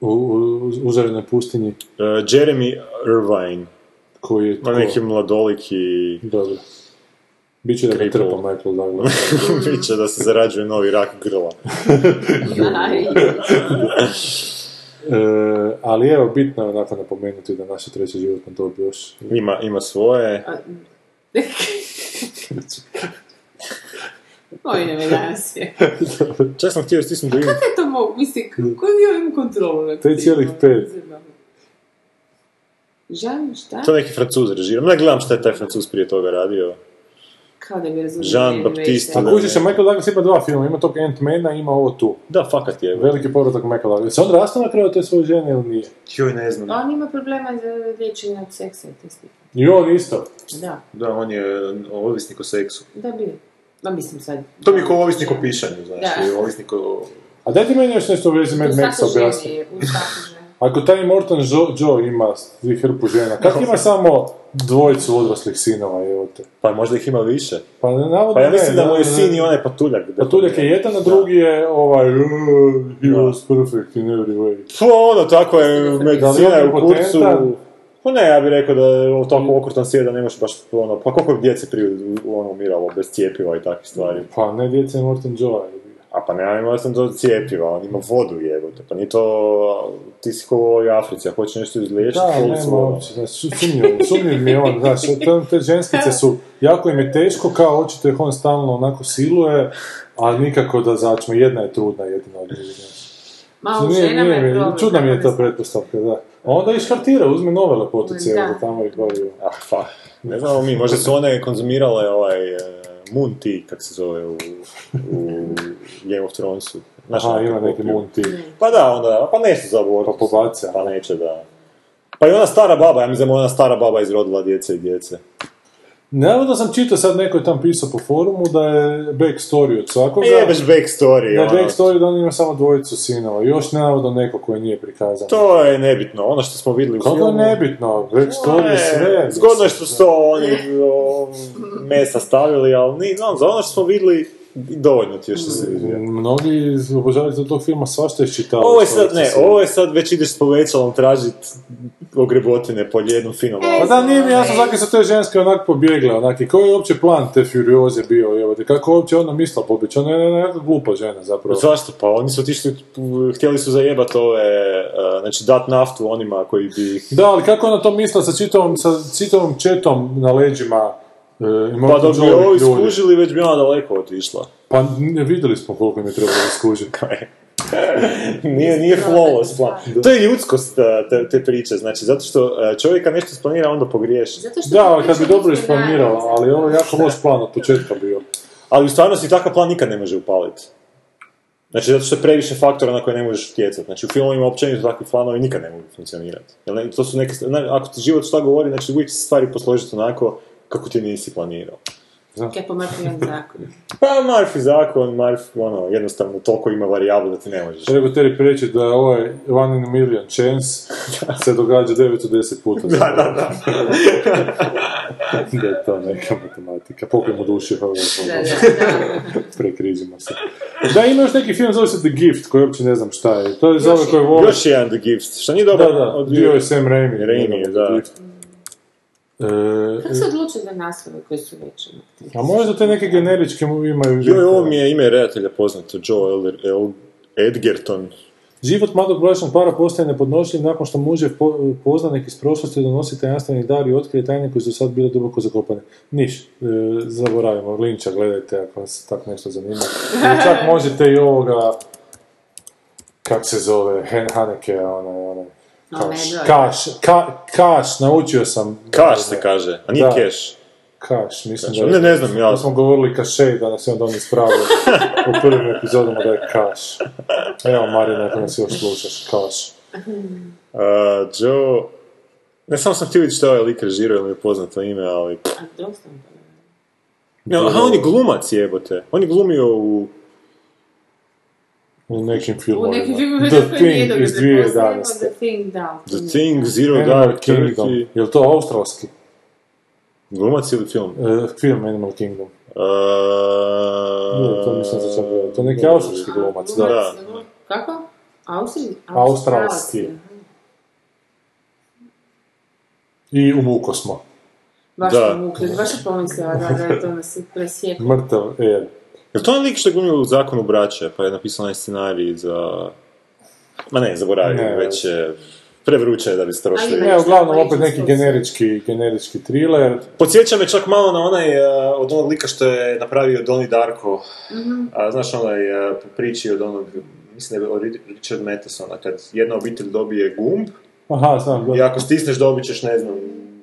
[SPEAKER 7] U, u u uzorenoj pustinji,
[SPEAKER 6] Uh, Jeremy Irvine.
[SPEAKER 7] koji je...
[SPEAKER 6] Ma
[SPEAKER 7] tko?
[SPEAKER 6] neki mladolik i...
[SPEAKER 7] Dobro. Biće da ga
[SPEAKER 6] Cripple.
[SPEAKER 7] trpa Michael Douglas.
[SPEAKER 6] Biće da se zarađuje novi rak grla.
[SPEAKER 8] Aj.
[SPEAKER 7] E, ali evo, bitno je onako napomenuti da naša treća životna dob još...
[SPEAKER 6] Ima, ima svoje.
[SPEAKER 8] Oj, ne me danas je.
[SPEAKER 6] Čak sam htio stisnuti da imam...
[SPEAKER 8] Kako je to mogu? Mislim, k- ko je imam kontrolu nad tim?
[SPEAKER 7] 3,5.
[SPEAKER 8] Žan, šta?
[SPEAKER 6] To neki francuz režira. Ne gledam šta je taj francuz prije toga radio.
[SPEAKER 8] Kao da bi razumio.
[SPEAKER 6] Jean
[SPEAKER 8] anime,
[SPEAKER 6] Baptiste.
[SPEAKER 8] šta?
[SPEAKER 7] A kužiš, a Michael Douglas ima dva filma, ima tog Ant-Mana, ima ovo tu.
[SPEAKER 6] Da, fakat je.
[SPEAKER 7] Veliki povratak Michael Douglas. Se on rastao na kraju te svoje žene ili nije?
[SPEAKER 6] Joj, ne znam.
[SPEAKER 8] On ima problema za liječenje od seksa i te slike.
[SPEAKER 7] I on isto.
[SPEAKER 8] Da,
[SPEAKER 6] Da, on je ovisnik o seksu.
[SPEAKER 8] da bi. Ma mislim sad.
[SPEAKER 6] To mi je kao ovisnik o pišanju, znaš.
[SPEAKER 8] Da.
[SPEAKER 6] ili Ovisnik o...
[SPEAKER 7] A dajte meni još nešto u vezi Mad
[SPEAKER 8] U
[SPEAKER 7] Maxa
[SPEAKER 8] svakoj
[SPEAKER 7] objasniti.
[SPEAKER 8] ženi, u svakoj ženi.
[SPEAKER 7] Ako taj Morton Jo- Joe ima i hrpu žena, kako ima samo dvojicu odraslih sinova, evo te?
[SPEAKER 6] Pa možda ih ima više.
[SPEAKER 7] Pa ne, navodno
[SPEAKER 6] Pa ja
[SPEAKER 7] ne,
[SPEAKER 6] mislim da mu je
[SPEAKER 7] ne,
[SPEAKER 6] sin i
[SPEAKER 7] ne.
[SPEAKER 6] onaj patuljak. da-
[SPEAKER 7] Patuljak je jedan, a drugi je ovaj... uh, He
[SPEAKER 6] Da.
[SPEAKER 7] was perfect in every way.
[SPEAKER 6] Pa ono, tako je, medicina je u kurcu. Pa ne, ja bih rekao da je ovo tako okrutan svijet da ne možeš baš, ono, pa koliko bi djece prije ono, umiralo bez cijepiva i takvih stvari.
[SPEAKER 7] Pa ne, djece je Morton Joe.
[SPEAKER 6] A pa ne, ima sam to cijepiva, on ima vodu jebote, pa nije to, ti si ko u ovoj Africi, ako hoćeš nešto izliječiti,
[SPEAKER 7] Da,
[SPEAKER 6] fol
[SPEAKER 7] nema
[SPEAKER 6] su ono.
[SPEAKER 7] uopće, da, su- sumnjiv, sumnjiv mi je on, znaš, te, te ženskice su, jako im je teško, kao očito ih on stalno onako siluje, a nikako da začne, jedna je trudna, jedna od njih, znaš.
[SPEAKER 8] Ma u
[SPEAKER 7] Nije,
[SPEAKER 8] ženama
[SPEAKER 7] nije
[SPEAKER 8] je
[SPEAKER 7] mi-
[SPEAKER 8] problem.
[SPEAKER 7] čudna mi je ta pretpostavka, da. A onda iskartira, uzme nove lepotice,
[SPEAKER 8] Da.
[SPEAKER 7] evo da tamo ih bavi.
[SPEAKER 6] Ah, fa. Ne znamo mi, možda su one konzumirale ovaj e, Moon Tea, kak se zove u, u Game of Thronesu. Znaš,
[SPEAKER 7] Aha,
[SPEAKER 6] onako
[SPEAKER 7] ima neki
[SPEAKER 6] popiju.
[SPEAKER 7] moon ti.
[SPEAKER 6] Pa da, onda, pa nešto za abortus.
[SPEAKER 7] Pa pobaci, a?
[SPEAKER 6] Pa neće, da. Pa i ona stara baba, ja mislim da mu ona stara baba izrodila djece i djece.
[SPEAKER 7] Navodno sam čitao sad neko je tam pisao po forumu da je backstory od svakoga.
[SPEAKER 6] Nije baš backstory,
[SPEAKER 7] Da je
[SPEAKER 6] Pa ono.
[SPEAKER 7] Pa backstory da on ima samo dvojicu sinova. Još navodno neko koji nije prikazan.
[SPEAKER 6] To je nebitno, ono što smo vidjeli u
[SPEAKER 7] Kako je
[SPEAKER 6] filmu.
[SPEAKER 7] nebitno, backstory je sve.
[SPEAKER 6] Zgodno je što su to oni o, mesa stavili, ali ni, no, za ono što smo vidjeli, dovoljno ti je što
[SPEAKER 7] Mm.
[SPEAKER 6] se vidi.
[SPEAKER 7] Mnogi obožavaju tog filma svašta iščitavaju.
[SPEAKER 6] Ovo je sad, ne, ovo je sad već ideš s povećalom tražit ogrebotine pod jednom finom
[SPEAKER 7] Pa
[SPEAKER 6] glavom.
[SPEAKER 7] da, nije mi jasno zakaj su te ženske onak pobjegle, onak, i koji je uopće plan te Furioze bio, jebote, kako je uopće ona mislila pobjeći, ona je neka glupa žena zapravo.
[SPEAKER 6] Zašto pa? Oni su otišli, htjeli su zajebat ove, e, znači dat naftu onima koji bi ih...
[SPEAKER 7] Da, ali kako ona to mislila sa čitavom, sa čitavom četom na leđima e, i možda
[SPEAKER 6] Pa dok bi
[SPEAKER 7] novih
[SPEAKER 6] ovi
[SPEAKER 7] ljudi.
[SPEAKER 6] skužili, već bi ona daleko otišla.
[SPEAKER 7] Pa ne, vidjeli smo koliko im je trebalo da skuži.
[SPEAKER 6] Nije, nije flawless plan. To je ljudskost e, te, te priče, znači, zato što e, čovjeka nešto splanira, onda pogriješi.
[SPEAKER 8] Zato što
[SPEAKER 7] Da, ali
[SPEAKER 8] to
[SPEAKER 7] kad bi
[SPEAKER 8] više
[SPEAKER 7] dobro
[SPEAKER 8] nisu
[SPEAKER 7] isplanirala,
[SPEAKER 8] naravno.
[SPEAKER 7] ali ovo je jako loš plan od početka bio.
[SPEAKER 6] Ali u stvarnosti takav plan nikad ne može upaliti. Znači, zato što je previše faktora na koje ne možeš utjecati. Znači, u filmovima općenito takvi planovi nikad ne mogu funkcionirati. Jer ne- to su neke, zna- ako ti život šta govori, znači uvijek će se stvari posložiti onako kako ti nisi planirao.
[SPEAKER 8] Kaj pomrtvijem zakonu.
[SPEAKER 6] Pa Murphy zakon, Murphy, ono, jednostavno toliko ima varijabla da ti ne možeš.
[SPEAKER 7] Treba tebi preći da je ovaj one in a million chance se događa 9 od 10 puta. da, da, da. da je to neka matematika. Pokojmo duši, pa hvala.
[SPEAKER 8] Da, da, da.
[SPEAKER 7] Prekrižimo se. Da, ima još neki film, zove se The Gift, koji uopće ne znam šta je. To je za ove koje vole.
[SPEAKER 6] Još jedan The Gift, što nije
[SPEAKER 7] Da,
[SPEAKER 6] dobar
[SPEAKER 7] da,
[SPEAKER 6] od
[SPEAKER 7] bio je Sam Raimi.
[SPEAKER 6] Raimi,
[SPEAKER 7] Njegov
[SPEAKER 6] da.
[SPEAKER 7] The Gift.
[SPEAKER 8] Kako se odlučili za naslove koji su već ono?
[SPEAKER 7] E, a možda te neke generičke mu imaju.
[SPEAKER 6] Joj, ovo mi je ime redatelja poznato, Joe Elder, El, Edgerton.
[SPEAKER 7] Život mladog bračnog para postaje nepodnošljiv nakon što mužev po, poznanik iz prošlosti donosi tajanstveni dar i otkrije tajne koje su sad bile duboko zakopane. Niš, e, zaboravimo, Linča gledajte ako vas tak nešto zanima. I čak možete i ovoga, kak se zove, Han- Haneke, onaj, onaj, kaš,
[SPEAKER 8] Medved.
[SPEAKER 7] kaš, ka- kaš, naučio sam.
[SPEAKER 6] Kaš se kaže, a nije
[SPEAKER 7] Da.
[SPEAKER 6] Cash.
[SPEAKER 7] Kaš, mislim
[SPEAKER 6] Kaš,
[SPEAKER 7] da
[SPEAKER 6] ne, ne znam, ja-
[SPEAKER 7] da smo govorili kaše, da nas je onda on ispravio u prvim epizodama da je kaš. Evo, Marina, ako nas još slušaš, kaš.
[SPEAKER 6] Uh, Joe... Ne, samo sam htio vidjeti što je ovaj lik režirao, jer mi je poznato ime, ali...
[SPEAKER 8] A dok sam
[SPEAKER 6] Ne, aha, on je glumac jebote. On je glumio u...
[SPEAKER 7] U nekim
[SPEAKER 8] U
[SPEAKER 7] filmovima.
[SPEAKER 8] nekim filmu
[SPEAKER 7] The Thing iz 2011.
[SPEAKER 8] pa The Thing, da.
[SPEAKER 6] The Thing, Zero
[SPEAKER 7] Animal
[SPEAKER 6] Dark
[SPEAKER 7] Kingdom.
[SPEAKER 6] Thirty...
[SPEAKER 7] Je li to australski
[SPEAKER 6] Glumac ili film?
[SPEAKER 7] e, film Animal Kingdom?
[SPEAKER 6] Uh,
[SPEAKER 7] Ne, to nisam se čak gledao. To je neki australski glumac, da.
[SPEAKER 6] Da.
[SPEAKER 8] Kako? Austri...
[SPEAKER 7] Australski. I u muko smo.
[SPEAKER 8] Baš
[SPEAKER 6] Da.
[SPEAKER 8] da. mukli, baš je pomislila da, da je to nas presjeklo.
[SPEAKER 7] Mrtav er.
[SPEAKER 6] Jel to onaj lik što je glumio u Zakonu braće, pa je napisao onaj scenarij za... Ma ne, zaboravio,
[SPEAKER 7] Ne.
[SPEAKER 6] već je... Prevruće je da bi se trošili.
[SPEAKER 8] Ali-
[SPEAKER 7] Ne, E, uglavnom opet
[SPEAKER 8] Original
[SPEAKER 7] neki
[SPEAKER 8] Source.
[SPEAKER 7] generički, generički thriller.
[SPEAKER 6] Podsjeća me čak malo na onaj, e, od onog lika što je napravio Donnie Darko. A, znaš onaj, e, po priči od onog, mislim da je od Ri- Richard Mathesona, kad jedna obitelj dobije gumb,
[SPEAKER 7] Aha, znam,
[SPEAKER 6] i
[SPEAKER 7] da.
[SPEAKER 6] ako stisneš dobit ćeš, ne znam,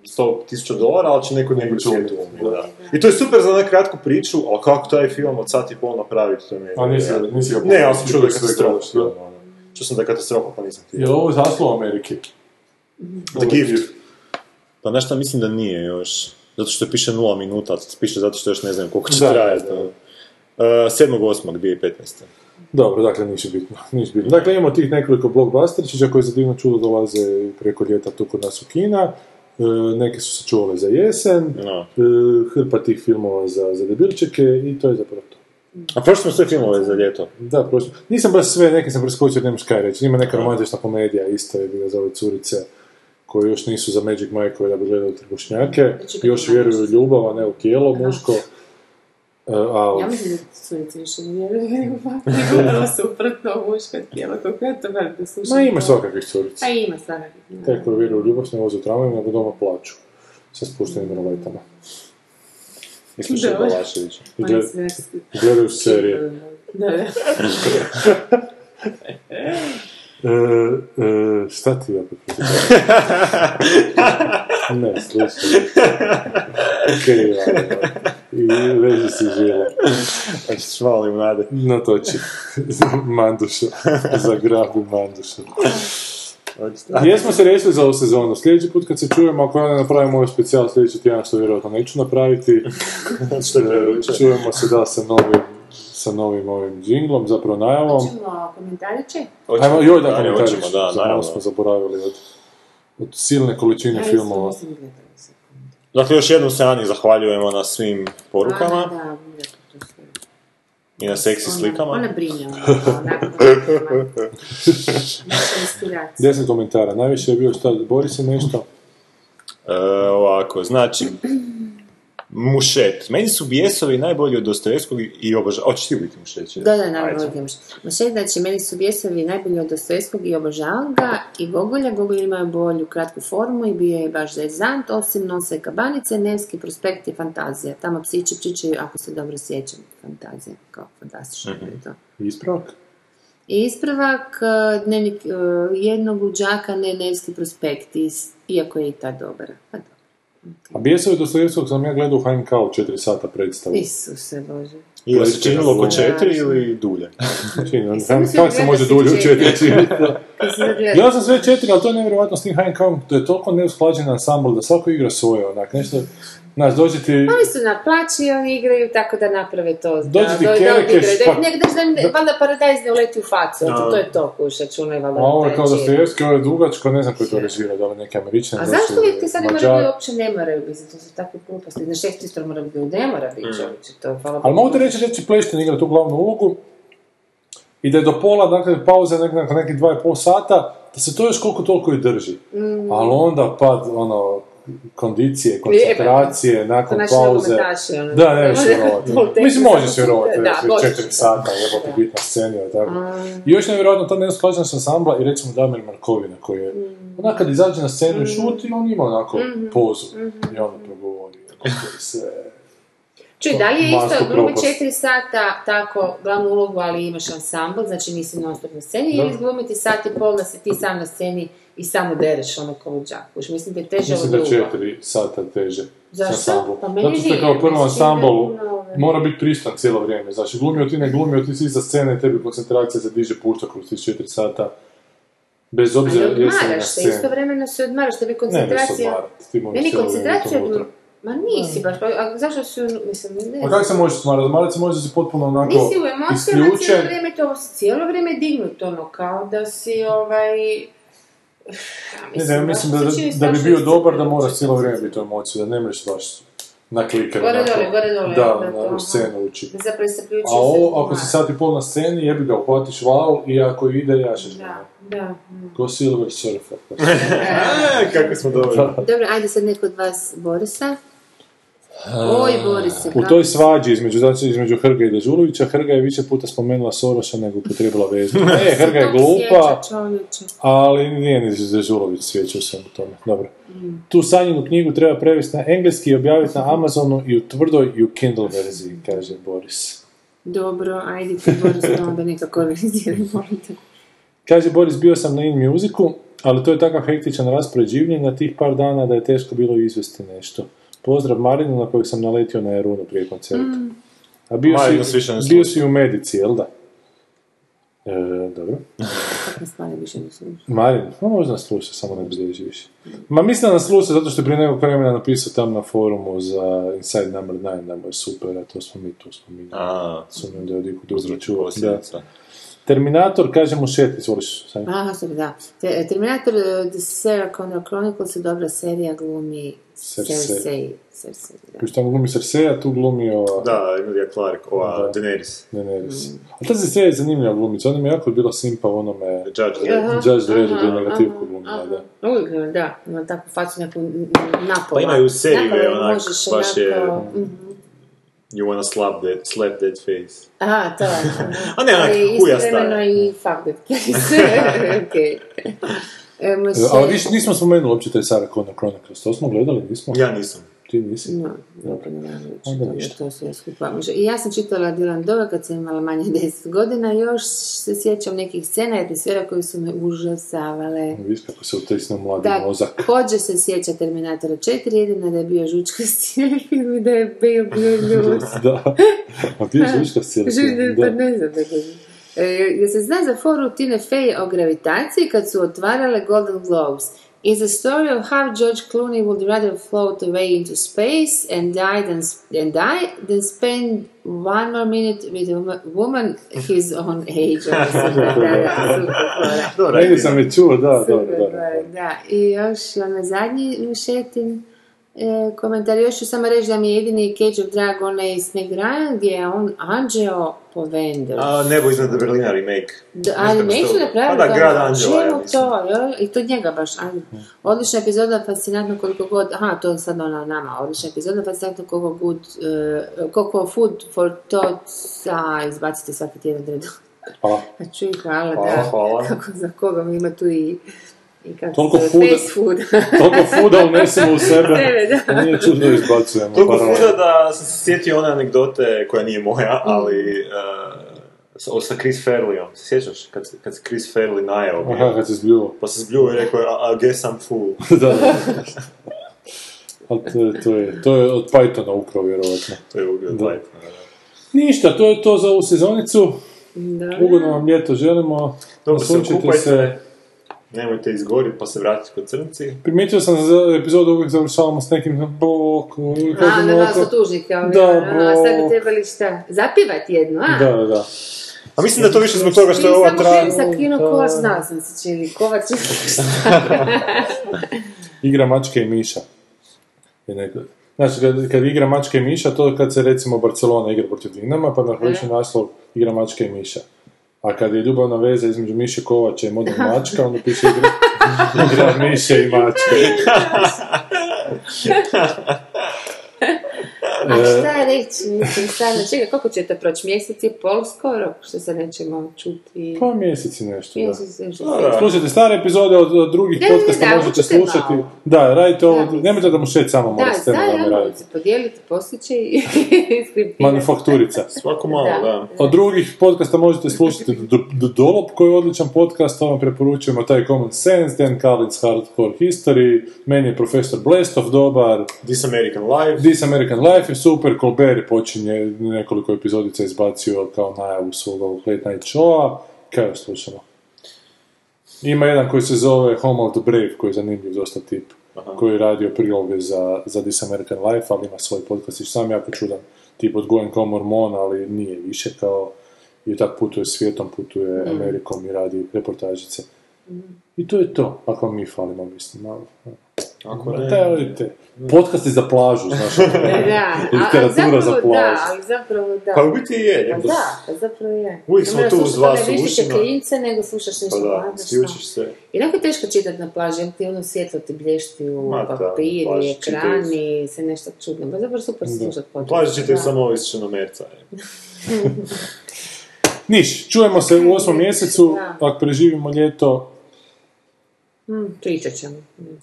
[SPEAKER 6] 100.000 dolara, ali će neko negdje u svijetu
[SPEAKER 7] čuo.
[SPEAKER 6] umrijeti, da. I to je super za neku kratku priču, ali kako taj film od sat i pol napraviti, to mi je...
[SPEAKER 7] A nisi ga- nisi ga
[SPEAKER 6] Ne, ja sam čuo da je
[SPEAKER 7] sve gledaš,
[SPEAKER 6] katastrofa.
[SPEAKER 7] da.
[SPEAKER 6] Čuo sam da je katastrofa, pa nisam
[SPEAKER 7] Je li
[SPEAKER 6] htio.
[SPEAKER 7] ovo zaslov Amerike?
[SPEAKER 6] The Gift. Pa znaš šta, mislim da nije još. Zato što piše nula minuta, piše zato što još ne znam koliko će
[SPEAKER 7] Da,
[SPEAKER 6] trajati.
[SPEAKER 7] da.
[SPEAKER 6] Uh, 7.8.2015.
[SPEAKER 7] Dobro, dakle, nisu bitno. Nisu bitno. Dakle, imamo tih nekoliko blockbusterića koji za divno čudo dolaze preko ljeta tu kod nas u Kina. E, neke su se čuvale za jesen.
[SPEAKER 6] No.
[SPEAKER 7] E, hrpa tih filmova za, za debilčeke i to je zapravo to.
[SPEAKER 6] A prošli smo sve filmove za ljeto.
[SPEAKER 7] Da, prosim. Nisam baš sve, neke sam preskočio, nemaš kaj reći. Ima neka romantična komedija, isto je bila za ove curice koje još nisu za Magic Mike da bi gledali trbušnjake.
[SPEAKER 8] Znači,
[SPEAKER 7] Još
[SPEAKER 8] kako
[SPEAKER 7] vjeruju u ljubav, a ne u tijelo muško. E, a
[SPEAKER 8] Ja mislim da curice više ne vjeruju nego pa je govorila suprotno muško tijelo, koliko ja to veliko da slušam.
[SPEAKER 7] Ma ima svakakvih curica.
[SPEAKER 8] A ima svakakvih. da.
[SPEAKER 7] Te koji vjeruju u ljubav se ne voze u tramvaju, nego doma plaću sa spuštenim roletama.
[SPEAKER 6] I slušaj
[SPEAKER 8] Dobro.
[SPEAKER 6] Balaševića.
[SPEAKER 7] I
[SPEAKER 8] Oni
[SPEAKER 7] gled-
[SPEAKER 8] su nekakvi-
[SPEAKER 7] i gledaju serije.
[SPEAKER 8] Da, da.
[SPEAKER 7] E, e, šta ti opet Ne, slušaj. Okej, ajde. I reži si žile.
[SPEAKER 6] Molim, nade.
[SPEAKER 7] Natoči. Manduša. Za grabu Manduša. Jesmo se riješili za ovu sezonu. Sljedeći put kad se čujemo, ako ne napravimo ovaj specijal sljedeći tjedan, što vjerojatno neću napraviti,
[SPEAKER 6] Što je
[SPEAKER 7] e, čujemo se da sa novim sa novim ovim džinglom, zapravo najavom.
[SPEAKER 8] Hoćemo komentariće?
[SPEAKER 7] Ajmo, joj da
[SPEAKER 6] komentariš.
[SPEAKER 7] komentariš.
[SPEAKER 6] Hoćemo, da,
[SPEAKER 7] Zapravo
[SPEAKER 6] naravno.
[SPEAKER 7] smo zaboravili od, od silne količine
[SPEAKER 8] Ja isto
[SPEAKER 7] filmova.
[SPEAKER 8] nisam gledala sve.
[SPEAKER 6] Dakle, još jednom se Ani zahvaljujemo na svim
[SPEAKER 8] A,
[SPEAKER 6] porukama
[SPEAKER 8] da, vidjela sam to sve.
[SPEAKER 6] i na seksi
[SPEAKER 8] Ona-
[SPEAKER 6] slikama.
[SPEAKER 8] Ona brine, ona, onako, onako. Naša inspiracija.
[SPEAKER 7] Deset komentara. Najviše je bio šta, bori se nešto?
[SPEAKER 6] E, ovako, znači, mušet. Meni su bijesovi najbolji od Dostojevskog i obožavam. Hoćeš ti biti mušet?
[SPEAKER 8] Da, da, naravno,
[SPEAKER 6] Ajde.
[SPEAKER 8] uvijek imaš. Mašet, znači, meni su bijesovi najbolji od Dostojevskog i obožavam ga i Gogolja. Gogolj imao je bolju kratku formu i bio je baš zezant, osim nose i kabanice, Nevski prospekt je fantazija. Tamo psići pčičaju, ako se dobro sjećam, fantazija, kao fantastično je to.
[SPEAKER 7] Ispravak?
[SPEAKER 8] I ispravak, e, dnevnik e, jednog luđaka, ne Nevski prospekt, is- iako je i ta dobra. Pa dobro.
[SPEAKER 7] A Bijesove Dostojevskog sam ja gledao u HNK u četiri sata predstavu.
[SPEAKER 8] Isuse Bože.
[SPEAKER 6] Ili se činilo oko
[SPEAKER 7] Da.
[SPEAKER 6] četiri ili dulje.
[SPEAKER 7] Čini, on-
[SPEAKER 8] Samo si
[SPEAKER 7] Kako se
[SPEAKER 8] odgledao
[SPEAKER 7] može
[SPEAKER 8] svi
[SPEAKER 7] dulje u
[SPEAKER 8] četiri.
[SPEAKER 7] četiri čini?
[SPEAKER 8] Kad sam gledala-
[SPEAKER 7] Ja sam sve četiri, ali to je nevjerojatno s tim HNK-om, to je toliko neusklađen ansambl da svako igra svoje, onak, nešto, znaš, dođe ti...
[SPEAKER 8] Oni su na plaći i oni igraju tako da naprave to.
[SPEAKER 7] Dođe
[SPEAKER 8] da,
[SPEAKER 7] ti
[SPEAKER 8] da- da
[SPEAKER 7] Kerekeš,
[SPEAKER 8] odigraju. Da-
[SPEAKER 7] pa-
[SPEAKER 8] nek- daš da im ne- valjda paradajz ne uleti u facu, eto,
[SPEAKER 6] Da.
[SPEAKER 8] to je to kuša, čunaj valjda.
[SPEAKER 7] A ovo je
[SPEAKER 8] taj
[SPEAKER 7] kao
[SPEAKER 8] čir.
[SPEAKER 7] Dostojevski, ovo je dugačko, ne znam koji to režira, da li neki američan,
[SPEAKER 8] A
[SPEAKER 7] da li
[SPEAKER 8] zašto
[SPEAKER 7] su
[SPEAKER 8] uvijek ti sad ne
[SPEAKER 7] Mađari.
[SPEAKER 8] moraju biti, uopće ne moraju biti, zato su takvi gluposti. Na šest istor mora biti, ne mora biti čovječe, to je hvala
[SPEAKER 7] Ali
[SPEAKER 8] Bogu.
[SPEAKER 7] mogu ti reći da će Pleštin igra tu glavnu ulogu i da je do pola, dakle, pauze nek- nakon nekih dva i pol sata, da se to još koliko toliko i drži.
[SPEAKER 8] Mm.
[SPEAKER 7] Ali onda pad, ono, kondicije, koncentracije,
[SPEAKER 8] To
[SPEAKER 7] nakon
[SPEAKER 8] naši
[SPEAKER 7] pauze.
[SPEAKER 8] nogometaši, ono.
[SPEAKER 7] Da, ne možeš
[SPEAKER 8] može-
[SPEAKER 7] vjerovati.
[SPEAKER 8] to tek-
[SPEAKER 7] Mislim, možeš vjerovati,
[SPEAKER 8] Da,
[SPEAKER 7] jer
[SPEAKER 8] možeš.
[SPEAKER 7] četiri sata, jebote, biti na sceni, ili tako. I još nevjerojatno, ta neusklađenost ansambla i recimo Damir Markovina, koji je,
[SPEAKER 8] Mm.
[SPEAKER 7] onak kad izađe na scenu i šuti, on ima onako
[SPEAKER 8] Mhm.
[SPEAKER 7] pozu. I onda to govori. kako je sve.
[SPEAKER 8] Čuj, da li je
[SPEAKER 7] Mastu
[SPEAKER 8] isto glumi
[SPEAKER 7] propast.
[SPEAKER 8] četiri sata tako glavnu ulogu, ali imaš ansambl, znači nisi non stop na sceni,
[SPEAKER 7] Da.
[SPEAKER 8] ili glumiti sat i pol da se ti sam na sceni i samo dereš ono kao u džakuš. Mislim da je teže
[SPEAKER 7] Mislim
[SPEAKER 8] od
[SPEAKER 7] da je
[SPEAKER 8] drugo.
[SPEAKER 7] četiri sata teže.
[SPEAKER 8] Zašto?
[SPEAKER 7] s ansamblom.
[SPEAKER 8] Pa meni
[SPEAKER 7] Zato što je
[SPEAKER 8] nije,
[SPEAKER 7] kao u prvom
[SPEAKER 8] mislim,
[SPEAKER 7] ansamblu
[SPEAKER 8] da je puno, ovaj.
[SPEAKER 7] mora biti pristan cijelo vrijeme. Znači, glumio ti ne glumio, ti si iza scene, tebi koncentracija se diže pušta kroz tih četiri sata. Bez
[SPEAKER 8] Ali
[SPEAKER 7] obzira jesi li na
[SPEAKER 8] odmaraš se,
[SPEAKER 7] sceni.
[SPEAKER 8] istovremeno se odmaraš, tebi
[SPEAKER 7] Ne, ne se
[SPEAKER 8] koncentracija...
[SPEAKER 7] odmarati. Ti moraš
[SPEAKER 8] Meni
[SPEAKER 7] cijelo vrijeme
[SPEAKER 8] koncentracija...
[SPEAKER 7] biti unutra. Pa
[SPEAKER 8] Ma nisi baš, pa- a zašto si, u- mislim, ne
[SPEAKER 7] A
[SPEAKER 8] znam.
[SPEAKER 7] kako se možeš odmarati? Odmarati se možeš da si potpuno onako
[SPEAKER 8] Nisi u emocijama cijelo
[SPEAKER 7] isključen.
[SPEAKER 8] vrijeme, to si cijelo vrijeme dignut, ono, kao da si, ovaj...
[SPEAKER 7] Ne znam, ja
[SPEAKER 8] baš
[SPEAKER 7] mislim da,
[SPEAKER 8] se čini
[SPEAKER 7] da, bi
[SPEAKER 8] strašno
[SPEAKER 7] bio dobar da
[SPEAKER 8] iscrpljujuće.
[SPEAKER 7] moraš cijelo vrijeme biti u emociji, da ne možeš baš naklikati.
[SPEAKER 8] Gore
[SPEAKER 7] onako.
[SPEAKER 8] dole, gore dole,
[SPEAKER 7] Da,
[SPEAKER 8] onda to, ono.
[SPEAKER 7] na-
[SPEAKER 8] aha.
[SPEAKER 7] u scenu ući.
[SPEAKER 8] Da zapravo se priučio
[SPEAKER 7] A ovo, ako si sat i pol na sceni, jebi ga, uhvatiš val i ako ide, jašeš
[SPEAKER 8] Da,
[SPEAKER 7] ga.
[SPEAKER 8] da.
[SPEAKER 7] Ko Silver Surfer.
[SPEAKER 6] E, kako smo dobri.
[SPEAKER 8] Dobro, ajde sad neko od vas Borisa. Oj, pa- Borise,
[SPEAKER 7] U toj svađi između, znači, između Hrga i Dežulovića, Hrga je više puta spomenula Soroša nego upotrijebila vezu. Ne, Hrga je glupa, ali nije ni Dežulović sjećao sam u tome. Dobro. Tu sanjinu knjigu treba prevesti na engleski i objaviti na Amazonu i u tvrdoj i u Kindle verziji, kaže Boris.
[SPEAKER 8] Dobro, ajde ti Boris, onda nekako organiziraj, molim te.
[SPEAKER 7] Kaže Boris, bio sam na In Musicu, ali to je takav hektičan raspored življenja tih par dana da je teško bilo izvesti nešto. Pozdrav Marinu na kojeg sam naletio na Erunu prije koncerta. A bio,
[SPEAKER 6] Marinu se
[SPEAKER 7] si,
[SPEAKER 6] više ne
[SPEAKER 7] bio
[SPEAKER 6] sluša.
[SPEAKER 7] si u Medici, jel da? E, dobro.
[SPEAKER 8] Kako stvari više ne slušam.
[SPEAKER 7] Marin, no možda nas sluša, samo ne bilježi više. Ma mislim da nas sluša zato što je prije nekog vremena napisao tam na forumu za Inside Number 9 da mu je super, a to smo mi tu spominjali.
[SPEAKER 6] A,
[SPEAKER 7] Sumnjam da je od ikog drugog
[SPEAKER 6] uzročio
[SPEAKER 7] čuo. Da.
[SPEAKER 6] posljedica.
[SPEAKER 7] Terminator, kaže mu šet, izvoliš. Sanja.
[SPEAKER 8] Aha, sorry, da. Te- Terminator eh, The Sarah Connor Chronicles je dobra serija, glumi
[SPEAKER 7] Cersei.
[SPEAKER 8] Cersei. Cersei, da.
[SPEAKER 7] Još tamo glumi Cersei, tu glumi ova...
[SPEAKER 6] Da, Emilia Clark, ova
[SPEAKER 7] Da.
[SPEAKER 6] Daenerys.
[SPEAKER 7] Daenerys. A ta se je zanimljiva glumica, ona mi je jako bila simpa u onome
[SPEAKER 6] Judge Dredd.
[SPEAKER 7] Judge Dredd gdje je negativku glumila, da.
[SPEAKER 8] Uvijek, e, da, ima takvu facu neku napola.
[SPEAKER 6] Pa imaju serije,
[SPEAKER 8] Napola
[SPEAKER 6] onak,
[SPEAKER 8] možeš
[SPEAKER 6] baš je-
[SPEAKER 8] onako- Mhm.
[SPEAKER 6] You wanna slap that, slap that face.
[SPEAKER 8] Aha, to je.
[SPEAKER 6] A ne, onak
[SPEAKER 8] Ali
[SPEAKER 6] huja
[SPEAKER 8] Istovremeno
[SPEAKER 6] stara.
[SPEAKER 8] i fuck that case. Okej. E, može-
[SPEAKER 7] Ali viš, nismo spomenuli uopće taj Sarah Connor Chronicles, to smo gledali, nismo?
[SPEAKER 6] Ja nisam.
[SPEAKER 7] Ti nisi? Ja,
[SPEAKER 8] No,
[SPEAKER 7] Dobro.
[SPEAKER 8] ne moram reći
[SPEAKER 7] Onda
[SPEAKER 8] da
[SPEAKER 7] ništa.
[SPEAKER 8] to sve skupa može. I ja sam čitala Dylan Dova kad sam imala manje 10 godina, još se sjećam nekih scena i atmosfera koje su me užasavale.
[SPEAKER 7] Viš kako se utrisne u mladi
[SPEAKER 8] Da,
[SPEAKER 7] mozak.
[SPEAKER 8] pođe se sjeća Terminatora 4, jedina da je bio žučka stil film i da je bio bio ljud.
[SPEAKER 7] da. A ti je žučka sjela.
[SPEAKER 8] Žučka, pa ne znam da kažem. E, jel se zna za foru Tine Fey o gravitaciji kad su otvarale Golden Globes? Is a story of how George Clooney would rather float away into space and die than, and die than spend one more minute with a woman his own age. Ono se da, da, super fora.
[SPEAKER 6] Dobra,
[SPEAKER 7] Negdje sam je čuo, da,
[SPEAKER 8] Super,
[SPEAKER 7] dobro, dobro.
[SPEAKER 8] da. I još na zadnji šetin e, komentar, još ću samo reći da mi je jedini Cage of Drag onaj iz Meg Ryan gdje je on anđeo po Vendu.
[SPEAKER 6] A, nebo iznad Berlina remake.
[SPEAKER 8] Da, ali
[SPEAKER 6] ne znam
[SPEAKER 8] neću
[SPEAKER 6] što-
[SPEAKER 8] napraviti.
[SPEAKER 6] Pa da, grad Anđela, ja mislim.
[SPEAKER 8] to, jel? I to njega baš. ali Odlična epizoda, fascinantno koliko god... Aha, to je sad ona nama. Odlična epizoda, fascinantno koliko good... e, koliko food for thoughts... A, izbacite svaki tjedan redom.
[SPEAKER 7] Hvala.
[SPEAKER 8] Pa čuj, hvala,
[SPEAKER 6] Hvala,
[SPEAKER 8] da.
[SPEAKER 6] hvala.
[SPEAKER 8] Kako, za koga mi ima tu i... I kako
[SPEAKER 7] Toliko
[SPEAKER 8] se zove,
[SPEAKER 7] fooda-
[SPEAKER 8] fast fooda.
[SPEAKER 7] Toliko fuda unesemo u sebe.
[SPEAKER 8] Sebe, da.
[SPEAKER 7] Da nije čudno da izbacujemo.
[SPEAKER 6] Toliko
[SPEAKER 7] paralelno.
[SPEAKER 6] puta da sam se sjetio one anegdote koja nije moja, ali... eh, sa- o, sa Chris Fairleyom. Se sjećaš kad, se- kad se Chris Fairley najao bio?
[SPEAKER 7] Aha, kad se zbio.
[SPEAKER 6] Pa se zbljuo i rekao, I, I guess I'm fool.
[SPEAKER 7] da, da. Ali to, je- to, je, to je od Pythona ukrao, vjerovatno.
[SPEAKER 6] To je ugled
[SPEAKER 7] Da.
[SPEAKER 6] life.
[SPEAKER 7] Ništa, to je to za ovu sezonicu. Ugodno vam ljeto želimo.
[SPEAKER 6] Dobro, se
[SPEAKER 7] Nasunčite
[SPEAKER 6] okupajte.
[SPEAKER 7] se.
[SPEAKER 6] Nemojte izgoriti pa se vratiti kod crnci.
[SPEAKER 7] Primijetio sam da za epizodu uvijek završavamo s nekim bok,
[SPEAKER 8] A,
[SPEAKER 7] kažemo
[SPEAKER 8] da, da,
[SPEAKER 7] oko.
[SPEAKER 8] su tužnike. ovi,
[SPEAKER 7] Da,
[SPEAKER 8] ono, A, sad bi
[SPEAKER 7] bok.
[SPEAKER 8] trebali šta? Zapivati jednu, a?
[SPEAKER 7] Da, da, da.
[SPEAKER 6] A mislim da je to više zbog toga što je
[SPEAKER 8] Ili
[SPEAKER 6] ova
[SPEAKER 8] samo
[SPEAKER 6] tra...
[SPEAKER 8] želim sa kino
[SPEAKER 7] Da.
[SPEAKER 8] kovač, znala sam se čini. Kovač,
[SPEAKER 7] Igra mačke i miša. Je neko- Znači, kad, kad igra mačke i miša, to je kad se recimo Barcelona igra protiv Dinama, pa napraviš naslov igra mačke i miša. A kad je ljubavna veza između Miše Kovača i modnog mačka, onda piše igra, igra Miše i mačke.
[SPEAKER 8] a
[SPEAKER 7] E.
[SPEAKER 8] šta reći? Mislim, stvarno, čekaj, koliko će to proći? Mjesec i pol skoro, što se nećemo čuti.
[SPEAKER 7] Pa mjeseci nešto, da.
[SPEAKER 8] Mjesec, nešto.
[SPEAKER 6] Da.
[SPEAKER 7] Slušajte stare epizode od, od drugih
[SPEAKER 8] Da, da,
[SPEAKER 7] podcasta,
[SPEAKER 8] da,
[SPEAKER 7] možete
[SPEAKER 8] učite
[SPEAKER 7] slušati.
[SPEAKER 8] malo.
[SPEAKER 7] Da, radite ovo,
[SPEAKER 8] Da, mislim.
[SPEAKER 7] nemojte da mu šet samo
[SPEAKER 8] Da,
[SPEAKER 7] mora s
[SPEAKER 8] da,
[SPEAKER 7] tema da
[SPEAKER 8] da,
[SPEAKER 7] mi radite.
[SPEAKER 8] se podijeliti posjeće i skriptirati.
[SPEAKER 7] Manufakturica.
[SPEAKER 6] Svako malo, da.
[SPEAKER 7] Od drugih podcasta možete slušati D- D- Dolop koji je odličan podcast, to vam preporučujemo taj Common Sense, Dan Collins Hardcore History, meni je profesor Blestov dobar,
[SPEAKER 6] This American Life.
[SPEAKER 7] This American Life je super, Colbert je počinje nekoliko epizodica izbacio kao najavu svog ovog late night showa, kaj još slušamo? Ima jedan koji se zove Home of the Brave, koji je zanimljiv dosta tip, koji je radio priloge za, za This American Life, ali ima svoj podcast i sam jako čudan tip odgojen kao mormon, ali nije više kao i tak putuje svijetom, putuje Amerikom i radi reportažice. I to je to, ako vam mi falimo, mislim, malo.
[SPEAKER 6] Ako
[SPEAKER 7] Te,
[SPEAKER 6] ne,
[SPEAKER 7] odite. Podcasti za plažu, znaš. ono.
[SPEAKER 8] Da, ali zapravo
[SPEAKER 7] Literatura za plaž.
[SPEAKER 8] da, ali zapravo da.
[SPEAKER 6] Pa u biti je,
[SPEAKER 8] Pa
[SPEAKER 6] jer
[SPEAKER 8] da, pa zapravo je.
[SPEAKER 6] Uvijek
[SPEAKER 8] Ne
[SPEAKER 6] smo
[SPEAKER 8] moraš
[SPEAKER 6] tu
[SPEAKER 8] slušati
[SPEAKER 6] uz vas
[SPEAKER 8] one
[SPEAKER 6] u
[SPEAKER 8] više
[SPEAKER 6] ušima.
[SPEAKER 8] klince nego slušaš
[SPEAKER 6] Pa
[SPEAKER 8] nešto
[SPEAKER 6] da,
[SPEAKER 8] mladno, šta.
[SPEAKER 6] sključiš se.
[SPEAKER 8] I tako je teško čitati na plaži, jer ti ono svjetlo ti blješti u
[SPEAKER 6] Ma da,
[SPEAKER 8] papiri,
[SPEAKER 6] plaž
[SPEAKER 8] ekrani, se nešto čudno. Pa zapravo super slušati podcast.
[SPEAKER 6] Plaži čitaju
[SPEAKER 8] Da.
[SPEAKER 6] samo ovi šenomerca.
[SPEAKER 7] Niš, čujemo se u osmom mjesecu,
[SPEAKER 8] Da.
[SPEAKER 7] ako preživimo ljeto.
[SPEAKER 8] Mm, pričat ćemo.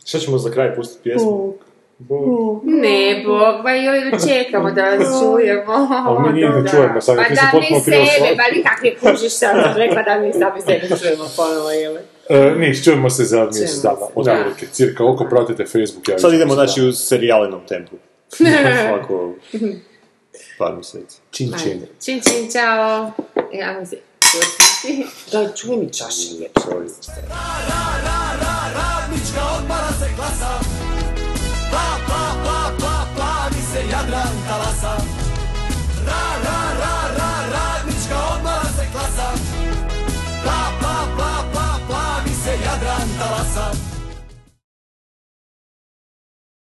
[SPEAKER 6] Šta ćemo za kraj pustiti pjesmu? Bog.
[SPEAKER 8] Ne, Bog, pa joj, da čekamo da vas čujemo.
[SPEAKER 7] mi njih ne
[SPEAKER 8] Da.
[SPEAKER 7] čujemo, sad ti
[SPEAKER 8] pa
[SPEAKER 7] si
[SPEAKER 8] da mi
[SPEAKER 7] potpuno krivo
[SPEAKER 8] sebe,
[SPEAKER 7] shvatila.
[SPEAKER 8] pa nikak ne kužiš šta sam rekla, da mi sami sebe čujemo ponovo, jel?
[SPEAKER 7] E, niš, čujemo se za mjesec
[SPEAKER 8] se.
[SPEAKER 7] dana, otprilike, cirka oko, pratite Facebook. Ja
[SPEAKER 6] Sad idemo, znači, u serijalenom tempu. Svako par mjeseci.
[SPEAKER 7] Čin, čin.
[SPEAKER 8] Čin, čin, čao. E, ajmo se. Daj, čuj mi čaši, jebote.
[SPEAKER 9] radnička odmara se klasa Pla, pla, pla, pla, plavi se Jadran talasa Ra, ra, ra, ra, radnička odmara se klasa Pla, pla, pla, pla, plavi se Jadran talasa